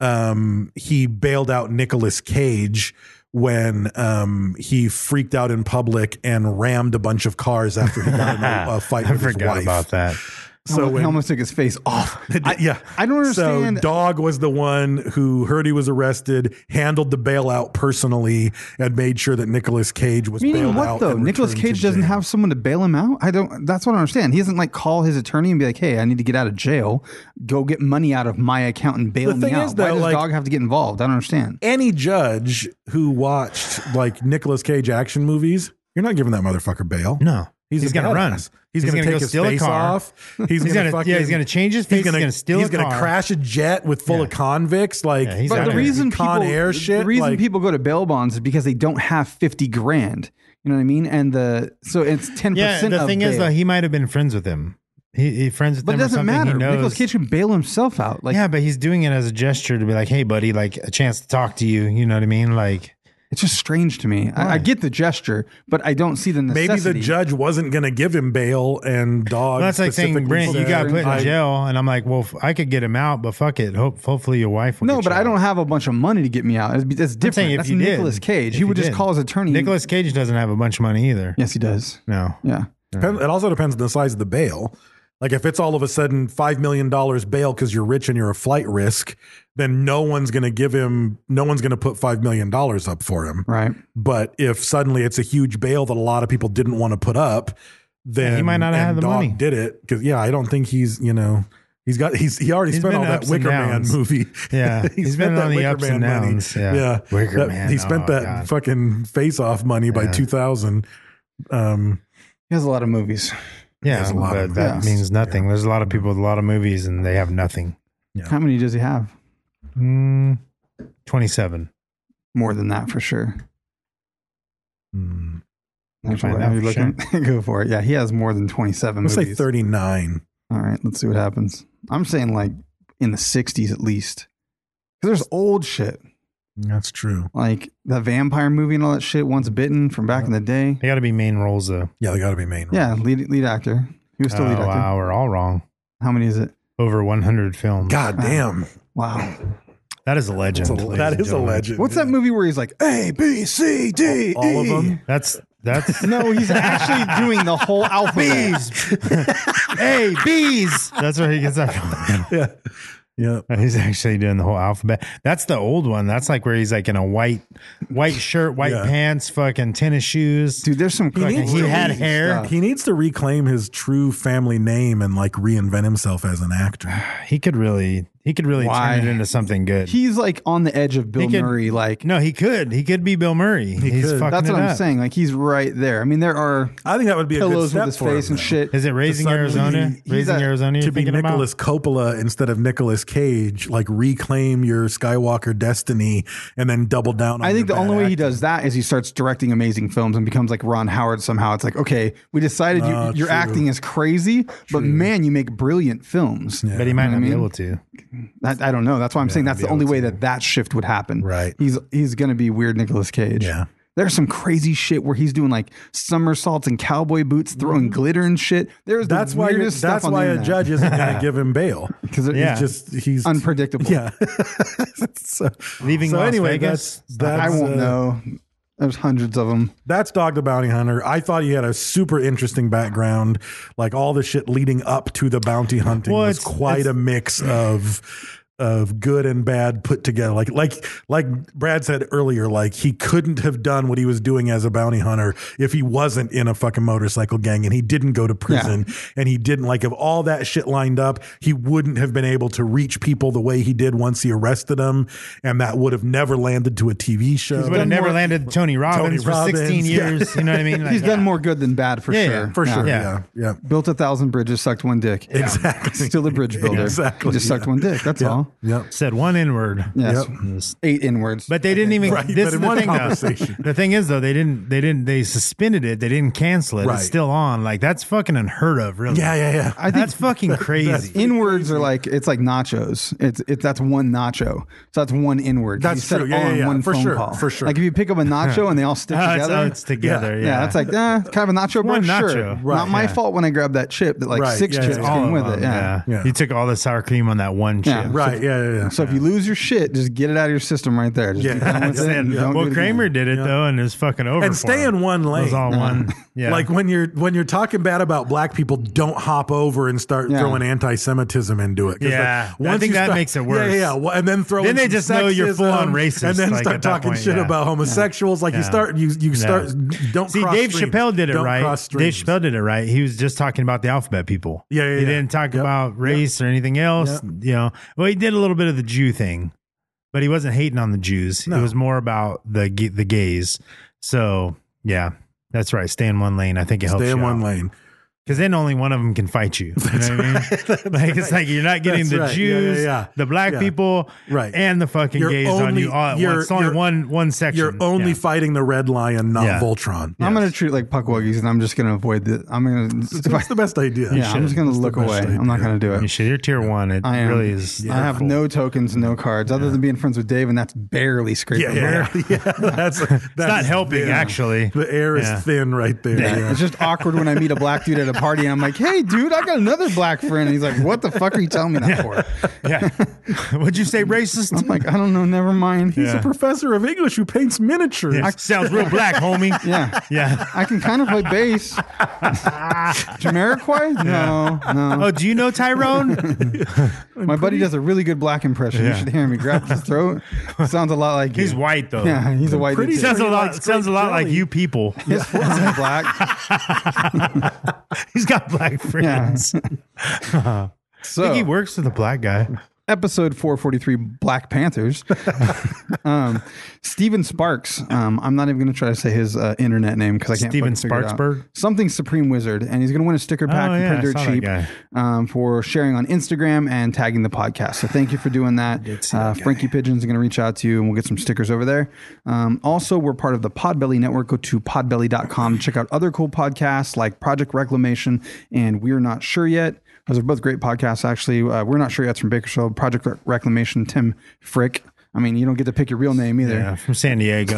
S9: um, he bailed out Nicolas Cage when um, he freaked out in public and rammed a bunch of cars after he got in
S10: (laughs)
S9: a, a fight
S10: I
S9: with his
S10: forgot
S9: wife.
S10: about that.
S9: So
S11: he
S9: when- (laughs)
S11: almost took his face off. I-
S9: yeah,
S11: I don't understand.
S9: So Dog was the one who heard he was arrested, handled the bailout personally, and made sure that Nicolas Cage was
S11: Meaning
S9: bailed
S11: what
S9: out
S11: though?
S9: and
S11: Nicolas
S9: returned to
S11: Cage doesn't
S9: jail.
S11: have someone to bail him out. I don't. That's what I don't understand. He doesn't like call his attorney and be like, "Hey, I need to get out of jail. Go get money out of my account and bail
S9: The
S11: me
S9: thing
S11: out."
S9: is,
S11: Why
S9: though,
S11: does
S9: like-
S11: dog have to get involved? I don't understand.
S9: any judge who watched like Nicolas Cage action movies. You're not giving that motherfucker bail.
S10: No.
S9: He's,
S10: He's
S9: going
S10: gonna
S9: to
S10: run.
S9: He's,
S10: He's
S9: going to
S10: gonna
S9: take
S10: go
S9: his
S10: steal a
S9: face
S10: car.
S9: off. He's,
S10: He's
S9: going
S10: gonna-
S9: to
S10: yeah, he's gonna change his face. He's gonna steal
S9: He's
S10: a
S9: gonna
S10: car.
S9: crash a jet with full
S10: Yeah.
S9: of convicts. Like,
S10: Yeah, he's
S11: But
S10: out
S11: the
S10: there.
S11: reason
S9: con
S11: people,
S9: air shit.
S11: the reason
S9: like,
S11: people go to bail bonds is because they don't have fifty grand. You know what I mean? And the so it's ten
S10: Yeah,
S11: percent.
S10: the
S11: of
S10: thing is
S11: bail.
S10: though, he might have been friends with him. He, he friends with
S11: but it
S10: him or
S11: doesn't
S10: something. He
S11: matter.
S10: knows.
S11: Nicolas Cage can bail himself out. Like
S10: yeah, but he's doing it as a gesture to be like, "Hey, buddy, like a chance to talk to you." You know what I mean? Like,
S11: it's just strange to me. I, I get the gesture, but I don't see the necessity.
S9: maybe the judge wasn't going to give him bail, and dog.
S10: Well, that's like saying,
S9: specifically
S10: Brent, you
S9: said,
S10: got put in
S9: I-
S10: jail, and I'm like, well, f- I could get him out, but fuck it. Hope, hopefully, your wife. Will
S11: No,
S10: get
S11: but
S10: you
S11: I don't
S10: out.
S11: have a bunch of money to get me out. That's, that's
S10: I'm saying
S11: different.
S10: if
S11: That's
S10: you did,
S11: Nicolas Cage.
S10: if
S11: He would
S10: you
S11: just
S10: did.
S11: call his attorney.
S10: Nicolas Cage doesn't have a bunch of money either.
S11: Yes, he does.
S10: No.
S11: Yeah.
S9: Depend- It also depends on the size of the bail. Like if it's all of a sudden five million dollars bail because you're rich and you're a flight risk, then no one's going to give him. No one's going to put five million dollars up for him.
S11: Right.
S9: But if suddenly it's a huge bail that a lot of people didn't want to put up, then
S10: Yeah, he might not have
S9: and
S10: the
S9: Dog
S10: money.
S9: Did it because yeah, I don't think he's you know he's got he's he already
S10: He's
S9: spent
S10: been
S9: all that
S10: ups and
S9: Wicker Man
S10: downs.
S9: movie.
S10: Yeah,
S9: (laughs) he
S10: he's
S9: spent
S10: been
S9: that
S10: on the
S9: Wicker
S10: ups
S9: Man
S10: and downs,
S9: money.
S10: yeah. Wicker
S9: That-
S10: Man,
S9: He spent
S10: oh,
S9: that
S10: God.
S9: fucking face off money by
S10: Yeah.
S9: two thousand. Um,
S11: He has a lot of movies.
S10: Yeah,
S9: There's a lot
S10: but
S9: of
S10: that
S11: movies.
S10: means nothing. There's a lot of people with a lot of movies, and they have nothing.
S11: How many does he have?
S10: Mm, Twenty-seven.
S11: More than that for sure.
S9: Hmm.
S10: We'll
S11: Actually,
S10: find
S11: are
S10: out
S11: you
S10: for
S11: looking? (laughs) Go for it. Yeah, he has more than twenty-seven.
S9: Let's say
S11: movies.
S9: thirty nine.
S11: All right, let's see what happens. I'm saying like in the '60s at least. 'Cause There's old shit
S9: That's true.
S11: like that vampire movie and all that shit. Once bitten from back in the day.
S10: They got to be main roles though.
S9: Yeah, they got to be main.
S11: Yeah, lead lead actor. He was still
S10: oh,
S11: lead actor.
S10: wow, we're all wrong.
S11: How many is it?
S10: Over 100 films.
S9: God damn,
S11: Wow.
S10: that is a legend.
S9: That's a-
S10: ladies
S9: that
S10: and
S9: is a
S10: gentlemen.
S9: legend.
S11: What's that movie where he's like A B C D?
S9: All of
S11: E"?
S9: them. (laughs)
S10: That's that's
S11: No, he's actually doing the whole alphabet.
S10: hey bees. That's where he gets that from.
S9: Yeah, yeah.
S10: (laughs) He's actually doing the whole alphabet. That's the old one. That's like where he's like in a white, white shirt, white
S9: Yeah.
S10: pants, fucking tennis shoes.
S11: Dude, there's some
S9: He
S11: fucking
S9: needs to
S10: he had
S9: leave.
S10: hair.
S11: stuff.
S9: He needs to reclaim his true family name and like reinvent himself as an actor.
S10: He could really, he could really
S11: Why?
S10: turn it into something good.
S11: He's like on the edge of Bill
S10: He could-
S11: Murray. Like
S10: no, he could. He could be Bill Murray. he's
S9: could.
S10: fucking
S11: that's what
S10: it
S11: I'm
S10: up.
S11: saying. Like he's right there. I mean, there are
S9: I think that would be a good
S11: pillows
S9: step
S11: with his
S9: for him,
S11: face and
S9: though.
S11: shit.
S10: Is it raising
S9: suddenly
S10: Arizona?
S9: he-
S11: he's
S10: raising
S11: a-
S10: Arizona. You're
S9: To be
S10: thinking about?
S9: Nicholas Coppola instead of Nicolas Cage, like reclaim your Skywalker destiny and then double down. on
S11: I think the
S9: your bad
S11: only way he
S9: acting.
S11: does that is he starts directing amazing films and becomes like Ron Howard somehow. It's like, okay, we decided you,
S9: Ah,
S11: your
S9: true.
S11: acting is crazy, but man, you make brilliant films.
S10: But he might not
S11: You know what I
S10: be
S11: mean?
S10: able to.
S11: That, I don't know. That's why I'm saying that's the only way that that shift would happen.
S9: Right.
S11: He's he's gonna be weird Nicolas Cage.
S9: Yeah.
S11: There's some crazy shit where he's doing like somersaults and cowboy boots, throwing glitter and shit. There's
S9: Mm-hmm. That's
S11: the
S9: why.
S11: weirdest
S9: That's
S11: stuff on the
S9: why a
S11: internet.
S9: judge isn't
S11: (laughs)
S9: going to give him bail
S11: 'Cause
S10: (laughs)
S11: it-
S10: Yeah.
S9: He's just he's
S11: unpredictable.
S9: (laughs) Yeah. so,
S10: Leaving
S9: so
S10: Las
S9: anyway,
S10: Vegas?
S9: that's that's
S11: I won't
S9: uh,
S11: know. There's hundreds of them.
S9: That's Dog the Bounty Hunter. I thought he had a super interesting background. Like all the shit leading up to the bounty hunting
S10: Well,
S9: was
S10: it's-
S9: quite
S10: it's-
S9: a mix of of good and bad put together. Like like like Brad said earlier, like he couldn't have done what he was doing as a bounty hunter if he wasn't in a fucking motorcycle gang and he didn't go to prison and he didn't like if all that shit lined up, he wouldn't have been able to reach people the way he did once he arrested them, and that would have never landed to a TV show.
S10: He would have never
S11: more-
S10: landed Tony Robbins,
S9: Robbins,
S10: for 16
S9: yeah.
S10: years. You know
S9: (laughs)
S10: what I mean?
S11: He's
S10: Like,
S11: done more good than bad for
S10: Yeah,
S11: sure.
S10: yeah,
S9: For sure.
S10: Yeah.
S9: Yeah. Yeah.
S11: Built a thousand bridges, sucked one dick.
S9: Exactly.
S11: (laughs) Still
S9: (laughs)
S11: a bridge builder.
S9: Exactly.
S11: Just sucked
S9: yeah.
S11: one dick. That's
S9: Yeah.
S11: all.
S9: Yeah.
S10: Said one N word.
S11: Yes.
S9: Yep.
S11: Eight inwards.
S10: But they didn't even.
S9: Right,
S10: this
S9: but
S10: is
S9: in
S10: the
S9: one
S10: thing, though.
S9: conversation.
S10: The thing is, though, they didn't. They didn't. They suspended it. They didn't cancel it.
S9: Right.
S10: It's still on. Like that's fucking unheard of. Really.
S9: Yeah. Yeah. Yeah.
S11: I think
S10: that's fucking crazy.
S11: inwards are like it's like nachos. It's it, that's one nacho. So that's one inward.
S9: That's
S11: You said
S9: true. Yeah, yeah,
S11: on
S9: yeah.
S11: One
S9: For
S11: phone
S9: sure,
S11: Call.
S9: for sure.
S11: Like if you pick up a nacho and they
S9: (laughs)
S11: all stick
S10: Oh, it's,
S11: together.
S10: oh, it's together.
S9: Yeah.
S10: Yeah.
S11: yeah. that's like eh, kind of a nacho.
S10: One
S11: bro? Sure.
S10: nacho.
S9: Right,
S11: Not my
S10: yeah.
S11: fault when I grabbed that chip that like
S9: Right,
S11: six
S9: yeah,
S11: chips
S9: yeah,
S10: all
S11: came
S10: of
S11: with
S10: them,
S11: it. Yeah.
S9: Yeah.
S10: You took all the sour cream on that one chip.
S11: Yeah.
S9: (laughs) Right. Right. Yeah. Yeah. yeah.
S11: So if you lose your shit, just get it out of your system right there. Just
S9: Yeah.
S11: be done with it and
S9: Yeah.
S11: don't
S10: Well,
S11: do it
S10: Kramer
S11: again.
S10: did it
S9: Yeah.
S10: though, and is fucking over.
S9: and
S10: for
S9: stay
S10: him.
S9: in one
S10: It
S9: lane.
S10: was all
S11: (laughs)
S10: one. Yeah,
S9: Like when you're when you're talking bad about black people, don't hop over and start
S11: Yeah.
S9: throwing anti-Semitism into it. 'Cause, like,
S10: Yeah. I think
S9: you
S10: that makes it worse.
S9: Yeah, yeah, yeah. Well, and then throw
S10: Then
S9: in
S10: they
S9: some
S10: just know you're
S9: sexism,
S10: full-on
S9: and
S10: racist,
S9: then
S10: like,
S9: start
S10: at that
S9: talking
S10: point,
S9: shit
S10: yeah.
S9: about homosexuals. Like you
S10: Yeah.
S9: start, you you
S10: Yeah.
S9: start. Don't
S10: See,
S9: cross
S10: Dave
S9: streams.
S10: Chappelle did it
S9: Don't
S10: right.
S9: cross
S10: Dave
S9: streams.
S10: Chappelle did it right. He was just talking about the alphabet people.
S9: Yeah, yeah,
S10: He
S9: yeah.
S10: didn't talk
S9: Yep.
S10: about race or anything else.
S9: Yep.
S10: You know, well, he did a little bit of the Jew thing, but he wasn't hating on the Jews.
S9: No.
S10: It was more about the ga- the gays. So yeah, that's right. Stay in one lane. I think it helps.
S9: Stay in
S10: you
S9: one
S10: out.
S9: lane.
S10: because then only one of them can fight
S9: (laughs)
S10: you. You know what I mean? like it's like you're not getting
S9: That's
S10: the
S9: right. Yeah, yeah,
S10: Jews,
S9: yeah.
S10: the black
S9: Yeah.
S10: people,
S9: Right.
S10: and the fucking
S9: You're
S10: gays on
S9: only-
S10: you all at
S9: you're-
S10: once. It's only
S9: you're-
S10: one one section.
S9: You're only
S10: Yeah.
S9: fighting the red lion, not
S10: Yeah.
S9: Voltron.
S11: I'm gonna treat like puckwuggies, and I'm just gonna avoid the. I'm gonna.
S9: It's, it's the best idea.
S11: yeah, I'm just gonna look away. I'm not gonna do
S10: You
S11: it.
S10: should. You're tier one. It
S11: I am,
S10: really is.
S11: I have
S10: hurtful.
S11: no tokens, no cards, other than being friends with Dave, and that's barely scraping.
S9: Yeah,
S11: by. (laughs)
S9: yeah, (laughs) yeah. That's, that's
S10: It's not helping, actually.
S9: The air is
S10: Yeah.
S9: thin right there. yeah.
S11: It's just awkward when I meet a black dude at a party and I'm like, hey, dude, I got another black friend. And he's like, what the fuck are you telling me that for?
S10: (laughs)
S11: (laughs)
S10: Yeah. Would you say racist?
S11: I'm like, I don't know. Never mind.
S9: He's a professor of English who paints miniatures.
S10: Yeah. Sounds real black, homie.
S11: (laughs) Yeah.
S10: Yeah.
S11: I can kind of
S10: (laughs)
S11: play bass. Jamiroquai? No,
S10: (laughs)
S11: no.
S10: Oh, do you know
S11: (laughs)
S10: Tyrone?
S11: My buddy does a really good black impression. You
S10: Yeah.
S11: should hear him. He grabs his
S10: (laughs)
S11: throat. Sounds a lot like
S10: He's
S11: you.
S10: white though.
S11: Yeah, he's a white
S9: Pretty
S11: dude. too.
S10: Sounds a
S9: He
S10: lot.
S9: likes
S10: sounds a
S9: grape
S10: lot like
S9: jelly.
S10: you
S11: (laughs)
S10: people.
S11: His friends
S10: (laughs)
S11: are black.
S10: He's got black friends. I think he
S11: So
S10: works with a black guy.
S11: episode 443
S10: (laughs)
S11: black panthers um steven sparks um i'm not even gonna try to say his uh, internet name because i can't
S10: Steven
S11: fucking figure it out.
S10: Sparksberg?
S11: something supreme wizard and he's gonna win a sticker pack
S10: Oh,
S11: from
S10: yeah, I
S11: Print Dirt
S10: saw that
S11: cheap
S10: guy.
S11: um, for sharing on instagram and tagging the podcast so thank you for doing that uh, frankie pigeons are gonna reach out to you and we'll get some stickers over there um, also we're part of the podbelly network go to podbelly.com check out other cool podcasts like project reclamation and we're not sure yet those are both great podcasts, actually. Uh, We're not sure yet. It's from Bakersfield, Project Rec- Reclamation, Tim Frick. I mean, you don't get to pick your real name either.
S10: Yeah, from San Diego.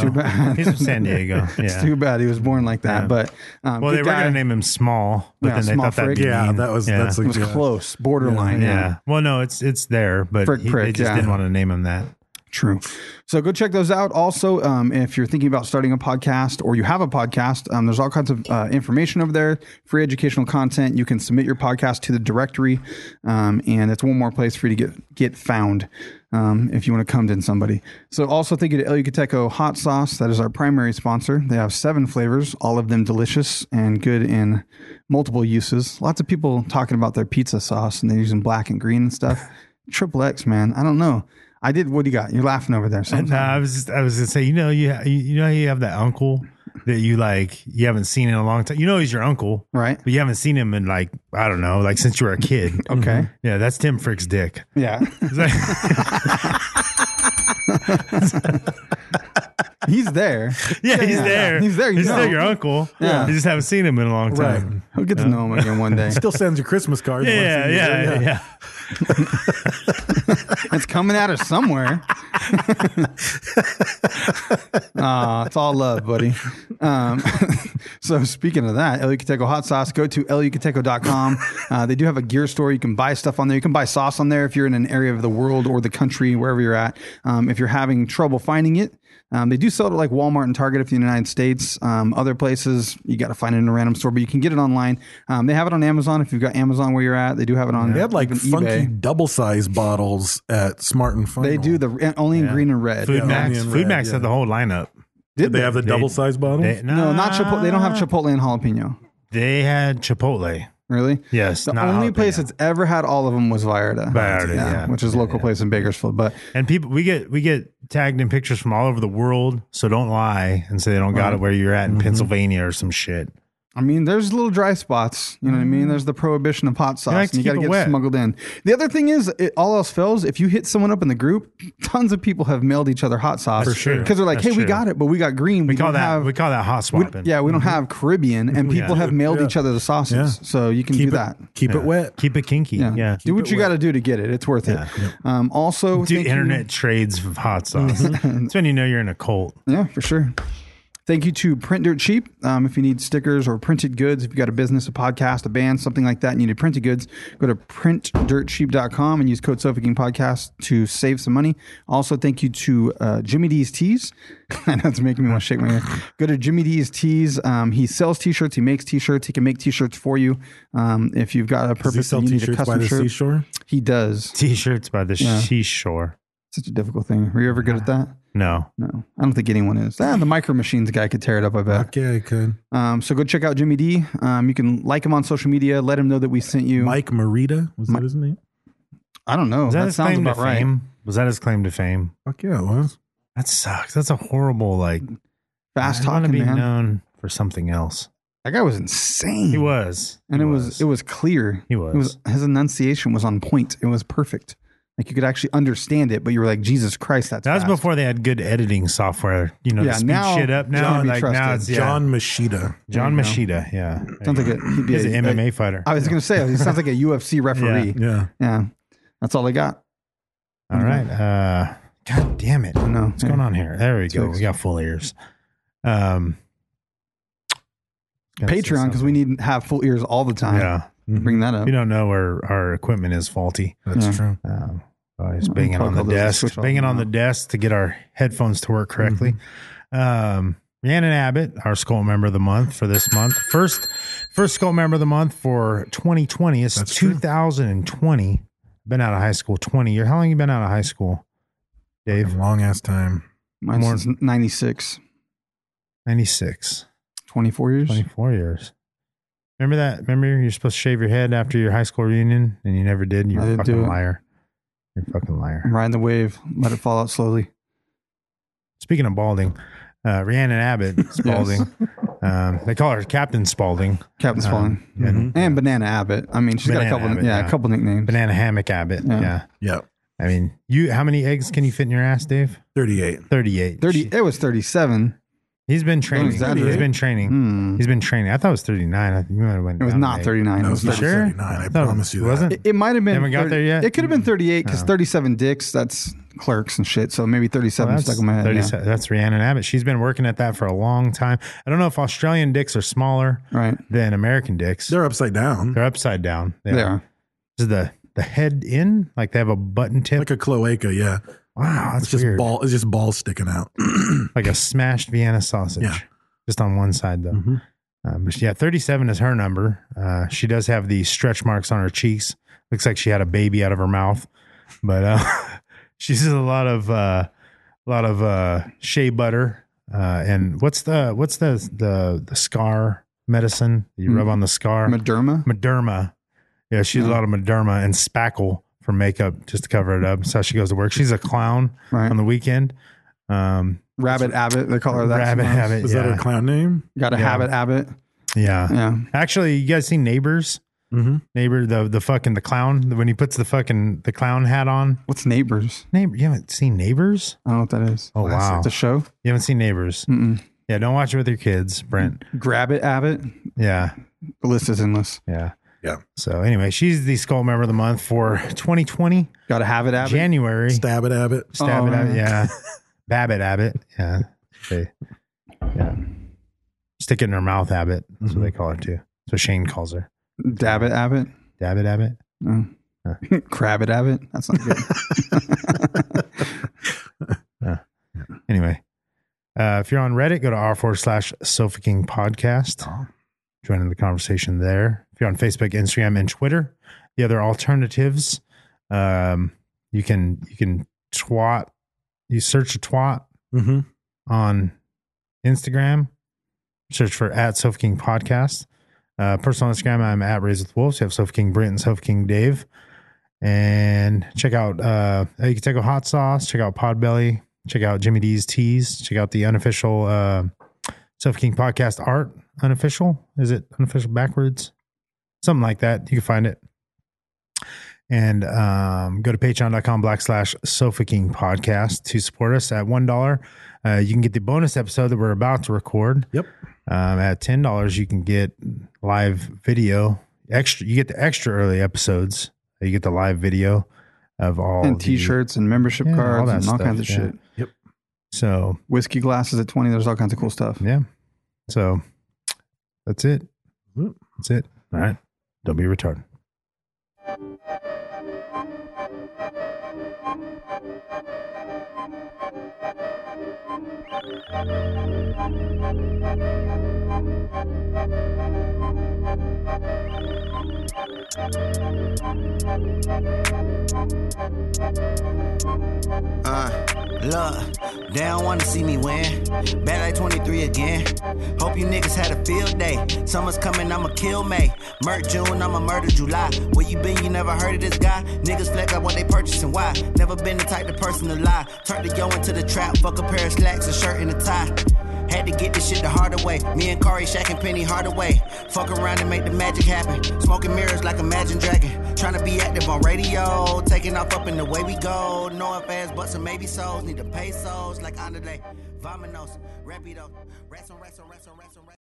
S10: He's from San Diego.
S11: (laughs) It's
S10: Yeah.
S11: too bad he was born like that.
S10: Yeah.
S11: But um,
S10: Well,
S11: good
S10: they were
S11: guy.
S10: gonna name him Small, but
S11: Yeah,
S10: then they
S11: Small
S10: thought that'd
S11: Frick.
S10: be
S9: Yeah,
S10: mean.
S9: that was that's
S11: It
S9: like
S11: was (laughs) close, borderline.
S10: yeah. Well, no, it's it's there, but
S11: Frick
S10: he- they
S11: prick,
S10: just
S11: yeah.
S10: didn't want to name him that.
S11: True. So go check those out. Also, um, if you're thinking about starting a podcast or you have a podcast, um, there's all kinds of uh, information over there, free educational content. You can submit your podcast to the directory, um, and it's one more place for you to get get found um, if you want to come to somebody. So also thank you to El Yucateco Hot Sauce. That is our primary sponsor. They have seven flavors, all of them delicious and good in multiple uses. Lots of people talking about their pizza sauce and they're using black and green and stuff. Triple X, man. I don't know. I did. What do you got? You're laughing over there. So
S10: No, I was just, I was gonna say, you know, you ha- you you know, how you have that uncle that you like, you haven't seen in a long time. You know, he's your uncle,
S11: Right.
S10: But you haven't seen him in like I don't know, like since you were a kid.
S11: (laughs)
S10: Mm-hmm.
S11: Okay.
S10: Yeah, that's Tim Frick's dick. (laughs)
S11: Yeah.
S10: It's like-
S11: (laughs) He's there.
S10: yeah, he's
S11: yeah.
S10: there.
S11: He's there, you
S10: He's
S11: know.
S10: still your uncle.
S11: Yeah.
S10: You just haven't seen him in a long
S9: Right.
S10: time.
S11: He'll get to know him again one
S9: (laughs)
S11: day.
S9: still sends you Christmas cards. once
S10: Yeah,
S9: a year,
S10: yeah, yeah, yeah.
S11: It's coming at
S9: (laughs)
S11: us somewhere. uh, it's all love, buddy. Um, (laughs) so speaking of that, El Yucateco hot sauce, go to elyucateco.com. Uh, they do have a gear store. You can buy stuff on there. You can buy sauce on there if you're in an area of the world or the country, wherever you're at. Um, if you're having trouble finding it, um, they do sell it at like Walmart and Target if you're in the United States. Um, other places, you got to find it in a random store, but you can get it online. Um, they have it on Amazon if you've got Amazon where you're at. They do have it on.
S9: They had like
S11: even
S9: funky
S11: eBay.
S9: double size bottles at Smart and Fun.
S11: They do the only in green and red.
S10: Food
S9: Yeah,
S10: Max.
S9: onion
S10: Food
S9: red,
S10: Max
S9: yeah.
S10: had the whole lineup.
S9: Did they have the double size bottles?
S10: They,
S11: No, not Chipotle. They don't
S10: Ah.
S11: have Chipotle and jalapeno.
S10: They had Chipotle.
S11: Really?
S10: Yes,
S11: The
S10: not
S11: only
S10: jalapeno.
S11: place that's ever had all of them was Vallarta.
S10: Vallarta, yeah.
S11: Which is a local place in Bakersfield. But
S10: And people, we get we get tagged in pictures from all over the world. So don't lie and say they don't got it where you're at in
S11: Mm-hmm.
S10: Pennsylvania or some shit.
S11: I mean, there's little dry spots. You know what I mean? There's the prohibition of hot sauce.
S10: Mm. like to
S11: and you got to
S10: keep it
S11: get
S10: wet.
S11: smuggled in. The other thing is, it, all else fails, if you hit someone up in the group, tons of people have mailed each other hot sauce.
S10: For sure.
S11: Because they're like,
S10: That's
S11: hey, we
S10: true.
S11: got it, but we got green.
S10: We call
S11: don't
S10: that
S11: have-
S10: we call that hot
S11: we-
S10: swapping. Mm-hmm.
S11: yeah, we don't have Caribbean,
S10: (laughs)
S11: and people have mailed each other the sauces.
S9: Yeah.
S11: So you can
S9: keep
S11: do
S9: it,
S11: that.
S9: Keep it wet.
S10: keep it kinky. Yeah,
S11: do what
S9: it
S11: you
S9: wet.
S11: got to do to get it. It's worth it. Um, also,
S10: do
S11: thank
S10: (laughs)
S11: you- Mm-hmm.
S10: internet trades of hot sauce. That's when you know you're in a cult.
S11: Yeah, for sure. Thank you to Print Dirt Cheap. Um, if you need stickers or printed goods, if you've got a business, a podcast, a band, something like that, and you need printed goods, go to printdirtcheap.com and use code Suffocating Podcast to save some money. Also, thank you to uh, Jimmy D's Tees. (laughs) I know it's making me want to shake my head. Go to Jimmy D's Tees. Um, he sells t shirts, he makes t shirts, he can make t shirts for you. Um, if you've got a
S9: Does he
S11: purpose,
S9: sell
S11: and you need a
S9: t-shirts by
S11: custom
S9: the
S11: shirt,
S9: seashore?
S11: he does.
S10: T-shirts by the seashore.
S11: Such a difficult thing. Were you ever good at that?
S10: No.
S11: No, I don't think anyone is. Ah, the micro machines guy could tear it up. I bet.
S9: Okay, I could.
S11: Um, so go check out Jimmy D. Um, you can like him on social media. Let him know that we sent you.
S9: Mike Marita was that his name?
S11: I don't know.
S10: Was that,
S11: That,
S10: his
S11: sounds
S10: claim
S11: about
S10: to
S11: right.
S10: fame? Was that his claim to fame?
S9: Fuck yeah, it was.
S10: That sucks. That's a horrible like.
S11: Fast
S10: I wanna
S11: talking
S10: be
S11: man.
S10: known for something else.
S11: That guy was insane.
S10: He was,
S11: Mm. and
S10: He
S11: it was. it was clear.
S10: He
S11: It was his enunciation was on point. It was perfect. Like you could actually understand it, but you were like, Jesus Christ, that's
S10: That was
S11: fast.
S10: before they had good editing software. You know,
S11: Yeah,
S10: to speed
S11: now
S10: shit up
S11: it's gonna
S10: now.
S11: be
S10: Like now
S11: trusted.
S10: it's yeah.
S9: John Machida.
S10: John
S11: There you
S10: Machida. Yeah,
S11: Sounds like
S10: (laughs)
S11: a, he'd be
S10: he's
S11: a-
S10: an MMA
S11: a-
S10: fighter.
S11: I was gonna say he sounds like
S10: (laughs)
S11: a UFC referee. Yeah,
S9: Yeah.
S11: that's all I got.
S10: All right. Uh, God damn it!
S11: Mm-hmm. I know.
S10: What's going on here? There we
S11: It's
S10: go.
S11: fixed.
S10: We got full ears. Um, gotta say
S11: Patreon because we
S10: something.
S11: need to have full ears all the time.
S10: Yeah, Mm-hmm.
S11: Bring that up.
S10: we don't know where our equipment is faulty.
S9: That's
S11: Yeah.
S9: true.
S10: Um, oh, he's
S11: Well,
S10: banging on the
S11: probably those
S10: desk,
S11: switch off
S10: banging
S11: and
S10: on the
S11: on.
S10: desk to get our headphones to work correctly.
S11: Mm-hmm.
S10: Um, Rhiannon Abbott, our Skull Member of the Month for this month, first first Skull Member of the Month for 2020. It's
S9: That's true.
S10: 2020. Been out of high school 20 years. How long you been out of high school, Dave?
S9: Long ass time.
S11: Mine's
S10: More-
S11: since 96,
S10: 96,
S11: 24 years.
S10: 24 years. Remember that? Remember you're supposed to shave your head after your high school reunion and you never did. You're
S11: I
S10: a
S11: didn't do
S10: fucking
S11: it.
S10: liar. You're a fucking liar.
S11: I'm riding the wave. Let it fall out slowly.
S10: Speaking of balding, uh, Rhiannon
S11: (laughs)
S10: Abbott Spalding. um, they call her Captain Spalding.
S11: Captain
S10: Um,
S11: Spaulding. Mm-hmm.
S10: and
S11: And Banana Abbott. I mean, she's
S10: Banana
S11: got a couple,
S10: Abbott,
S11: yeah,
S10: yeah.
S11: a couple nicknames.
S10: Banana Hammock Abbott. Yeah.
S11: Yeah.
S9: Yeah.
S10: I mean, you. How many eggs can you fit in your ass, Dave?
S9: 38.
S10: Thirty-eight.
S11: 30, it was 37.
S10: He's been training.
S11: exaggerate.
S10: He's been training.
S11: Hmm.
S10: He's been training. I thought it was thirty-nine. I think you might have went.
S11: It was
S10: down an
S11: not
S10: egg.
S11: 39.
S9: No,
S11: it
S9: it's
S11: was
S9: not
S11: 37.
S10: Sure?
S9: 39. I
S10: thought it
S9: promise you that.
S10: Wasn't
S11: It, it might have been.
S10: Haven't got
S11: 30
S10: there yet?
S11: It could have been 38 because
S10: Oh.
S11: 37 dicks, that's clerks and shit. So maybe 37
S10: Well,
S11: stuck in my head. yeah.
S10: 37 That's Rhiannon Abbott. She's been working at that for a long time. I don't know if Australian dicks are smaller
S11: Right.
S10: than American dicks. They're,
S9: They're upside down.
S10: upside down. They
S11: There.
S10: are. Is the the head in like they have a button tip?
S9: Like a cloaca, yeah.
S10: wow, that's
S9: It's just
S10: weird.
S9: ball it's just balls sticking out.
S10: like a smashed Vienna sausage.
S9: Yeah.
S10: Just on one side though.
S9: Mhm.
S10: Uh, but yeah, 37 is her number. Uh, she does have the stretch marks on her cheeks. Looks like she had a baby out of her mouth. But uh, (laughs) she's a lot of uh, a lot of uh, shea butter. Uh, and what's the what's the the the scar medicine that you rub on the scar?
S11: Mederma.
S10: Mederma. Yeah, she's a lot of Mederma and spackle for makeup just to cover it up. That's how she goes to work. She's a clown
S11: Right.
S10: on the weekend. Um,
S11: Rabbit Abbott. They call her that.
S10: Rabbit
S11: sometimes.
S10: Abbott.
S9: Is
S10: yeah.
S9: that her clown name?
S11: Got a
S10: Yeah.
S11: habit Abbott.
S10: yeah.
S11: Yeah.
S10: Actually, you guys seen Neighbors?
S9: Mhm.
S10: Neighbor, the the fucking the clown when he puts the fucking the clown hat on.
S11: What's Neighbors?
S10: Neighbor, you haven't seen Neighbors?
S11: I don't know what that is.
S10: Oh wow,
S11: It's a show.
S10: you haven't seen Neighbors?
S11: Mm-mm.
S10: Yeah, don't watch it with your kids, Brent.
S11: Grab it, Abbott.
S10: Yeah,
S11: The list is endless.
S10: yeah,
S9: Yeah.
S10: So anyway, she's the skull member of the month for 2020
S11: Got to have it, Abbott.
S10: January.
S9: Stab it Abbott.
S10: Stab
S11: Oh,
S10: it out,
S11: man.
S10: yeah. Babbitt Abbott, yeah. They- yeah. Stick it in her mouth, Abbott. That's
S9: Mm-hmm.
S10: what they call her too. That's what Shane calls her.
S11: Dab it, Abbott.
S10: Dabbit Abbott.
S11: No. Crab it, Abbott. That's not good.
S10: Anyway, uh, if you're on Reddit, go to r forward slash Sofa King Podcast. Join in the conversation there. If you're on Facebook, Instagram, and Twitter, the other alternatives, um, you can you can twat. You search a twat
S9: Mm-hmm.
S10: on Instagram. Search for at Sofa King Podcast. Uh, personal Instagram, I'm at Raised with Wolves. You have Sofa King Brent and Sofa King Dave. And check out, uh, you can take a hot sauce, check out Podbelly, check out Jimmy D's Teas, check out the unofficial uh, Sofa King Podcast art. Unofficial? Is it unofficial backwards? Something like that. You can find it. And um, go to patreon.com backslash Sofa King Podcast to support us at $1. Uh, you can get the bonus episode that we're about to record.
S9: Yep.
S10: Um, at ten dollars, you can get live video. Extra, you get the extra early episodes. You get the live video of (laughs) all
S11: and
S10: the-
S11: t shirts and membership
S10: Yeah, all
S11: cards
S10: that
S11: and all
S10: stuff,
S11: kinds of
S10: yeah.
S11: shit.
S10: So
S11: Whiskey glasses at 20. There's all kinds of cool stuff.
S10: yeah. So that's it. That's it. Mm-hmm. All right. Don't be a retard.
S9: Look, they don't wanna see me win. Bad like 23 again. Hope you niggas had a field day. Summer's coming, I'ma kill May. Murk June, I'ma murder July. Where you been, you never heard of this guy? Niggas flex up what they purchasing, why? Never been the type of person to lie. Turn the yo into the trap, fuck a pair of slacks, a shirt, and a tie. Had to get this shit the harder way. Me and Kari Shaq and Penny Hardaway. Fuck around and make the magic happen. Smoking mirrors like Imagine Dragon. Tryna be active on radio. Taking off up in the way we go. Knowing fast but some maybe souls. Need to pay souls like Andre. Vominos. Rapido. Rats on rats on rats on rats on rats.